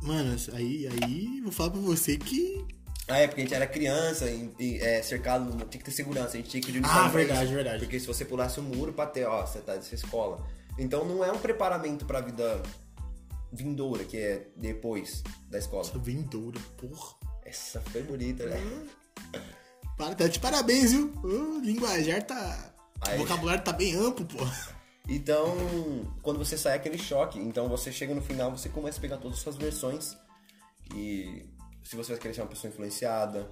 Speaker 1: Mano, aí, aí vou falar pra você que.
Speaker 2: Ah, é, porque a gente era criança, em, em- é, cercado, tinha que ter segurança, a gente tinha que ir de uniforme.
Speaker 1: Ah,
Speaker 2: pra
Speaker 1: verdade,
Speaker 2: isso.
Speaker 1: verdade.
Speaker 2: Porque se você pulasse o muro pra ter, ó, você tá dessa escola. Então não é um preparamento pra vida vindoura, que é depois da escola.
Speaker 1: Essa vindoura, porra.
Speaker 2: Essa foi bonita, né?
Speaker 1: Para, tá de parabéns, viu? O linguajar tá.
Speaker 2: Aí.
Speaker 1: O vocabulário tá bem amplo, pô.
Speaker 2: Então, quando você sai é aquele choque, então você chega no final, você começa a pegar todas as suas versões e se você vai querer ser uma pessoa influenciada,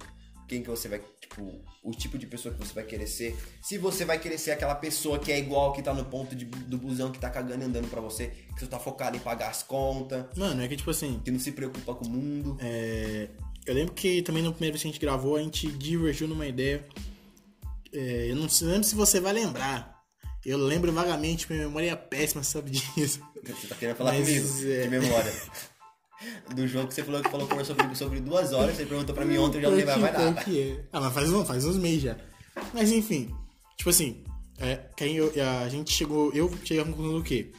Speaker 2: quem que você vai, tipo, o tipo de pessoa que você vai querer ser, se você vai querer ser aquela pessoa que é igual, que tá no ponto de- do busão, que tá cagando e andando pra você, que você tá focado em pagar as contas,
Speaker 1: Mano, é que tipo assim.
Speaker 2: que não se preocupa com o mundo.
Speaker 1: É, eu lembro que também na primeira vez que a gente gravou, a gente divergiu numa ideia. É, eu não sei- lembro se você vai lembrar. Eu lembro vagamente, minha memória é péssima, sabe disso.
Speaker 2: Você tá querendo falar
Speaker 1: Mas,
Speaker 2: comigo,
Speaker 1: é.
Speaker 2: de memória. Do jogo que você falou que falou conversou comigo sobre duas horas, você perguntou pra mim ontem, eu já não
Speaker 1: Pior
Speaker 2: lembrava
Speaker 1: que-
Speaker 2: mais
Speaker 1: pior
Speaker 2: nada.
Speaker 1: que é. Ah, mas faz, um- faz uns meses já. Mas enfim, tipo assim, é, que aí eu- a gente chegou. Eu cheguei à conclusão do quê?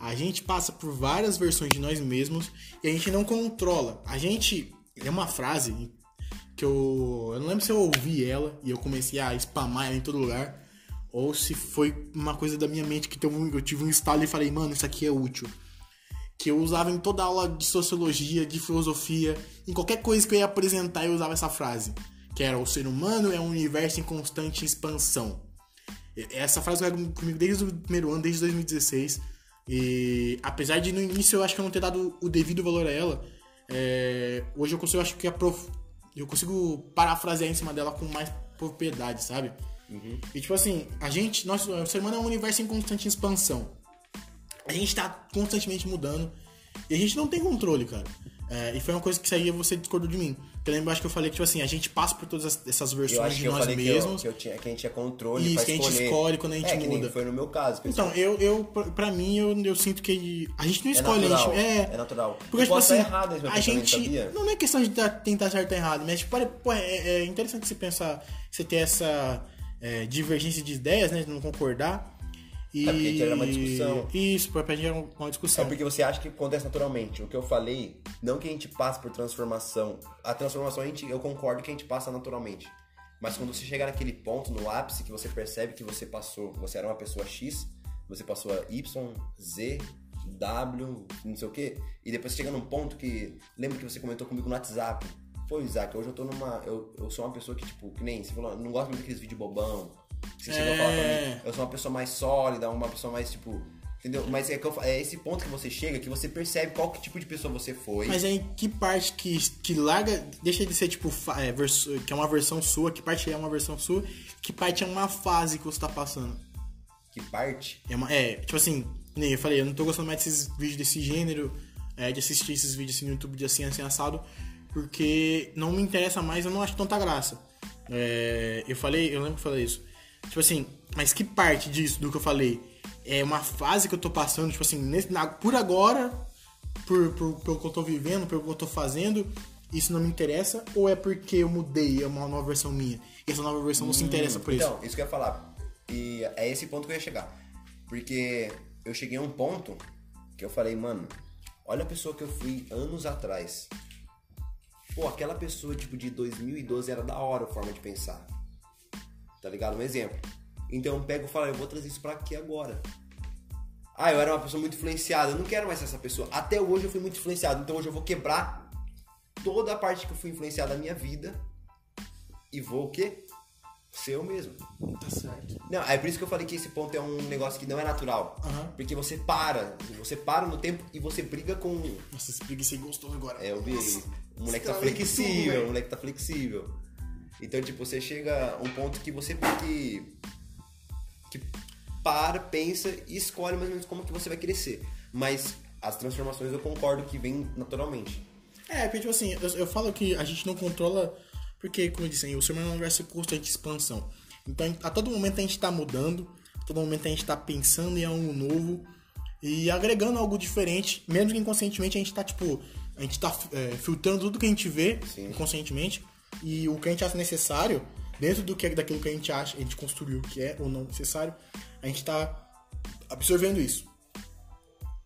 Speaker 1: A gente passa por várias versões de nós mesmos e a gente não controla. A gente. É uma frase que eu. Eu não lembro se eu ouvi ela e eu comecei a spamar ela em todo lugar. Ou se foi uma coisa da minha mente que teve um- eu tive um estalo e falei, mano, isso aqui é útil que eu usava em toda aula de sociologia, de filosofia, em qualquer coisa que eu ia apresentar, eu usava essa frase, que era o ser humano é um universo em constante expansão. E- Essa frase vai comigo desde o primeiro ano, desde 2016, e apesar de no início eu acho que eu não ter dado o devido valor a ela, é, hoje eu consigo, eu acho que aprof- eu consigo parafrasear em cima dela com mais propriedade, sabe?
Speaker 2: Uhum.
Speaker 1: E tipo assim, a gente, nosso, o ser humano é um universo em constante expansão a gente tá constantemente mudando e a gente não tem controle, cara. É, e foi uma coisa que saía você discordou de mim. Eu lembro, acho que eu falei que, tipo assim, a gente passa por todas as- essas
Speaker 2: Eu
Speaker 1: versões
Speaker 2: acho que
Speaker 1: de
Speaker 2: eu
Speaker 1: nós
Speaker 2: falei que, eu,
Speaker 1: mesmos.
Speaker 2: que, eu tinha, que a gente tinha controle
Speaker 1: Isso,
Speaker 2: pra
Speaker 1: que a
Speaker 2: escolher.
Speaker 1: gente escolhe quando a gente
Speaker 2: é, que nem
Speaker 1: muda.
Speaker 2: foi no meu caso. pessoal.
Speaker 1: Então, eu, eu, pra- pra mim, eu, eu sinto que a gente não
Speaker 2: É
Speaker 1: escolhe, a
Speaker 2: natural,
Speaker 1: gente. É,
Speaker 2: é natural.
Speaker 1: Porque,
Speaker 2: Eu
Speaker 1: tipo
Speaker 2: posso
Speaker 1: assim,
Speaker 2: estar errado nesse meu
Speaker 1: a
Speaker 2: pensamento,
Speaker 1: gente.
Speaker 2: sabia?
Speaker 1: Não é questão de dar- tentar certo ou errado, mas, tipo, olha, pô, é, é interessante você pensar, você ter essa é, divergência de ideias, né? de Não concordar. E...
Speaker 2: É, porque gera uma discussão.
Speaker 1: Isso, pra gerar um, uma discussão.
Speaker 2: É porque você acha que acontece naturalmente. O que eu falei, não que a gente passe por transformação. A transformação, a gente, eu concordo que a gente passa naturalmente. Mas quando você chega naquele ponto, no ápice, que você percebe que você passou, você era uma pessoa X, você passou a Y, Z, W, não sei o quê. E depois você chega num ponto que. Lembra que você comentou comigo no WhatsApp? Pô, Isaac, hoje eu tô numa. Eu, eu sou uma pessoa que, tipo, que nem. Você falou, "Eu não gosto muito daqueles vídeos bobão. que Você chegou a falar pra
Speaker 1: É.
Speaker 2: mim. Eu sou uma pessoa mais sólida, uma pessoa mais, tipo. Entendeu? Mas é, que eu fa- é esse ponto que você chega que você percebe qual que tipo de pessoa você foi.
Speaker 1: Mas aí, que parte que, que larga, deixa de ser tipo, fa- é, vers- que é uma versão sua, que parte é uma versão sua, que parte é uma fase que você tá passando.
Speaker 2: Que parte.
Speaker 1: É, uma- é, tipo assim, que nem eu falei, eu não tô gostando mais desses vídeos desse gênero, é, de assistir esses vídeos assim, no YouTube de assim, assim, assado, porque não me interessa mais, eu não acho tanta graça. É, eu falei, eu lembro que eu falei isso. Tipo assim, mas que parte disso, do que eu falei, é uma fase que eu tô passando, tipo assim, nesse- na- por agora, por, por- pelo que eu tô vivendo, pelo que eu tô fazendo, isso não me interessa, ou é porque eu mudei, é uma nova versão minha, e essa nova versão não se interessa por isso?
Speaker 2: Então, isso que eu ia falar. E é esse ponto que eu ia chegar. Porque eu cheguei a um ponto que eu falei, mano, olha a pessoa que eu fui anos atrás. Pô, aquela pessoa, tipo, de 2012 era da hora a forma de pensar. Tá ligado? Um exemplo. Então eu pego e falo, eu vou trazer isso pra aqui agora. Ah, eu era uma pessoa muito influenciada, eu não quero mais ser essa pessoa. Até hoje eu fui muito influenciado, então hoje eu vou quebrar toda a parte que eu fui influenciado da minha vida e vou o quê? Ser eu mesmo.
Speaker 1: Tá certo.
Speaker 2: Não, é por isso que eu falei que esse ponto é um negócio que não é natural.
Speaker 1: Aham.
Speaker 2: Porque você para, você para no tempo e você briga com.
Speaker 1: Nossa, esse preguiça gostoso agora.
Speaker 2: É, eu vi. O moleque tá
Speaker 1: cara é tudo,
Speaker 2: flexível,
Speaker 1: velho.
Speaker 2: o moleque tá flexível. Então, tipo, você chega a um ponto que você que, que para, pensa e escolhe mais ou menos como que você vai crescer. Mas as transformações eu concordo que vêm naturalmente.
Speaker 1: É, porque, tipo assim, eu, eu falo que a gente não controla, porque, como eu disse, o ser humano é um universo em constante expansão. Então, a todo momento a gente tá mudando, a todo momento a gente tá pensando em algo novo e agregando algo diferente, mesmo que inconscientemente a gente tá, tipo, a gente tá é, filtrando tudo que a gente vê inconscientemente e o que a gente acha necessário dentro do que é daquilo que a gente acha, a gente construiu que é ou não necessário, a gente tá absorvendo isso.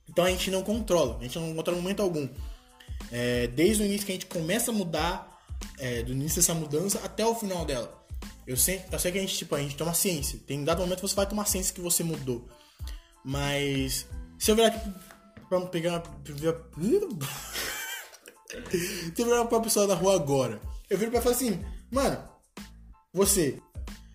Speaker 1: Então a gente não controla, a gente não controla em momento algum. É, desde o início que a gente começa a mudar, é, do início dessa mudança até o final dela. Eu sei, eu sei que a gente, tipo, a gente toma ciência. Tem um dado momento que você vai tomar ciência que você mudou. Mas se eu virar aqui pra pegar uma. se eu virar pra uma pessoa na rua agora, eu viro pra ela e falo assim, mano, você.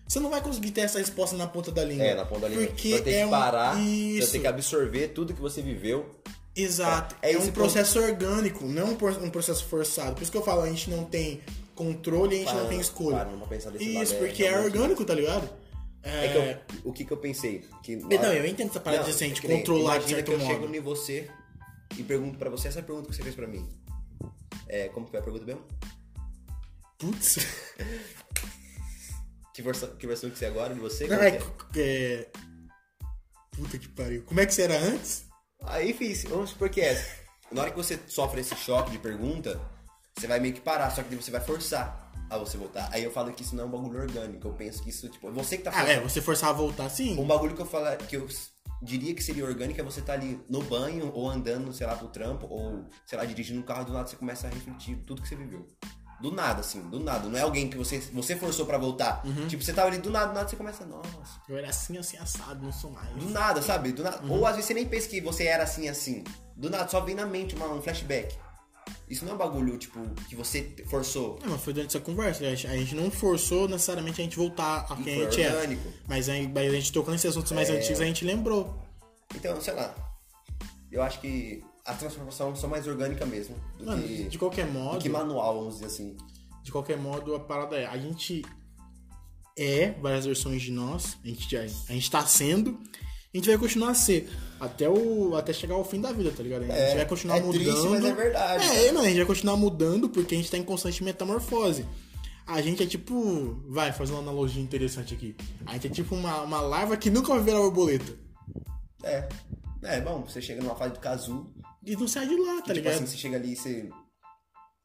Speaker 1: Você não vai conseguir ter essa resposta na ponta da língua.
Speaker 2: É, na ponta da língua.
Speaker 1: Porque
Speaker 2: você vai ter
Speaker 1: é
Speaker 2: que
Speaker 1: um-
Speaker 2: parar, você vai
Speaker 1: Isso.
Speaker 2: ter que absorver tudo que você viveu.
Speaker 1: Exato. É,
Speaker 2: É esse
Speaker 1: um processo orgânico, não um por- um processo forçado. Por isso que eu falo, a gente não tem controle, a gente
Speaker 2: Para,
Speaker 1: não tem escolha.
Speaker 2: para, não vou pensar desse lado,
Speaker 1: isso,
Speaker 2: é
Speaker 1: porque é
Speaker 2: realmente-
Speaker 1: orgânico, tá ligado?
Speaker 2: É, que eu, o que que eu pensei? Que
Speaker 1: Não, Então, eu entendo essa parada de assim, a gente
Speaker 2: é que nem-
Speaker 1: controlar de
Speaker 2: imagina
Speaker 1: certo
Speaker 2: que eu
Speaker 1: modo.
Speaker 2: chego em você e pergunto pra você essa pergunta que você fez pra mim. É, como que foi a pergunta mesmo?
Speaker 1: Putz.
Speaker 2: Que versão que, versão que você é agora de você?
Speaker 1: Não,
Speaker 2: Como
Speaker 1: é,
Speaker 2: que é?
Speaker 1: é- Puta que pariu. Como é que você era antes?
Speaker 2: Aí, fiz, vamos supor que é essa. Na hora que você sofre esse choque de pergunta, você vai meio que parar, só que daí você vai forçar a você voltar. Aí eu falo que isso não é um bagulho orgânico, eu penso que isso, tipo, você que tá
Speaker 1: Ah, é, você forçar a voltar sim.
Speaker 2: Um bagulho que eu fala, que eu s- diria que seria orgânico é você tá ali no banho ou andando, sei lá, pro trampo ou, sei lá, dirigindo um carro do nada você começa a refletir tudo que você viveu. Do nada, assim, do nada. Não é alguém que você, você forçou pra voltar.
Speaker 1: Uhum.
Speaker 2: Tipo, você tava ali do nada, do nada você começa, nossa.
Speaker 1: Eu era assim, assim, assado, não sou mais.
Speaker 2: Do nada, sabe? Do nada.
Speaker 1: Uhum.
Speaker 2: Ou às vezes você nem pensa que você era assim, assim. Do nada, só vem na mente uma- um flashback. Isso não é um bagulho, tipo, que você forçou.
Speaker 1: É, mas foi durante essa conversa. A gente, a gente não forçou necessariamente a gente voltar a quem
Speaker 2: foi
Speaker 1: a gente era.
Speaker 2: orgânico. É.
Speaker 1: Mas a, mas a gente tocou nesses assuntos mais antigos, a gente lembrou.
Speaker 2: Então, sei lá. Eu acho que as transformações são mais orgânicas mesmo. Do
Speaker 1: Mano,
Speaker 2: que...
Speaker 1: de qualquer modo.
Speaker 2: Do que manual, vamos dizer assim.
Speaker 1: De qualquer modo, a parada é, a gente é várias versões de nós, a gente, já- a gente tá sendo, a gente vai continuar a ser. Até, o, até chegar ao fim da vida, tá ligado? A gente
Speaker 2: É,
Speaker 1: vai continuar
Speaker 2: é
Speaker 1: mudando.
Speaker 2: triste, mas é verdade,
Speaker 1: É,
Speaker 2: cara.
Speaker 1: mano, a gente vai continuar mudando porque a gente tá em constante metamorfose. A gente é tipo. Vai, fazer uma analogia interessante aqui. A gente é tipo uma, uma larva que nunca vai virar borboleta.
Speaker 2: É. É, bom, você chega numa fase do casulo,
Speaker 1: E não sai de lá, tá
Speaker 2: que, tipo
Speaker 1: ligado?
Speaker 2: assim, você chega ali e você.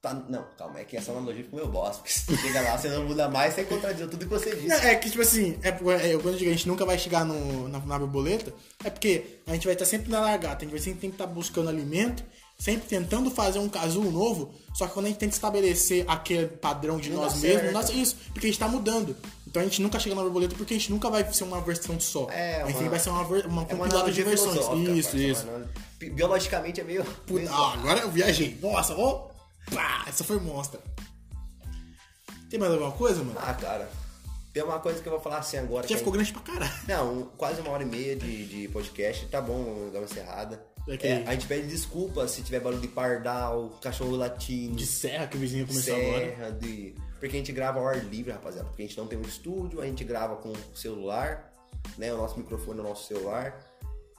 Speaker 2: Tá, não, calma, é que essa analogia ficou meu bosta. Porque você chega lá, você não muda mais, você contradiz tudo que você
Speaker 1: Não,
Speaker 2: disse.
Speaker 1: é que, tipo assim, é, é, quando eu digo a gente nunca vai chegar no, na, na borboleta, é porque a gente vai estar sempre na largata, a gente vai sempre tem que estar buscando alimento, sempre tentando fazer um casulo novo, só que quando a gente tenta estabelecer aquele padrão de
Speaker 2: Não
Speaker 1: nós
Speaker 2: dá
Speaker 1: mesmos,
Speaker 2: certo.
Speaker 1: nós, isso, porque a gente tá mudando. Então a gente nunca chega na borboleta porque a gente nunca vai ser uma versão só. a
Speaker 2: É,
Speaker 1: gente
Speaker 2: uma-
Speaker 1: sempre vai ser uma, ver- uma
Speaker 2: É uma
Speaker 1: compilada de
Speaker 2: analogia
Speaker 1: versões.
Speaker 2: filosófica,
Speaker 1: Isso,
Speaker 2: parça,
Speaker 1: isso.
Speaker 2: uma analogia- Bi- Biologicamente é meio.
Speaker 1: Puta,
Speaker 2: meio-
Speaker 1: ah, agora eu viajei. Nossa, ó, pá, essa foi monstra. Tem mais alguma coisa, mano?
Speaker 2: Ah, cara. Tem uma coisa que eu vou falar assim agora. que
Speaker 1: Já
Speaker 2: é-
Speaker 1: ficou grande pra caralho.
Speaker 2: Não, um, quase uma hora e meia de, de podcast. Tá bom, dá uma encerrada.
Speaker 1: Ok.
Speaker 2: É, a gente pede desculpa se tiver barulho de pardal, cachorro latindo.
Speaker 1: De serra que o vizinho começou agora.
Speaker 2: serra, de... Porque a gente grava ao ar livre, rapaziada. Porque a gente não tem um estúdio, a gente grava com o celular, né? O nosso microfone é o nosso celular.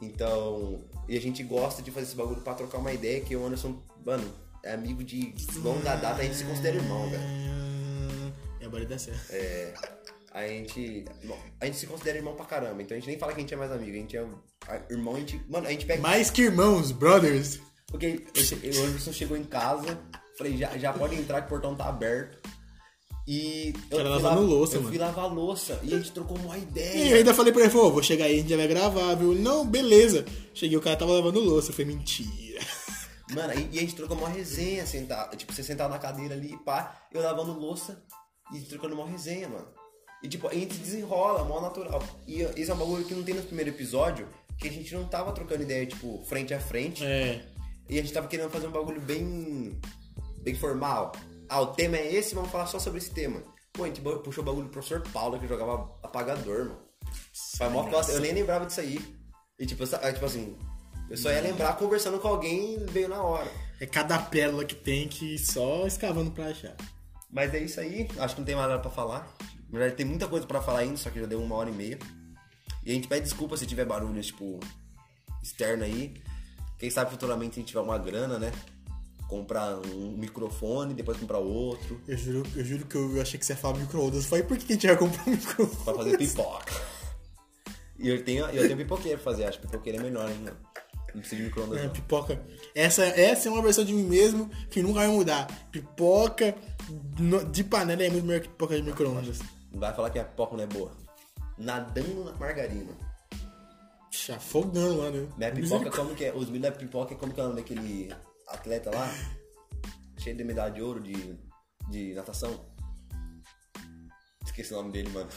Speaker 2: Então, e a gente gosta de fazer esse bagulho pra trocar uma ideia, que o Anderson, mano, é amigo de longa data, a gente se considera irmão, velho.
Speaker 1: Hum, É a barulho da serra.
Speaker 2: A gente. bom, a gente se considera irmão pra caramba, então a gente nem fala que a gente é mais amigo, a gente é a- irmão, a gente. Mano, a gente pega.
Speaker 1: Mais que irmãos, brothers.
Speaker 2: Porque eu che- o Anderson chegou em casa, falei, já, já pode entrar que o portão tá aberto. E eu
Speaker 1: Cara,
Speaker 2: fui
Speaker 1: lavando
Speaker 2: lavar-
Speaker 1: louça,
Speaker 2: eu
Speaker 1: mano.
Speaker 2: fui lavar louça e a gente trocou uma
Speaker 1: E eu
Speaker 2: ideia.
Speaker 1: ainda falei pra ele, pô, vou chegar aí, a gente já vai gravar, viu? Ele, Não, beleza. Cheguei, o cara tava lavando louça. Eu falei, mentira.
Speaker 2: Mano, e, e a gente trocou uma resenha, sentado, tipo, você sentado na cadeira ali, pá, eu lavando louça e trocando uma resenha, mano. E tipo, a gente desenrola, mó natural. E esse é um bagulho que não tem no primeiro episódio, que a gente não tava trocando ideia, tipo, frente a frente.
Speaker 1: É.
Speaker 2: E a gente tava querendo fazer um bagulho bem. bem formal. Ah, o tema é esse, vamos falar só sobre esse tema. Pô, a gente bo- puxou o bagulho do professor Paulo que jogava apagador, mano. Foi mó foda, eu nem lembrava disso aí. E tipo, essa- ah, tipo assim, eu só ia lembrar conversando com alguém e veio na hora.
Speaker 1: É cada pérola que tem que ir só escavando pra achar.
Speaker 2: Mas é isso aí, acho que não tem mais nada pra falar. Na verdade, tem muita coisa pra falar ainda, só que já deu uma hora e meia. E a gente pede desculpa se tiver barulho, tipo, externo aí. Quem sabe futuramente a gente tiver uma grana, né? Comprar um microfone, depois comprar outro,
Speaker 1: Eu juro, eu juro que eu achei que você ia falar micro-ondas. Eu falei, por que que a gente vai comprar um
Speaker 2: pra
Speaker 1: micro-ondas?
Speaker 2: fazer pipoca. E eu tenho, eu tenho pipoqueiro pra fazer, acho que pipoqueiro é melhor, hein? mano? Não precisa de micro-ondas,
Speaker 1: É,
Speaker 2: não.
Speaker 1: pipoca. Essa, essa é uma versão de mim mesmo que nunca vai mudar. Pipoca no- de panela é muito melhor que pipoca de micro-ondas.
Speaker 2: Não vai falar que a pipoca não é boa. Nadando na margarina.
Speaker 1: Ixi, Afogando lá, né?
Speaker 2: Minha pipoca, como que é? Os meninos da pipoca, como que é o nome daquele atleta lá? Cheio de medalha de ouro de, de natação. Esqueci o nome dele, mano.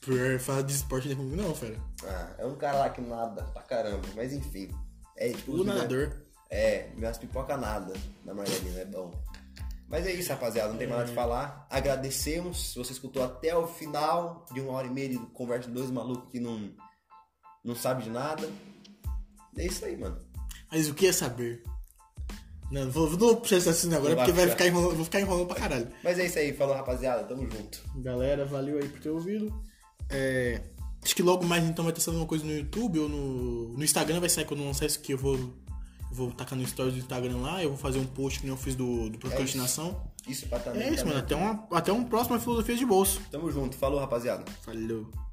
Speaker 1: Por falar de esporte não é comigo, não, fera.
Speaker 2: Ah, é um cara lá que nada pra caramba, mas enfim. É tipo.
Speaker 1: O
Speaker 2: os meninos-
Speaker 1: nadador.
Speaker 2: É, minhas pipoca nada na margarina, é bom. Mas é isso, rapaziada, não tem mais nada de falar. Agradecemos, se você escutou até o final de uma hora e meia de conversa de dois malucos que não, não sabe de nada. É isso aí, mano.
Speaker 1: Mas o que é saber? Não, não vou, não vou puxar esse assassino agora
Speaker 2: Não vai
Speaker 1: porque vai
Speaker 2: puxar.
Speaker 1: ficar enrolando, vou ficar enrolando pra caralho.
Speaker 2: Mas é isso aí, falou, rapaziada, tamo junto.
Speaker 1: Galera, valeu aí por ter ouvido. É, acho que logo mais então vai ter saindo uma coisa no YouTube ou no, no Instagram vai sair quando lançar isso que eu vou eu vou tacar no stories do Instagram lá, eu vou fazer um post que nem eu fiz do, do procrastinação.
Speaker 2: Isso pra
Speaker 1: É
Speaker 2: É também. tá
Speaker 1: isso,
Speaker 2: também.
Speaker 1: mano. Até, uma, até um próximo Filosofia de Bolso.
Speaker 2: Tamo junto, falou, rapaziada.
Speaker 1: Valeu.